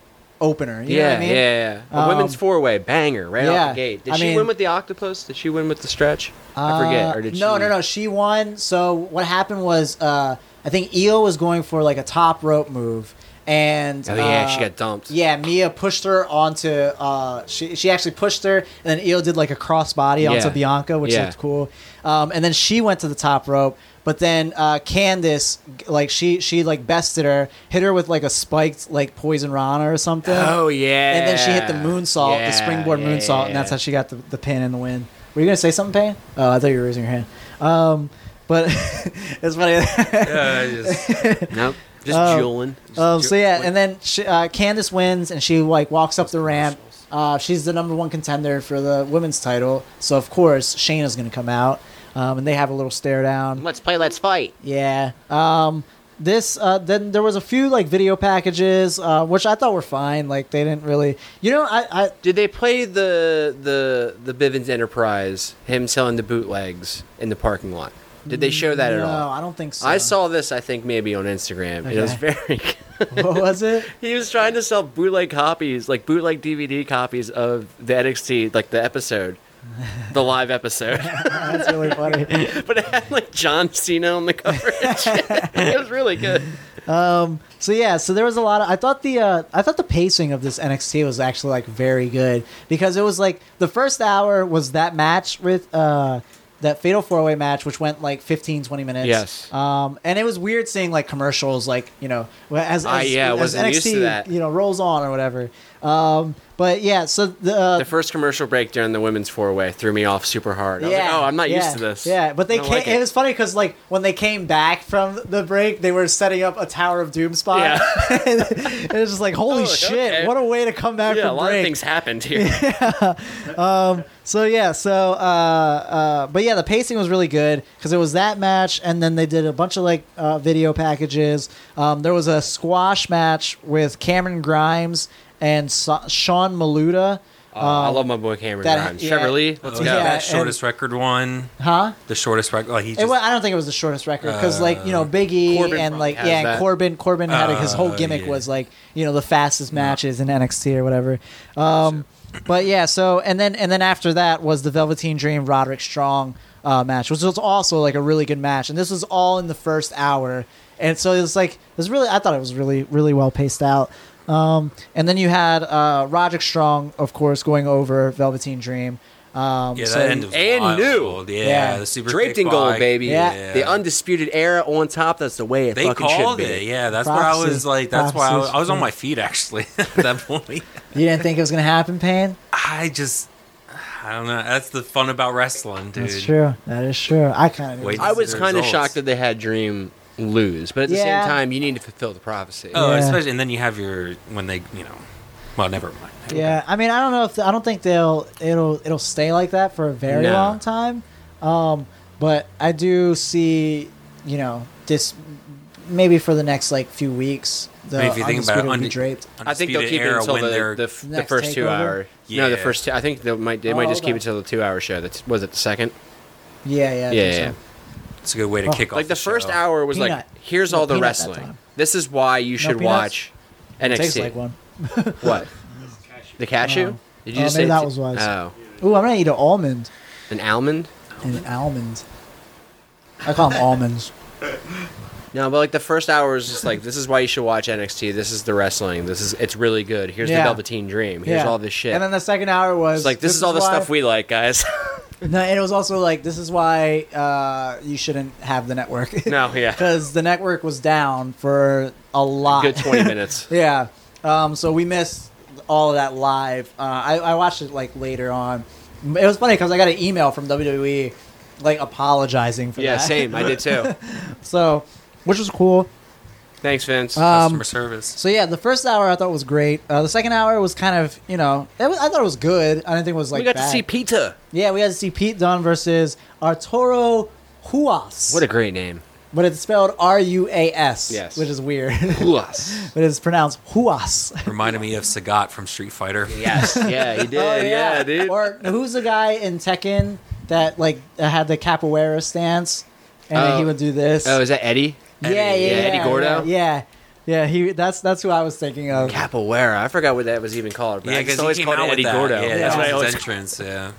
Speaker 1: opener. You know
Speaker 2: yeah,
Speaker 1: what I mean?
Speaker 2: yeah, yeah. A
Speaker 1: Um,
Speaker 2: women's four way banger right off
Speaker 1: yeah,
Speaker 2: the gate. Did
Speaker 1: I
Speaker 2: she
Speaker 1: mean-
Speaker 2: win with the octopus? Did she win with the stretch? I forget.
Speaker 1: Uh,
Speaker 2: Or did
Speaker 1: no,
Speaker 2: she...
Speaker 1: no, no. She won. So what happened was, uh, I think Io was going for like a top rope move, and
Speaker 2: Oh yeah,
Speaker 1: uh,
Speaker 2: she got dumped.
Speaker 1: Yeah, Mia pushed her onto. Uh, she she actually pushed her, and then Io did like a crossbody onto
Speaker 2: Yeah.
Speaker 1: Bianca, which
Speaker 2: Yeah.
Speaker 1: looked cool. Um, and then she went to the top rope, but then uh, Candice like she she like bested her, hit her with like a spiked like poison rana or something.
Speaker 2: Oh yeah.
Speaker 1: And then she hit the moonsault,
Speaker 2: Yeah,
Speaker 1: the springboard
Speaker 2: yeah,
Speaker 1: moonsault,
Speaker 2: yeah.
Speaker 1: and that's how she got the, the pin and the win. Were you gonna say something, Payne? Oh, I thought you were raising your hand. Um, but it's funny.
Speaker 3: Yeah, just-
Speaker 2: Nope. Just
Speaker 1: Oh.
Speaker 2: jeweling.
Speaker 1: um, so yeah, and then she, uh, Candace wins, and she like walks up the ramp. Uh, she's the number one contender for the women's title, so of course Shayna's gonna come out, um, and they have a little stare down.
Speaker 2: Let's play. Let's fight.
Speaker 1: Yeah. Um, this uh, then there was a few like video packages, uh, which I thought were fine. Like they didn't really, you know, I, I
Speaker 2: Did they play the the the Bivens Enterprise him selling the bootlegs in the parking lot? Did they show that at
Speaker 1: no,
Speaker 2: all?
Speaker 1: I don't think so.
Speaker 2: I saw this, I think maybe on Instagram. and It was
Speaker 1: Okay.
Speaker 2: very.
Speaker 1: what was it?
Speaker 2: he was trying to sell bootleg copies, like bootleg DVD copies of the NXT, like the episode, the live episode.
Speaker 1: That's really funny.
Speaker 2: but it had like John Cena on the cover. and shit. it was really good.
Speaker 1: So yeah, so there was a lot of. I thought the uh, I thought the pacing of this NXT was actually like very good because it was like the first hour was that match with uh, that fatal four way match, which went like 15, 20 minutes.
Speaker 2: Yes.
Speaker 1: Um, and it was weird seeing like commercials, like you know, as, as,
Speaker 2: Ah, yeah, I
Speaker 1: as
Speaker 2: wasn't
Speaker 1: NXT
Speaker 2: used to that.
Speaker 1: you know rolls on or whatever. Um, But yeah, so the, uh,
Speaker 2: The first commercial break during the women's four way threw me off super hard. I was like, oh, I'm not
Speaker 1: yeah,
Speaker 2: used to this.
Speaker 1: Yeah, but they
Speaker 2: I don't
Speaker 1: came.
Speaker 2: like
Speaker 1: it. was funny because like when they came back from the break, they were setting up a Tower of Doom spot.
Speaker 2: Yeah.
Speaker 1: and it was just like, holy
Speaker 2: Oh,
Speaker 1: shit,
Speaker 2: okay.
Speaker 1: what a way to come back
Speaker 2: Yeah, a
Speaker 1: from
Speaker 2: lot
Speaker 1: break.
Speaker 2: of things happened here. Uh,
Speaker 1: So yeah, so uh, uh, but yeah, the pacing was really good because it was that match, and then they did a bunch of like uh, video packages. Um, there was a squash match with Cameron Grimes and Sa- Sean Maluda.
Speaker 2: Uh, I love my boy Cameron
Speaker 1: Um, that-
Speaker 2: Grimes.
Speaker 1: yeah.
Speaker 2: Trevor Lee, let's
Speaker 3: Oh,
Speaker 2: go.
Speaker 1: yeah.
Speaker 3: that shortest record one.
Speaker 1: Huh?
Speaker 3: The shortest record. Like he
Speaker 1: It
Speaker 3: just,
Speaker 1: wa- I don't think it was the shortest record because, like, you know, Biggie
Speaker 2: Uh, Corbin
Speaker 1: and
Speaker 2: probably
Speaker 1: like,
Speaker 2: has
Speaker 1: yeah, and
Speaker 2: that.
Speaker 1: Corbin. Corbin had it- his whole
Speaker 3: Uh,
Speaker 1: gimmick
Speaker 3: yeah.
Speaker 1: was like, you know, the fastest matches in NXT or whatever. Um, but yeah, so and then and then after that was the Velveteen Dream Roderick Strong uh, match, which was also like a really good match, and this was all in the first hour, and so it was like it was really I thought it was really really well paced out. Um, and then you had uh, Roderick Strong, of course, going over Velveteen Dream. Um,
Speaker 3: yeah,
Speaker 1: so-
Speaker 3: that end was
Speaker 2: and
Speaker 3: wild.
Speaker 2: new.
Speaker 3: Yeah,
Speaker 1: Yeah.
Speaker 3: the super
Speaker 2: Draped
Speaker 3: kick
Speaker 2: in gold,
Speaker 3: by-
Speaker 2: baby.
Speaker 1: Yeah.
Speaker 2: The undisputed era on top. That's the way it
Speaker 3: They
Speaker 2: fucking should
Speaker 3: called
Speaker 2: be.
Speaker 3: it. Yeah, that's where I
Speaker 1: Prophecy.
Speaker 3: was like. That's why I was, I was on
Speaker 1: Prophecy.
Speaker 3: my feet actually at that point.
Speaker 1: you didn't think it was gonna happen, Payne?
Speaker 3: I just, I don't know. That's the fun about wrestling, dude.
Speaker 1: That's true. That is true. I kind of
Speaker 3: Wait.
Speaker 2: I was
Speaker 3: The
Speaker 2: kind of
Speaker 3: results.
Speaker 2: shocked that they had Dream lose, but at the
Speaker 1: Yeah.
Speaker 2: same time, you need to fulfill the prophecy.
Speaker 3: Oh,
Speaker 1: Yeah.
Speaker 3: especially and then you have your when they, you know, well, never mind.
Speaker 1: Yeah, I mean, I don't know if I don't think they'll it'll it'll stay like that for a very
Speaker 2: No.
Speaker 1: long time. Um, but I do see, you know, this maybe for the next like few weeks. The
Speaker 3: But if you think about
Speaker 1: Undisputed
Speaker 3: it,
Speaker 1: will be
Speaker 3: Undi-
Speaker 1: draped.
Speaker 2: I think they'll
Speaker 3: Undisputed
Speaker 2: keep it
Speaker 3: Era
Speaker 2: until
Speaker 3: when
Speaker 2: the,
Speaker 3: they're-
Speaker 2: the, f- the
Speaker 1: Next
Speaker 2: first two
Speaker 1: takeover?
Speaker 2: hour. No, the
Speaker 3: Yeah.
Speaker 2: first two. I think they might they
Speaker 1: Oh,
Speaker 2: might just
Speaker 1: hold
Speaker 2: keep
Speaker 1: on.
Speaker 2: it till the two hour show. That's was it the second?
Speaker 1: Yeah, yeah, I
Speaker 2: Yeah,
Speaker 1: think
Speaker 2: yeah.
Speaker 1: so.
Speaker 3: It's a good way to kick off.
Speaker 2: Oh. like the, first
Speaker 3: show.
Speaker 2: hour was
Speaker 1: Peanut.
Speaker 2: like, here's
Speaker 1: No
Speaker 2: all the
Speaker 1: peanut that
Speaker 2: wrestling.
Speaker 1: time.
Speaker 2: This is why you should
Speaker 1: peanuts?
Speaker 2: watch NXT.
Speaker 1: It tastes like one.
Speaker 2: What? the cashew? Did you
Speaker 1: Oh,
Speaker 2: just
Speaker 1: maybe
Speaker 2: say
Speaker 1: that
Speaker 2: t-
Speaker 1: was why I said-
Speaker 2: Oh,
Speaker 1: Ooh, I'm gonna eat an almond
Speaker 2: an almond?
Speaker 1: and almond. I call them almonds.
Speaker 2: No, but like the first hour is just like this is why you should watch NXT. This is the wrestling. This is it's really good. Here's
Speaker 1: Yeah.
Speaker 2: the Velveteen Dream. Here's
Speaker 1: Yeah.
Speaker 2: all this shit.
Speaker 1: And then the second hour was
Speaker 2: it's like this, is all the
Speaker 1: why-
Speaker 2: stuff we like, guys.
Speaker 1: No, and it was also like this is why uh, you shouldn't have the network.
Speaker 2: no, yeah,
Speaker 1: because the network was down for a lot.
Speaker 2: good twenty minutes.
Speaker 1: yeah. Um, so we missed all of that live. Uh, I, I watched it like later on. It was funny because I got an email from WWE like apologizing for
Speaker 2: Yeah,
Speaker 1: that.
Speaker 2: same. I did too.
Speaker 1: So, which was cool.
Speaker 2: Thanks, Vince.
Speaker 1: Um,
Speaker 3: customer service.
Speaker 1: so yeah, the first hour I thought was great. Uh, the second hour was kind of you know it was, I thought it was good. I didn't think it was like
Speaker 2: we got to
Speaker 1: bad.
Speaker 2: see Pita.
Speaker 1: yeah, we got to see Pete Dunne versus Arturo Huas.
Speaker 2: What a great name,
Speaker 1: but it's spelled R U A S.
Speaker 2: Yes.
Speaker 1: which is weird.
Speaker 2: Huas.
Speaker 1: but it's pronounced Huas.
Speaker 3: Reminded me of Sagat from Street Fighter.
Speaker 2: Yes, yeah, he did.
Speaker 1: Oh,
Speaker 2: yeah. dude.
Speaker 1: Or who's the guy in Tekken that like had the capoeira stance, and
Speaker 2: Oh.
Speaker 1: he would do this?
Speaker 2: oh, is that Eddie?
Speaker 1: yeah, yeah, yeah,
Speaker 2: yeah, Eddie Gordo?
Speaker 1: Yeah, yeah, He that's that's who I was thinking of.
Speaker 2: Capoewara. I forgot what that was even called. But
Speaker 3: Yeah,
Speaker 2: I just
Speaker 3: because
Speaker 2: always
Speaker 3: he came
Speaker 2: called
Speaker 3: out
Speaker 2: it
Speaker 3: with
Speaker 2: Eddie
Speaker 3: that.
Speaker 2: Gordo.
Speaker 3: Yeah, that
Speaker 2: That's
Speaker 3: was
Speaker 2: what I
Speaker 3: his
Speaker 2: always.
Speaker 3: entrance. Yeah.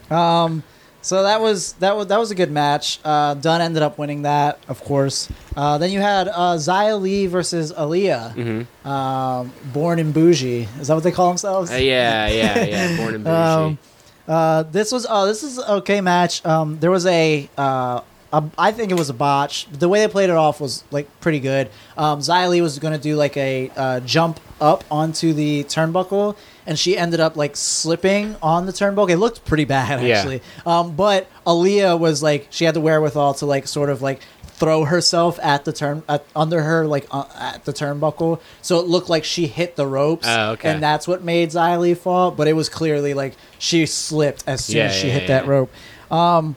Speaker 1: So that was that was that was a good match. Uh, Dunn ended up winning that, of course. Uh, then you had uh, Zia Lee versus Aaliyah,
Speaker 2: Mm-hmm.
Speaker 1: um, born in bougie. Is that what they call themselves?
Speaker 2: Uh, yeah, yeah, yeah. Born in Bougie.
Speaker 1: Um, Uh, this was oh, this is a okay match. Um, there was a, uh, a I think it was a botch. The way they played it off was like pretty good. Um, Xylee was going to do like a uh, jump up onto the turnbuckle, and she ended up like slipping on the turnbuckle. It looked pretty bad
Speaker 2: Yeah.
Speaker 1: actually. Um, but Aaliyah was like she had the wherewithal to like sort of like throw herself at the turn at, under her like uh, at the turnbuckle, so it looked like she hit the ropes,
Speaker 2: Oh, okay.
Speaker 1: and that's what made Xylee fall. But it was clearly like she slipped as soon
Speaker 2: Yeah,
Speaker 1: as she
Speaker 2: yeah,
Speaker 1: hit
Speaker 2: yeah,
Speaker 1: that
Speaker 2: yeah.
Speaker 1: rope. Um,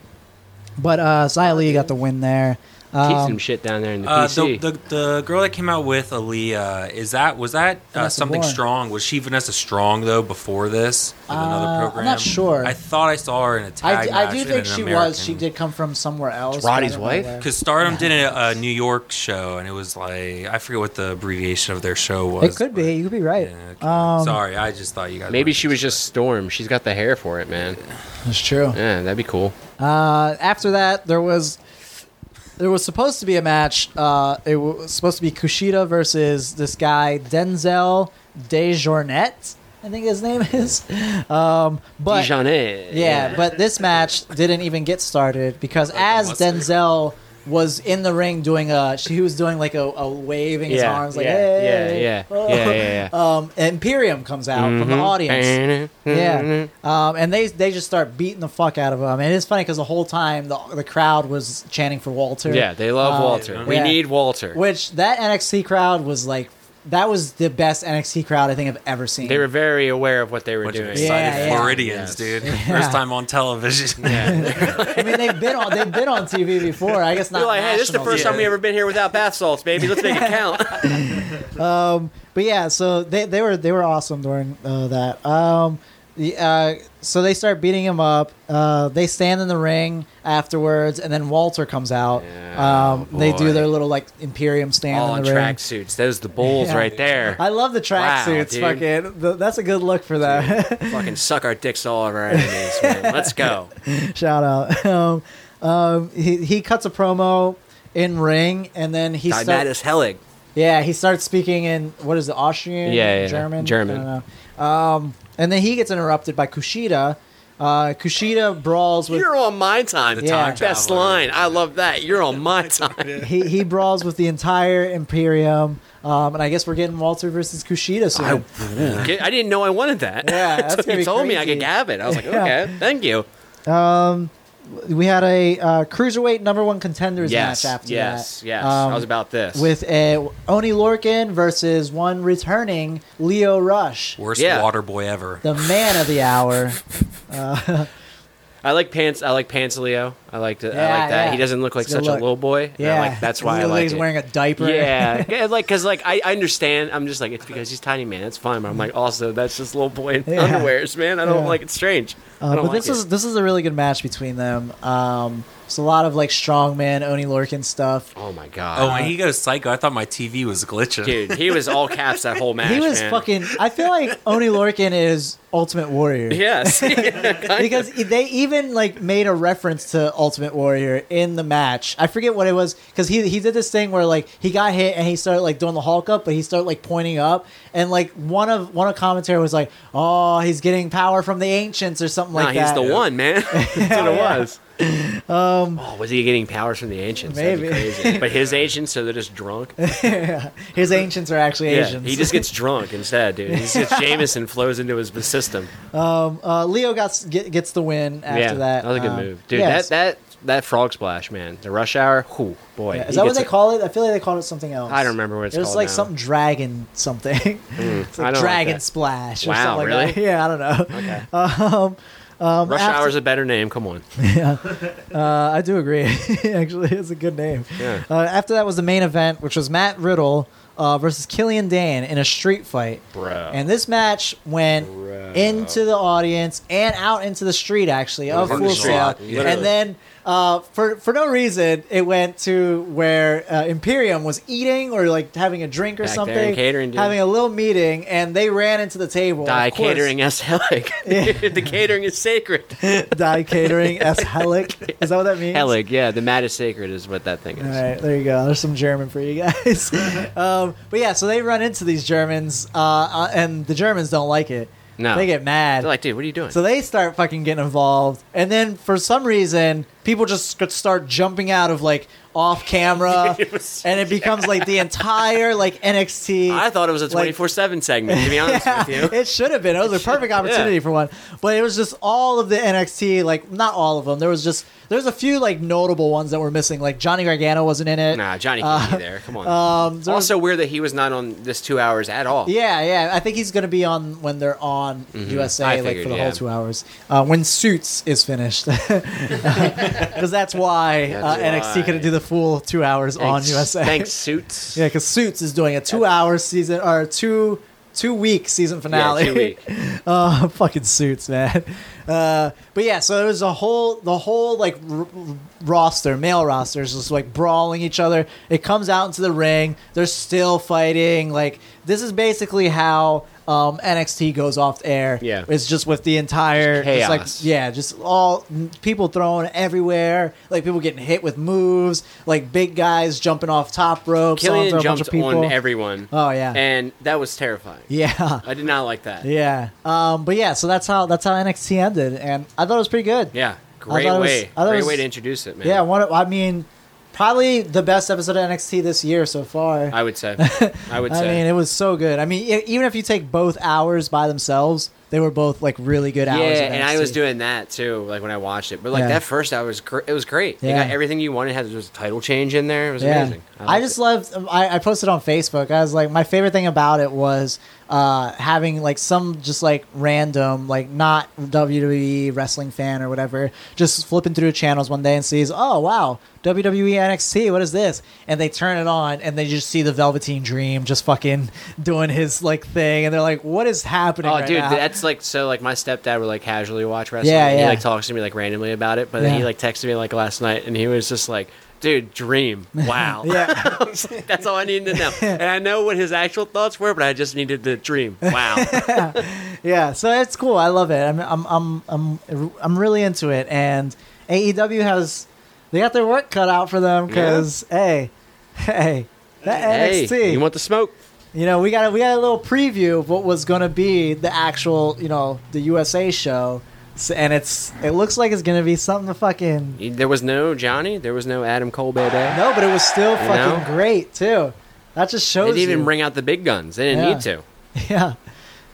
Speaker 1: but uh, Xylee got the win there.
Speaker 2: Keep
Speaker 1: Um,
Speaker 2: some shit down there in the
Speaker 3: Uh, the,
Speaker 2: PC.
Speaker 3: the the girl that came out with Aaliyah is that was that uh,
Speaker 1: Vanessa
Speaker 3: something
Speaker 1: Bourne.
Speaker 3: strong? Was she Vanessa Strong though before this with
Speaker 1: Uh,
Speaker 3: another
Speaker 1: I'm
Speaker 3: program?
Speaker 1: not sure.
Speaker 3: I thought I saw her in a
Speaker 1: I,
Speaker 3: tag
Speaker 1: d-
Speaker 3: match.
Speaker 1: I do
Speaker 3: in
Speaker 1: think
Speaker 3: an
Speaker 1: she was. She
Speaker 3: American-
Speaker 1: did come from somewhere else. but I
Speaker 2: Roddy's
Speaker 1: don't know
Speaker 2: wife?
Speaker 1: where.
Speaker 3: Because Stardom did a, a New York show, and it was like I forget what the abbreviation of their show was.
Speaker 1: It could be.
Speaker 3: but-
Speaker 1: You could be right.
Speaker 3: Yeah, okay.
Speaker 1: Um,
Speaker 3: Sorry, I just thought you guys.
Speaker 2: Maybe
Speaker 3: were-
Speaker 2: she was just Storm. She's got the hair for it, man.
Speaker 1: That's true.
Speaker 2: Yeah, that'd be cool.
Speaker 1: Uh, after that, there was there was supposed to be a match. Uh, it was supposed to be Kushida versus this guy Denzel DeJournette. I think his name is. Um, but
Speaker 2: Dijonet.
Speaker 1: yeah, but this match didn't even get started because as
Speaker 3: mustard.
Speaker 1: Denzel was in the ring doing a she was doing like a, a waving his
Speaker 2: Yeah,
Speaker 1: arms like
Speaker 2: yeah,
Speaker 1: hey
Speaker 2: yeah, yeah,
Speaker 1: oh."
Speaker 2: yeah, yeah, Mm-hmm.
Speaker 1: Um, Imperium comes out from the audience yeah um, and they they just start beating the fuck out of him and it's funny because the whole time the, the crowd was chanting for Walter
Speaker 2: Yeah, they love
Speaker 1: Um,
Speaker 2: Walter. We
Speaker 1: yeah.
Speaker 2: need Walter.
Speaker 1: which that NXT crowd was like that was the best NXT crowd I think I've ever seen
Speaker 2: They were very aware of what they were
Speaker 3: Bunch of
Speaker 2: doing.
Speaker 3: excited
Speaker 1: Yeah, yeah.
Speaker 3: Floridians,
Speaker 2: Yes.
Speaker 3: dude. First time on television. Yeah.
Speaker 1: I mean they've been on they've been on TV before I guess not
Speaker 2: They're like, hey, this is the
Speaker 1: national
Speaker 2: first
Speaker 1: TV.
Speaker 2: time we ever been here without bath salts, baby. Let's make it count.
Speaker 1: But yeah, so they, they were they were awesome during uh, that. Um, the, uh, so they start beating him up. Uh, they stand in the ring afterwards, and then Walter comes out. um, they do
Speaker 2: boy. Oh,
Speaker 1: their little like Imperium stand
Speaker 2: All
Speaker 1: in
Speaker 2: in
Speaker 1: the ring.
Speaker 2: tracksuits. Those the bulls
Speaker 1: Yeah.
Speaker 2: right there.
Speaker 1: I love the tracksuits.
Speaker 2: Wow, dude.
Speaker 1: fucking, th- that's a good look for that.
Speaker 2: Fucking suck our dicks to all of our enemies, man. Let's go.
Speaker 1: Shout out. Um, um, he he cuts a promo in ring, and then he starts.
Speaker 2: Dinatus Helig.
Speaker 1: Yeah, he starts speaking in what is it, Austrian?
Speaker 2: Yeah, yeah,
Speaker 1: German,
Speaker 2: German.
Speaker 1: I don't know. Um, and then he gets interrupted by Kushida. Uh, Kushida brawls with
Speaker 2: You're on my time.
Speaker 1: Yeah. time
Speaker 2: Best
Speaker 3: traveler.
Speaker 2: line. I love that. You're on my time.
Speaker 1: he, he brawls with the entire Imperium. Um, and I guess we're getting Walter versus Kushida soon.
Speaker 2: Get- I didn't know I wanted that.
Speaker 1: Yeah, that's
Speaker 2: Until
Speaker 1: gonna
Speaker 2: he
Speaker 1: be
Speaker 2: told me I
Speaker 1: crazy.
Speaker 2: could have it. I was like,
Speaker 1: Yeah.
Speaker 2: okay, thank you.
Speaker 1: we had a uh, cruiserweight number one contenders
Speaker 2: Yes,
Speaker 1: match after
Speaker 2: yes,
Speaker 1: that.
Speaker 2: yes.
Speaker 1: Um,
Speaker 2: I was about this.
Speaker 1: with a Oni Lorkin versus one returning Leo Rush,
Speaker 3: Worst
Speaker 2: Yeah.
Speaker 3: water boy ever.
Speaker 1: the man of the hour.
Speaker 2: I like pants. I like pants Leo. I like it. I
Speaker 1: Yeah,
Speaker 2: like that.
Speaker 1: yeah.
Speaker 2: He doesn't look like
Speaker 1: It's a good
Speaker 2: such a
Speaker 1: look.
Speaker 2: little boy. and I
Speaker 1: Yeah,
Speaker 2: like, that's why
Speaker 1: He
Speaker 2: I
Speaker 1: looks
Speaker 2: like
Speaker 1: he's
Speaker 2: it.
Speaker 1: wearing a diaper.
Speaker 2: Yeah, yeah, like because like I, I understand. I'm just like it's because he's tiny, man. That's fine. But I'm like also that's just little boy in
Speaker 1: Yeah.
Speaker 2: underwears, man. I don't
Speaker 1: Yeah.
Speaker 2: like it's strange. I
Speaker 1: Uh,
Speaker 2: don't
Speaker 1: but
Speaker 2: like
Speaker 1: this
Speaker 2: it.
Speaker 1: is this is a really good match between them. Um, it's a lot of like strongman Oni Lorkin stuff.
Speaker 2: oh my god,
Speaker 3: Oh, when
Speaker 1: uh,
Speaker 3: he goes psycho, I thought my TV was glitching.
Speaker 2: dude, he was all caps that whole match.
Speaker 1: he was
Speaker 2: man.
Speaker 1: fucking. I feel like Oni Lorkin is Ultimate Warrior
Speaker 2: yes.
Speaker 1: because they even like made a reference to Ultimate Warrior in the match. I forget what it was because he he did this thing where like he got hit and he started like doing the Hulk up, but he started like pointing up and like one of one of commentary was like, "Oh, he's getting power from the ancients" or something
Speaker 2: nah,
Speaker 1: like
Speaker 2: he's
Speaker 1: that.
Speaker 2: the one, man. that's what it
Speaker 1: yeah.
Speaker 2: was. Um, oh, was he getting powers from the ancients? Maybe,
Speaker 1: Maybe.
Speaker 2: crazy. but his ancients, so they're just drunk.
Speaker 1: His ancients are actually
Speaker 2: Yeah,
Speaker 1: Asians.
Speaker 2: he just gets drunk instead, dude. He's just Jameson flows into his system.
Speaker 1: Uh, Leo got, get, gets the win after
Speaker 2: yeah,
Speaker 1: that.
Speaker 2: that was a good
Speaker 1: Um,
Speaker 2: move, dude.
Speaker 1: yes.
Speaker 2: That that that frog splash, man. The rush hour, whew, boy.
Speaker 1: Yeah,
Speaker 2: he
Speaker 1: Is that what
Speaker 2: gets
Speaker 1: they
Speaker 2: it.
Speaker 1: call it? I feel like they called it something else.
Speaker 2: I don't remember what it's
Speaker 1: it was
Speaker 2: called
Speaker 1: like
Speaker 2: now. Hmm,
Speaker 1: something dragon something. it's
Speaker 2: I
Speaker 1: like
Speaker 2: don't like
Speaker 1: dragon
Speaker 2: that.
Speaker 1: splash or
Speaker 2: Wow,
Speaker 1: something
Speaker 2: really?
Speaker 1: like that. Yeah, I don't know.
Speaker 2: Rush
Speaker 1: Um, after-
Speaker 2: Hour's a better name. Come on.
Speaker 1: Uh, I do agree. Actually, it's a good name.
Speaker 2: Yeah.
Speaker 1: Uh, after that was the main event, which was Matt Riddle uh, versus Killian Dan in a street fight.
Speaker 2: Bro.
Speaker 1: And this match went into the audience and out into the street, actually, of
Speaker 2: was in
Speaker 1: Full
Speaker 2: the street,
Speaker 1: Sail.
Speaker 2: literally.
Speaker 1: And then uh, for for no reason, it went to where uh, Imperium was eating or like having a drink or
Speaker 2: Back there in
Speaker 1: something,
Speaker 2: catering, dude.
Speaker 1: having a little meeting, and they ran into the table.
Speaker 2: Die
Speaker 1: Of course,
Speaker 2: catering as helic. the catering is sacred.
Speaker 1: die catering as Helic. Is that what that means?
Speaker 2: Helic, yeah. The mat is sacred is what that thing is.
Speaker 1: All right, there you go. There's some German for you guys. um, but yeah, so they run into these Germans, uh, uh, and the Germans don't like it.
Speaker 2: No.
Speaker 1: they get mad.
Speaker 2: They're like, dude, what are you doing?
Speaker 1: so they start fucking getting involved, and then for some reason, people just sc- start jumping out of like off camera, and it becomes like the entire like NXT.
Speaker 2: I thought it was a
Speaker 1: like-
Speaker 2: 24 7 segment, to be honest with you.
Speaker 1: It should have been. It was a perfect opportunity for one, but it was just all of the NXT. Like not all of them. There was just there's a few like notable ones that were missing. Like Johnny Gargano wasn't in it.
Speaker 2: Nah, Johnny can't be there. Come on.
Speaker 1: Uh, Um, there was-
Speaker 2: also weird that he was not on this two hours at all.
Speaker 1: Yeah, yeah. I think he's going to be on when they're on
Speaker 2: Mm-hmm. I
Speaker 1: USA, like
Speaker 2: figured,
Speaker 1: for the
Speaker 2: yeah.
Speaker 1: whole two hours. Uh, when Suits is finished, because that's why uh,
Speaker 2: That's why.
Speaker 1: NXT couldn't do the full two hours
Speaker 2: Thanks-
Speaker 1: on USA.
Speaker 2: Thanks, Suits.
Speaker 1: Yeah, because Suits is doing a two-hour season or two two week season finale.
Speaker 2: two week.
Speaker 1: Uh, fucking suits, man. Uh, but yeah, so there was a whole, the whole like r- roster, male roster, is just like brawling each other. It comes out into the ring. They're still fighting. Like this is basically how um, NXT goes off air.
Speaker 2: Yeah.
Speaker 1: it's just with the entire
Speaker 2: Just
Speaker 1: just,
Speaker 2: chaos.
Speaker 1: like yeah, just all people thrown everywhere. Like people getting hit with moves. Like big guys jumping off top ropes. onto
Speaker 2: Killian
Speaker 1: a bunch
Speaker 2: jumped
Speaker 1: of people.
Speaker 2: on everyone.
Speaker 1: Oh, yeah.
Speaker 2: And that was terrifying.
Speaker 1: yeah.
Speaker 2: I did not like that.
Speaker 1: Yeah. Um, but yeah, so that's how that's how NXT ended, and I thought it was pretty good.
Speaker 2: Yeah, great
Speaker 1: it was-
Speaker 2: way.
Speaker 1: I thought it
Speaker 2: great
Speaker 1: was-
Speaker 2: way to introduce it, man.
Speaker 1: Yeah. One. of- I mean, probably the best episode of NXT this year so far.
Speaker 2: I would say. I would
Speaker 1: I
Speaker 2: say.
Speaker 1: mean, it was so good. I mean, e- even if you take both hours by themselves, they were both like really good hours.
Speaker 2: yeah,
Speaker 1: of
Speaker 2: and I was
Speaker 1: NXT.
Speaker 2: doing that too, like when I watched it. But like
Speaker 1: Yeah.
Speaker 2: that first hour was gr- it was great. They
Speaker 1: Yeah.
Speaker 2: got everything you wanted. Had there was a title change in there. It was amazing.
Speaker 1: I,
Speaker 2: liked
Speaker 1: just
Speaker 2: it.
Speaker 1: loved. I, I posted on Facebook. I was like, my favorite thing about it was uh, having like some just like random, like not WWE wrestling fan or whatever, just flipping through channels one day and sees, oh wow, E WWE NXT, what is this? And they turn it on and they just see the Velveteen Dream just fucking doing his like thing, and they're like, what is happening?
Speaker 2: Oh,
Speaker 1: right
Speaker 2: dude,
Speaker 1: now?
Speaker 2: that's like so. Like my stepdad would like casually watch wrestling.
Speaker 1: Yeah,
Speaker 2: He
Speaker 1: yeah.
Speaker 2: like talks to me like randomly about it, but then he
Speaker 1: Yeah.
Speaker 2: like texted me like last night, and he was just like, "Dude, dream, wow."
Speaker 1: yeah.
Speaker 2: I was like, That's all I needed to know, and I know what his actual thoughts were, but I just needed the dream. Wow.
Speaker 1: yeah so it's cool i love it i'm i'm i'm i'm, I'm really into it and aew has they got their work cut out for them because hey hey that
Speaker 2: hey,
Speaker 1: nxt
Speaker 2: you want the smoke?
Speaker 1: you know, we got a, we got a little preview of what was going to be the actual, you know, the USA show, S- and it's it looks like it's going to be something to fucking
Speaker 2: There was no Johnny. There was no Adam Cole Bebe.
Speaker 1: no, but it was still
Speaker 2: You
Speaker 1: fucking
Speaker 2: know?
Speaker 1: great too. That just
Speaker 2: They
Speaker 1: shows
Speaker 2: didn't even
Speaker 1: you.
Speaker 2: bring out the big guns. They didn't
Speaker 1: Yeah.
Speaker 2: need to.
Speaker 1: Yeah,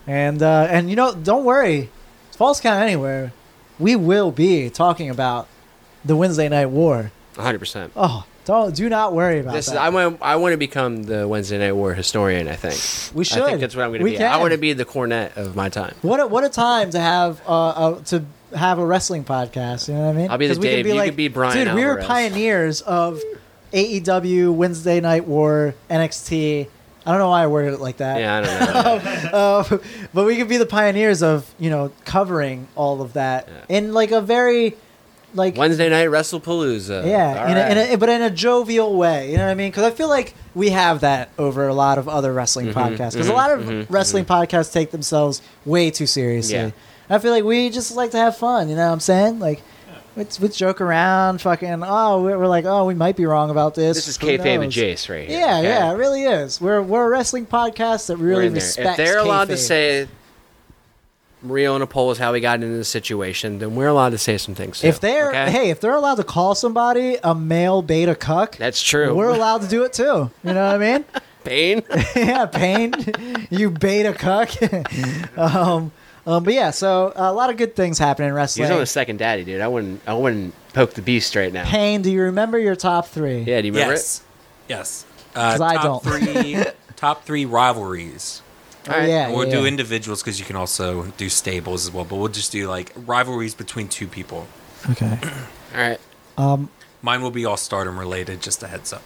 Speaker 1: and uh, and you know, don't worry, false count anywhere. We will be talking about the Wednesday Night War.
Speaker 2: 100. percent
Speaker 1: Oh, don't do not worry about
Speaker 2: This is,
Speaker 1: that.
Speaker 2: I want. I want to become the Wednesday Night War historian. I think.
Speaker 1: we should.
Speaker 2: I think that's what I'm going to
Speaker 1: We
Speaker 2: be.
Speaker 1: Can.
Speaker 2: I want to be the cornet of my time.
Speaker 1: What a, what a time to have uh, uh, to have a wrestling podcast. You know what I mean?
Speaker 2: I'll be the
Speaker 1: 'Cause we
Speaker 2: Dave, you could be Brian
Speaker 1: Dude, we were
Speaker 2: Alvarez."
Speaker 1: pioneers of AEW Wednesday Night War NXT. I don't know why I worded it like that.
Speaker 2: Yeah, I don't know.
Speaker 1: uh, but we could be the pioneers of you know covering all of that in like a very like
Speaker 2: Wednesday night WrestlePalooza.
Speaker 1: yeah
Speaker 2: All
Speaker 1: in a, in
Speaker 2: right.
Speaker 1: a, but in a jovial way you know what i mean because i feel like we have that over a lot of other wrestling
Speaker 2: Mm-hmm.
Speaker 1: podcasts because a lot of wrestling podcasts take themselves way too seriously
Speaker 2: Yeah.
Speaker 1: i feel like we just like to have fun you know what i'm saying like let's let's joke around fucking oh we're, we're like oh we might be wrong about this
Speaker 2: this is
Speaker 1: Who
Speaker 2: kayfabe and
Speaker 1: knows?
Speaker 2: Jace right here.
Speaker 1: yeah
Speaker 2: okay?
Speaker 1: yeah it really is we're we're a wrestling podcast that
Speaker 2: We're
Speaker 1: really
Speaker 2: in there.
Speaker 1: respects
Speaker 2: If they're allowed to
Speaker 1: kayfabe.
Speaker 2: say Rio and a pole is how we got into this situation, then we're allowed to say some things. Too,
Speaker 1: If they're
Speaker 2: okay?
Speaker 1: hey, if they're allowed to call somebody a male beta cuck,
Speaker 2: that's true.
Speaker 1: we're allowed to do it too. You know what I mean?
Speaker 2: pain.
Speaker 1: yeah, pain, you beta cuck. um, um, but yeah, so a lot of good things happen in
Speaker 2: He's on
Speaker 1: wrestling.
Speaker 2: his second daddy, dude. I wouldn't. I wouldn't poke the beast right now.
Speaker 1: Pain, do you remember your top three?
Speaker 2: Yeah, do you remember
Speaker 3: yes. Yes. Uh,
Speaker 1: 'Cause I
Speaker 3: top
Speaker 1: don't.
Speaker 3: three, top three rivalries.
Speaker 1: Oh, yeah,
Speaker 3: we'll
Speaker 1: yeah,
Speaker 3: do
Speaker 1: yeah.
Speaker 3: individuals because you can also do stables as well. But we'll just do like rivalries between two people.
Speaker 1: Okay,
Speaker 2: it? All right.
Speaker 3: Uh, Mine will be all stardom related. Just a heads up.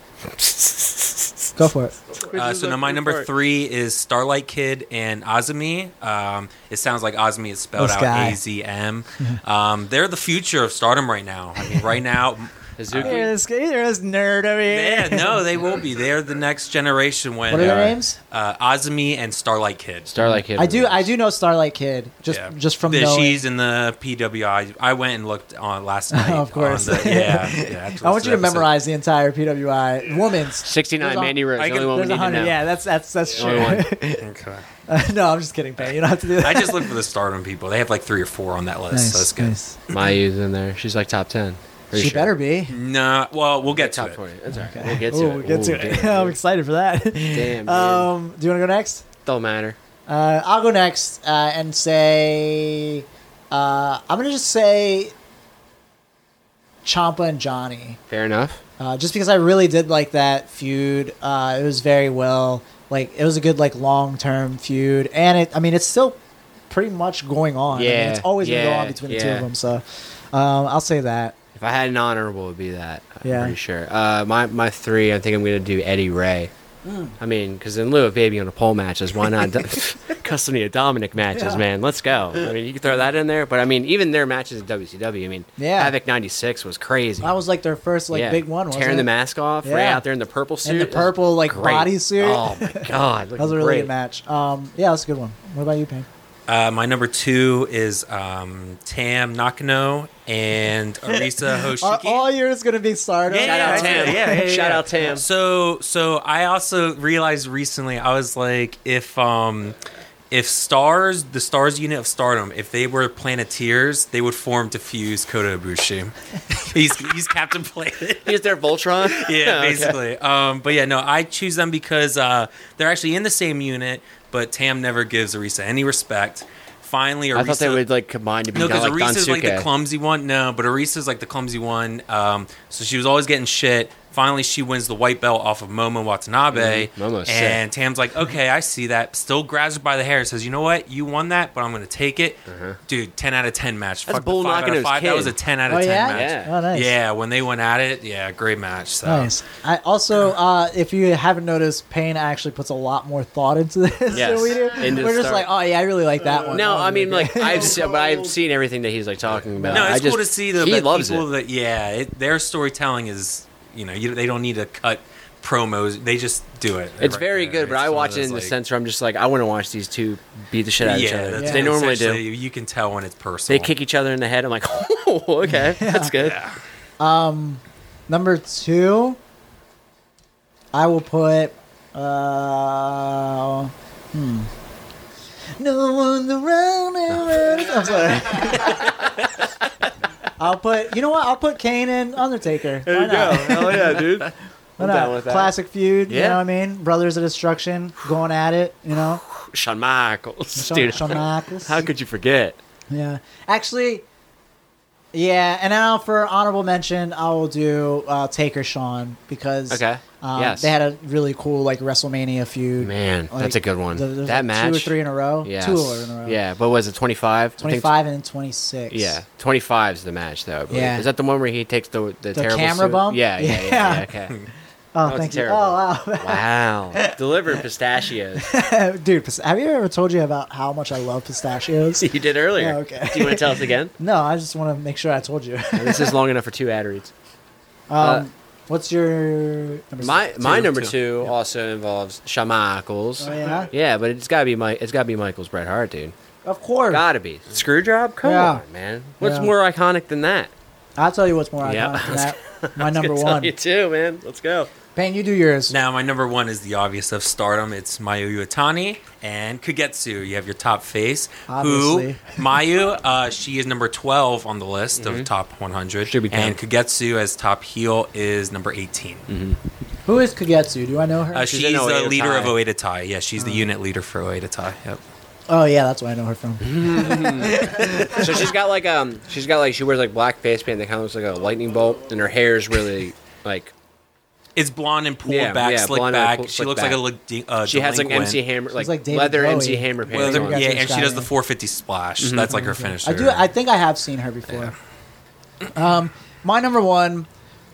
Speaker 1: go for it.
Speaker 3: Uh, so now my number three is Starlight Kid and Azumi. Um, it sounds like Azumi is spelled
Speaker 1: This
Speaker 3: out
Speaker 1: guy.
Speaker 3: A Z M. Um, they're the future of stardom right now. I mean, right now,
Speaker 2: Hazuki.
Speaker 1: Here, this, here, this nerd over
Speaker 3: yeah,
Speaker 1: here.
Speaker 3: no, they will be. They're the next generation when
Speaker 1: What are
Speaker 2: they
Speaker 1: their
Speaker 2: are.
Speaker 1: names?
Speaker 3: uh, Azumi and Starlight Kid.
Speaker 2: Starlight Kid.
Speaker 1: I do, I do know Starlight Kid just
Speaker 3: Yeah.
Speaker 1: just from
Speaker 3: the,
Speaker 1: knowing.
Speaker 3: she's in the PWI. I went and looked on last night.
Speaker 1: Of course.
Speaker 3: on the- yeah, yeah, after
Speaker 1: I want you to
Speaker 3: listening the episode.
Speaker 1: memorize the entire PWI women's.
Speaker 2: Sixty-nine.
Speaker 1: There's a-
Speaker 2: Mandy Rose.
Speaker 3: I
Speaker 2: the
Speaker 3: can-
Speaker 2: only one we
Speaker 1: There's
Speaker 2: need
Speaker 1: a
Speaker 2: to know.
Speaker 1: hundred. Yeah, that's that's that's true.
Speaker 2: Only one.
Speaker 3: Okay.
Speaker 1: no, I'm just kidding, Pain. You don't have to do that.
Speaker 3: I just look for the stardom people. They have like three or four on that list. so that's good.
Speaker 1: nice.
Speaker 2: Mayu's in there. She's like top ten. Pretty
Speaker 1: She
Speaker 2: sure.
Speaker 1: better be.
Speaker 3: No, well, we'll get to
Speaker 2: Top
Speaker 3: it.
Speaker 2: twenty. That's all right. We'll get to
Speaker 1: Ooh,
Speaker 2: it.
Speaker 1: we'll get
Speaker 2: Ooh,
Speaker 1: to it.
Speaker 2: damn,
Speaker 1: I'm
Speaker 2: dude.
Speaker 1: excited for that.
Speaker 2: Damn,
Speaker 1: um, do you want to go next?
Speaker 2: Don't matter.
Speaker 1: Uh, I'll go next uh, and say uh, I'm gonna just say Champa and Johnny,
Speaker 2: Fair enough.
Speaker 1: uh, just because I really did like that feud. Uh, it was very well, like it was a good like long term feud, and it. I mean, it's still pretty much going on. I mean,
Speaker 2: Yeah,
Speaker 1: it's always gonna go
Speaker 2: yeah,
Speaker 1: on between the two
Speaker 2: yeah.
Speaker 1: of them. So um, I'll say that.
Speaker 2: If I had an honorable, it would be that. I'm
Speaker 1: Yeah.
Speaker 2: pretty sure. Uh, my my three. I think I'm gonna do Eddie Ray.
Speaker 1: Hmm.
Speaker 2: I mean, because in lieu of baby on a pole matches, why not do- custody of Dominic matches,
Speaker 1: Yeah.
Speaker 2: man? Let's go. I mean, you can throw that in there, but I memean, even their matches in WCW. I mean,
Speaker 1: Yeah.
Speaker 2: Havoc '96 was crazy.
Speaker 1: That was like their first like
Speaker 2: Yeah.
Speaker 1: big one. Wasn't
Speaker 2: tearing
Speaker 1: it?
Speaker 2: the mask off,
Speaker 1: Yeah.
Speaker 2: Ray out there in the purple suit,
Speaker 1: And the
Speaker 2: It was
Speaker 1: purple like
Speaker 2: great.
Speaker 1: body suit.
Speaker 2: Oh my god,
Speaker 1: That was a really good match. Um, yeah, that's a good one. What about you, Payne?
Speaker 3: Uh, my number two is um, Tam Nakano and Arisa
Speaker 1: Are
Speaker 3: Hoshiki.
Speaker 1: all yours gonna be starter?
Speaker 3: Yeah,
Speaker 2: Shout out
Speaker 3: yeah,
Speaker 2: Tam.
Speaker 3: yeah, yeah, yeah.
Speaker 2: Shout out Tam.
Speaker 3: So so I also realized recently I was like if um if stars, the stars unit of stardom, if they were planeteers, they would form to fuse Kota Ibushi. he's he's Captain Planet.
Speaker 2: He's their Voltron.
Speaker 3: yeah,
Speaker 2: Okay.
Speaker 3: basically. Um, but yeah, no, I choose them because uh, they're actually in the same unit, but Tam never gives Arisa any respect. Finally, Arisa.
Speaker 2: I thought they would like combine to be
Speaker 3: No,
Speaker 2: kind
Speaker 3: because
Speaker 2: of like
Speaker 3: Arisa's like the
Speaker 2: Dansuke.
Speaker 3: clumsy one. No, but Arisa's like the clumsy one. Um, so she was always getting shit. Finally, she wins the white belt off of Momo Watanabe.
Speaker 2: Mhm. Momo's sick.
Speaker 3: and Tam's like, okay, I see that. Still grabs her by the hair and says, you know what? You won that, but I'm going to take it. Dude, 10 out of 10 match.
Speaker 2: Uh-huh. That's
Speaker 3: Fuck the
Speaker 2: Bull
Speaker 3: five
Speaker 2: knocking
Speaker 3: out of
Speaker 2: his
Speaker 3: five. That
Speaker 2: kid.
Speaker 3: was a 10 out of
Speaker 1: Oh
Speaker 3: 10
Speaker 1: yeah?
Speaker 3: match.
Speaker 2: Yeah.
Speaker 1: Oh nice.
Speaker 3: Yeah, when they went at it, yeah, great match. So.
Speaker 1: Nice. I also, uh, if you haven't noticed, Payne actually puts a lot more thought into this
Speaker 2: Yes.
Speaker 1: than we do.
Speaker 2: Into
Speaker 1: We're
Speaker 2: the
Speaker 1: just like,
Speaker 2: start.
Speaker 1: oh yeah, I really like that one. Oh,
Speaker 2: No,
Speaker 1: That was
Speaker 2: I mean
Speaker 1: really
Speaker 2: like
Speaker 1: good."
Speaker 2: I've seen, but I've seen everything that he's like talking about.
Speaker 3: No,
Speaker 2: I
Speaker 3: it's
Speaker 2: just,
Speaker 3: cool to see the,
Speaker 2: he
Speaker 3: the
Speaker 2: loves
Speaker 3: people
Speaker 2: it.
Speaker 3: that yeah, it, their storytelling is you know you, they don't need to cut promos; they just do it.
Speaker 2: It's
Speaker 3: right
Speaker 2: very
Speaker 3: there.
Speaker 2: good, but
Speaker 3: It's
Speaker 2: I
Speaker 3: one of
Speaker 2: watch it
Speaker 3: those,
Speaker 2: in the
Speaker 3: like-
Speaker 2: sense where I'm just like, I want to watch these two beat the shit out of each
Speaker 3: yeah,
Speaker 2: other.
Speaker 3: that's
Speaker 2: They normally
Speaker 3: essentially-
Speaker 2: do.
Speaker 3: You can tell when it's personal.
Speaker 2: They kick each other in the head. I'm like, oh, okay, that's good.
Speaker 1: number two. I will put. Uh, hmm. No one around and around. I'm sorry. I'll put. You know what? I'll put Kane and Undertaker. Why not?
Speaker 2: Hell yeah, dude.
Speaker 1: Why
Speaker 2: I'm down
Speaker 1: not?
Speaker 2: with that.
Speaker 1: Classic feud. You
Speaker 2: Yeah.
Speaker 1: know what I mean? Brothers of Destruction going at it. You know,
Speaker 2: Shawn Michaels,
Speaker 1: Shawn,
Speaker 2: dude.
Speaker 1: Shawn Michaels.
Speaker 2: How could you forget?
Speaker 1: Yeah, actually, yeah. And now for honorable mention, I will do uh, Taker Sean because
Speaker 2: Okay.
Speaker 1: um,
Speaker 2: Yes.
Speaker 1: they had a really cool like WrestleMania feud.
Speaker 2: Man,
Speaker 1: Like,
Speaker 2: that's a good one.
Speaker 1: there- there's,
Speaker 2: that
Speaker 1: like,
Speaker 2: match.
Speaker 1: two or three in a row,
Speaker 2: Yes.
Speaker 1: two or in a row.
Speaker 2: Yeah, but was it 25? I think-
Speaker 1: twenty five and then twenty six.
Speaker 2: Yeah, 25 is the match though. I believe.
Speaker 1: Yeah.
Speaker 2: Is that the one where he takes the the, terrible
Speaker 1: camera
Speaker 2: suit?
Speaker 1: bump?
Speaker 2: Yeah, yeah, yeah.
Speaker 1: Yeah.
Speaker 2: yeah, okay.
Speaker 1: Oh,
Speaker 2: That was
Speaker 1: thank you.
Speaker 2: terrible.
Speaker 1: Oh,
Speaker 2: Wow. Delivered pistachios.
Speaker 1: wow, dude. pis- Have you ever told you about how much I love pistachios?
Speaker 2: you did earlier.
Speaker 1: Oh, okay.
Speaker 2: Do you want to tell us again?
Speaker 1: no, I just want to make sure I told you.
Speaker 2: this is long enough for two ad reads. Uh,
Speaker 1: um, what's your number
Speaker 2: My
Speaker 1: six?
Speaker 2: my number two also involves Shamakles.
Speaker 1: Oh, yeah?
Speaker 2: Yeah, but it's gotta be my it's gotta be Michael's Bret Hart, dude.
Speaker 1: Of course.
Speaker 2: Gotta be. Screw job? Come
Speaker 1: Yeah.
Speaker 2: on, man. What's
Speaker 1: Yeah.
Speaker 2: more iconic than that?
Speaker 1: I'll tell you what's more
Speaker 2: Yeah.
Speaker 1: iconic than that. My number
Speaker 2: Tell
Speaker 1: one.
Speaker 2: you too, man. Let's go.
Speaker 1: Payne, you do yours.
Speaker 3: Now, my number one is the obvious of stardom. It's Mayu Iwatani and Kagetsu. You have your top face.
Speaker 1: Obviously.
Speaker 3: Who Mayu? Uh, she is number twelve on the list of top one hundred.
Speaker 2: Mm-hmm. Should be
Speaker 3: and Kagetsu as top heel is number 18
Speaker 1: Who is Kagetsu? Do I know her?
Speaker 3: Uh,
Speaker 2: Mm-hmm. She's
Speaker 3: she's
Speaker 2: in Oedo
Speaker 3: the leader
Speaker 2: Tai. Mm-hmm.
Speaker 3: of Oedo Tai. Yeah, she's the unit leader for Oedo Tai. Yep.
Speaker 1: oh yeah, that's where I know her from.
Speaker 2: Mm-hmm. So she's got like um she's got like she wears like black face paint that kinda looks like a lightning bolt and her hair is really like
Speaker 3: It's blonde and pulled
Speaker 2: Yeah,
Speaker 3: back,
Speaker 2: yeah,
Speaker 3: slick
Speaker 2: blonde and
Speaker 3: back.
Speaker 2: pulled
Speaker 3: she
Speaker 2: slick
Speaker 3: looks
Speaker 2: back.
Speaker 3: like a le- uh,
Speaker 2: she has like
Speaker 3: delinquent.
Speaker 2: MC hammer like,
Speaker 1: like David
Speaker 2: leather
Speaker 1: Bowie.
Speaker 2: MC hammer
Speaker 1: Well,
Speaker 2: pants.
Speaker 1: they're-
Speaker 2: on.
Speaker 1: That's
Speaker 3: yeah,
Speaker 1: what
Speaker 3: and
Speaker 1: it's
Speaker 3: she does
Speaker 1: got,
Speaker 3: the
Speaker 1: yeah.
Speaker 3: 450 splash.
Speaker 2: Mm-hmm.
Speaker 3: That's like her finisher.
Speaker 1: I do. I think I have seen her before. Um, my number one,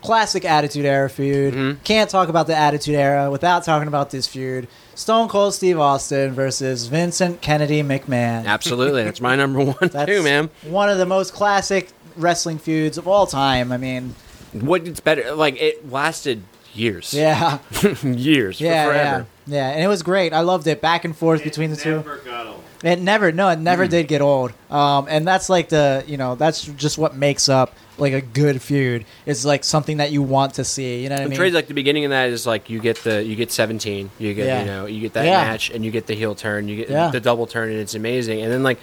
Speaker 1: classic Attitude Era feud.
Speaker 2: Mm-hmm.
Speaker 1: Can't talk about the Attitude Era without talking about this feud: Stone Cold Steve Austin versus Vincent Kennedy McMahon.
Speaker 2: Absolutely, that's my number one too, man.
Speaker 1: One of the most classic wrestling feuds of all time. I mean,
Speaker 2: What it's better like it lasted years.
Speaker 1: yeah,
Speaker 2: years.
Speaker 1: yeah,
Speaker 2: forever.
Speaker 1: yeah, yeah, and it was great. I loved it back and forth between the two.
Speaker 4: Never got old.
Speaker 1: It never, no, it never did get old. Um, and that's like the, you know, that's just what makes up like a good feud. It's like something that you want to see. You know what I
Speaker 2: I'm
Speaker 1: mean?
Speaker 2: crazy. Like the beginning of that is like you get the you get 17, you get
Speaker 1: Yeah.
Speaker 2: you know you get that
Speaker 1: Yeah.
Speaker 2: match, and you get the heel turn, you get
Speaker 1: Yeah.
Speaker 2: the double turn, and it's amazing. And then like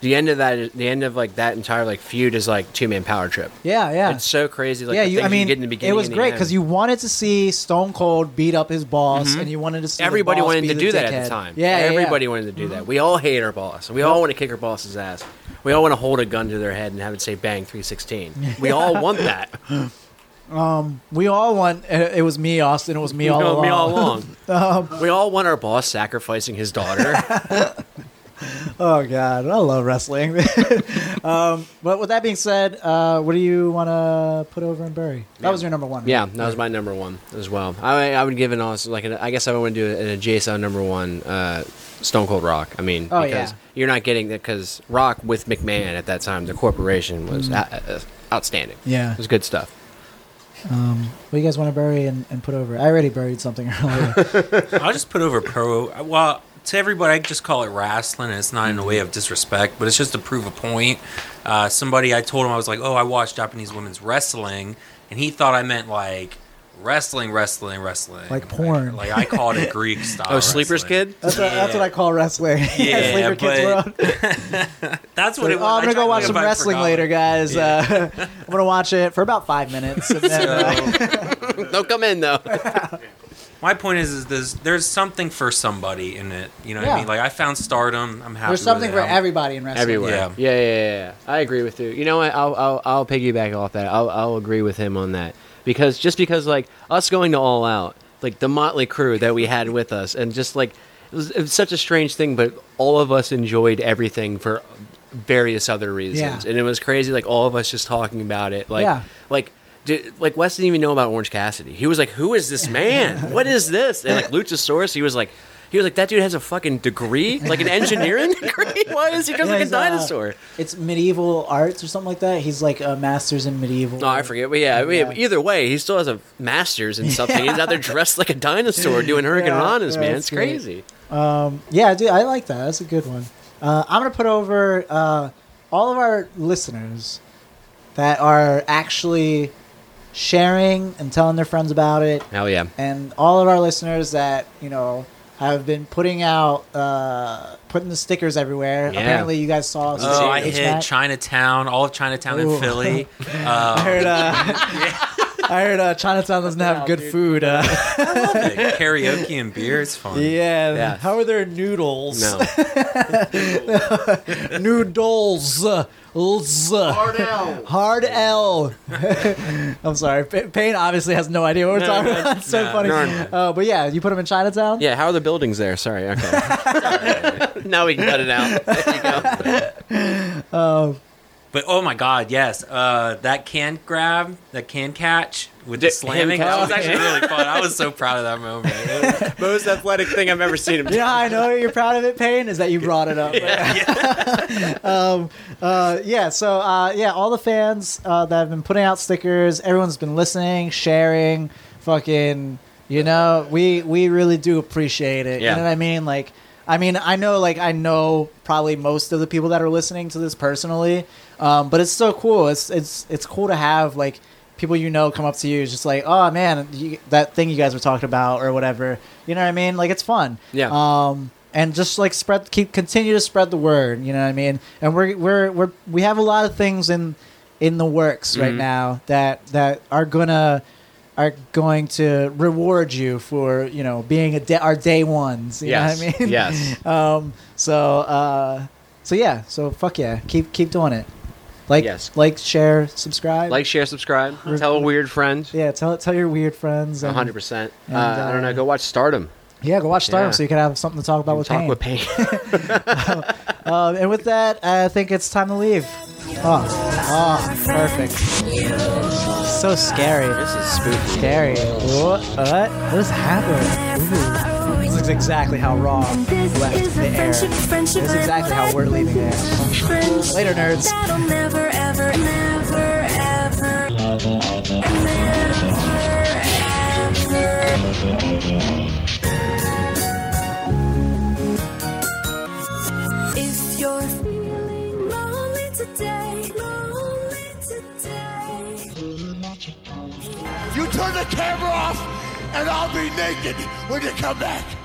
Speaker 2: the end of that, the end of like that entire like feud is like two man power trip.
Speaker 1: yeah, yeah,
Speaker 2: It's so crazy. Like
Speaker 1: yeah.
Speaker 2: the
Speaker 1: You,
Speaker 2: things
Speaker 1: I mean,
Speaker 2: get in the beginning.
Speaker 1: it was
Speaker 2: and the
Speaker 1: great
Speaker 2: end.
Speaker 1: because you wanted to see Stone Cold beat up his boss, and you wanted to see the
Speaker 2: Mm-hmm. Everybody
Speaker 1: boss
Speaker 2: wanted
Speaker 1: be
Speaker 2: to
Speaker 1: the
Speaker 2: do that at
Speaker 1: dickhead.
Speaker 2: the time.
Speaker 1: Yeah, yeah, yeah.
Speaker 2: everybody wanted to do that. We all hate our boss. We all want to kick our boss's ass. We all want to hold a gun to their head and have it say "Bang 316." We all want that.
Speaker 1: We all want. uh, It it was me, Austin. It was me all
Speaker 2: You know,
Speaker 1: along.
Speaker 2: me all along. we all want our boss sacrificing his daughter.
Speaker 1: Oh God, I love wrestling. um, but with that being said, uh, what do you want to put over and bury? That was your number one. right?
Speaker 2: yeah, that was my number one as well. I I would give an also like an, I guess I would do an adjacent number one uh, Stone Cold Rock. I mean,
Speaker 1: Oh,
Speaker 2: because
Speaker 1: yeah.
Speaker 2: you're not getting that because Rock with McMahon at that time, the corporation was o- uh, outstanding.
Speaker 1: Yeah.
Speaker 2: it was good stuff.
Speaker 1: What do you guys want to bury and, and put over? I already buried something earlier.
Speaker 3: I'll just put over pro. Well, to everybody, I just call it wrestling, and it's not in a
Speaker 2: Mm-hmm.
Speaker 3: way of disrespect, but it's just to prove a point. Uh, somebody, I told him I was like, "Oh, I watch Japanese women's wrestling," and he thought I meant like Wrestling, wrestling, wrestling.
Speaker 1: Like porn.
Speaker 3: Like, I called it Greek style.
Speaker 2: Oh, sleepers
Speaker 3: wrestling.
Speaker 2: kid.
Speaker 1: That's, what, that's what I call wrestling.
Speaker 3: Yeah,
Speaker 1: Sleeper Kids
Speaker 3: but-
Speaker 1: World.
Speaker 3: That's what it
Speaker 1: oh, I'm
Speaker 3: was. I
Speaker 1: gonna
Speaker 3: tried
Speaker 1: go
Speaker 3: to
Speaker 1: watch
Speaker 3: get
Speaker 1: some
Speaker 3: by
Speaker 1: wrestling
Speaker 3: forgotten.
Speaker 1: later, guys. Uh, I'm gonna watch it for about five minutes. And then, uh,
Speaker 2: Don't come in though.
Speaker 3: My point is, is there's, there's something for somebody in it. You know what
Speaker 1: Yeah.
Speaker 3: I mean? Like I found stardom. I'm happy.
Speaker 1: there's something for
Speaker 3: with it. I'm-
Speaker 1: everybody in wrestling.
Speaker 2: Everywhere.
Speaker 3: Yeah.
Speaker 2: Yeah. Yeah, yeah, yeah, I agree with you. You know what? I'll, I'll, I'll piggyback off that. I'll, I'll agree with him on that because just because like us going to All Out, like the motley crew that we had with us, and just like it was, it was such a strange thing, but all of us enjoyed everything for various other reasons,
Speaker 1: Yeah.
Speaker 2: and it was crazy. Like all of us just talking about it, like
Speaker 1: Yeah.
Speaker 2: like. Dude, like Wes didn't even know about Orange Cassidy. He was like, "Who is this man? What is this?" And like Luchasaurus, he was like, "He was like that dude has a fucking degree, like an engineering degree. Why does he just
Speaker 1: Yeah,
Speaker 2: like a
Speaker 1: he's, uh,
Speaker 2: dinosaur?"
Speaker 1: It's medieval arts or something like that. He's like a master's in medieval.
Speaker 3: Oh,
Speaker 2: No, I forget. But yeah, I mean,
Speaker 1: Yeah.
Speaker 2: either way, he still has a master's in something. He's out there dressed like a dinosaur doing Hurricane
Speaker 1: Yeah,
Speaker 2: Ranas,
Speaker 1: yeah,
Speaker 2: man.
Speaker 1: that's
Speaker 2: It's
Speaker 1: great.
Speaker 2: crazy.
Speaker 1: Yeah, dude, I like that. That's a good one. Uh, I'm gonna put over uh, all of our listeners that are actually sharing and telling their friends about it.
Speaker 2: Hell yeah.
Speaker 1: and all of our listeners that you know have been putting out uh putting the stickers everywhere
Speaker 2: Yeah.
Speaker 1: apparently you guys saw us
Speaker 3: Oh,
Speaker 1: at
Speaker 3: I
Speaker 1: HVAC.
Speaker 3: hit Chinatown, all of Chinatown
Speaker 1: Ooh.
Speaker 3: in Philly.
Speaker 1: I heard uh, I heard uh, Chinatown doesn't have good food uh,
Speaker 3: Like, karaoke and beer, it's fun.
Speaker 1: yeah
Speaker 2: Yeah.
Speaker 1: how are their noodles
Speaker 2: No.
Speaker 1: noodles Lz.
Speaker 4: Hard L.
Speaker 1: hard L I'm sorry Pa- Payne obviously has no idea what we're talking about it's so
Speaker 3: no,
Speaker 1: funny
Speaker 3: no, no.
Speaker 1: Uh, but yeah you put them in Chinatown
Speaker 2: Yeah, how are the buildings there? Sorry. Okay. now we can cut it out. There you go.
Speaker 3: But oh my god, yes, uh, that can grab, that can catch with the
Speaker 2: Did-
Speaker 3: slamming.
Speaker 2: him
Speaker 3: That was
Speaker 2: catch.
Speaker 3: actually really fun. I was so proud of that moment. It was-
Speaker 2: Most athletic thing I've ever seen him
Speaker 1: You know how I know you're proud of it, Payne, is that you brought it up. um, uh, yeah, so uh, yeah, all the fans uh, that have been putting out stickers, everyone's been listening, sharing, fucking, you know, we we really do appreciate it.
Speaker 2: Yeah.
Speaker 1: You know what I mean? Like, I mean, I know, like, I know probably most of the people that are listening to this personally, um, but it's so cool. It's it's it's cool to have like people you know come up to you, just like, oh man, you, that thing you guys were talking about or whatever. You know what I mean? Like, it's fun
Speaker 2: Yeah.
Speaker 1: um, and just like spread keep continue to spread the word you know what i mean and we're we're, we're we have a lot of things in in the works right
Speaker 2: Mm-hmm.
Speaker 1: now that that are gonna are going to reward you for you know being a da- our day ones you
Speaker 2: yes.
Speaker 1: know what i mean
Speaker 2: Yes.
Speaker 1: um so uh so yeah so fuck yeah keep keep doing it like
Speaker 2: Yes.
Speaker 1: like share subscribe
Speaker 2: Like, share, subscribe. Tell a weird friend.
Speaker 1: yeah tell tell your weird friends and,
Speaker 2: 100%. Uh,
Speaker 1: And,
Speaker 2: I don't know. Go watch Stardom.
Speaker 1: yeah go watch stardom
Speaker 2: Yeah.
Speaker 1: so you can have something to talk about with
Speaker 2: Talk
Speaker 1: Payne.
Speaker 2: with Payne.
Speaker 1: Um, and with that, I think it's time to leave. Oh, oh perfect. So scary. This is spooky. Scary. What? What, what is happening? Ooh. This is exactly how Raw left the air. This
Speaker 8: friendship.
Speaker 1: is exactly how we're leaving the air. Later, nerds.
Speaker 8: That'll never, ever, never, ever. If you're feeling lonely today, lonely today.
Speaker 6: You turn the camera off, and I'll be naked when you come back.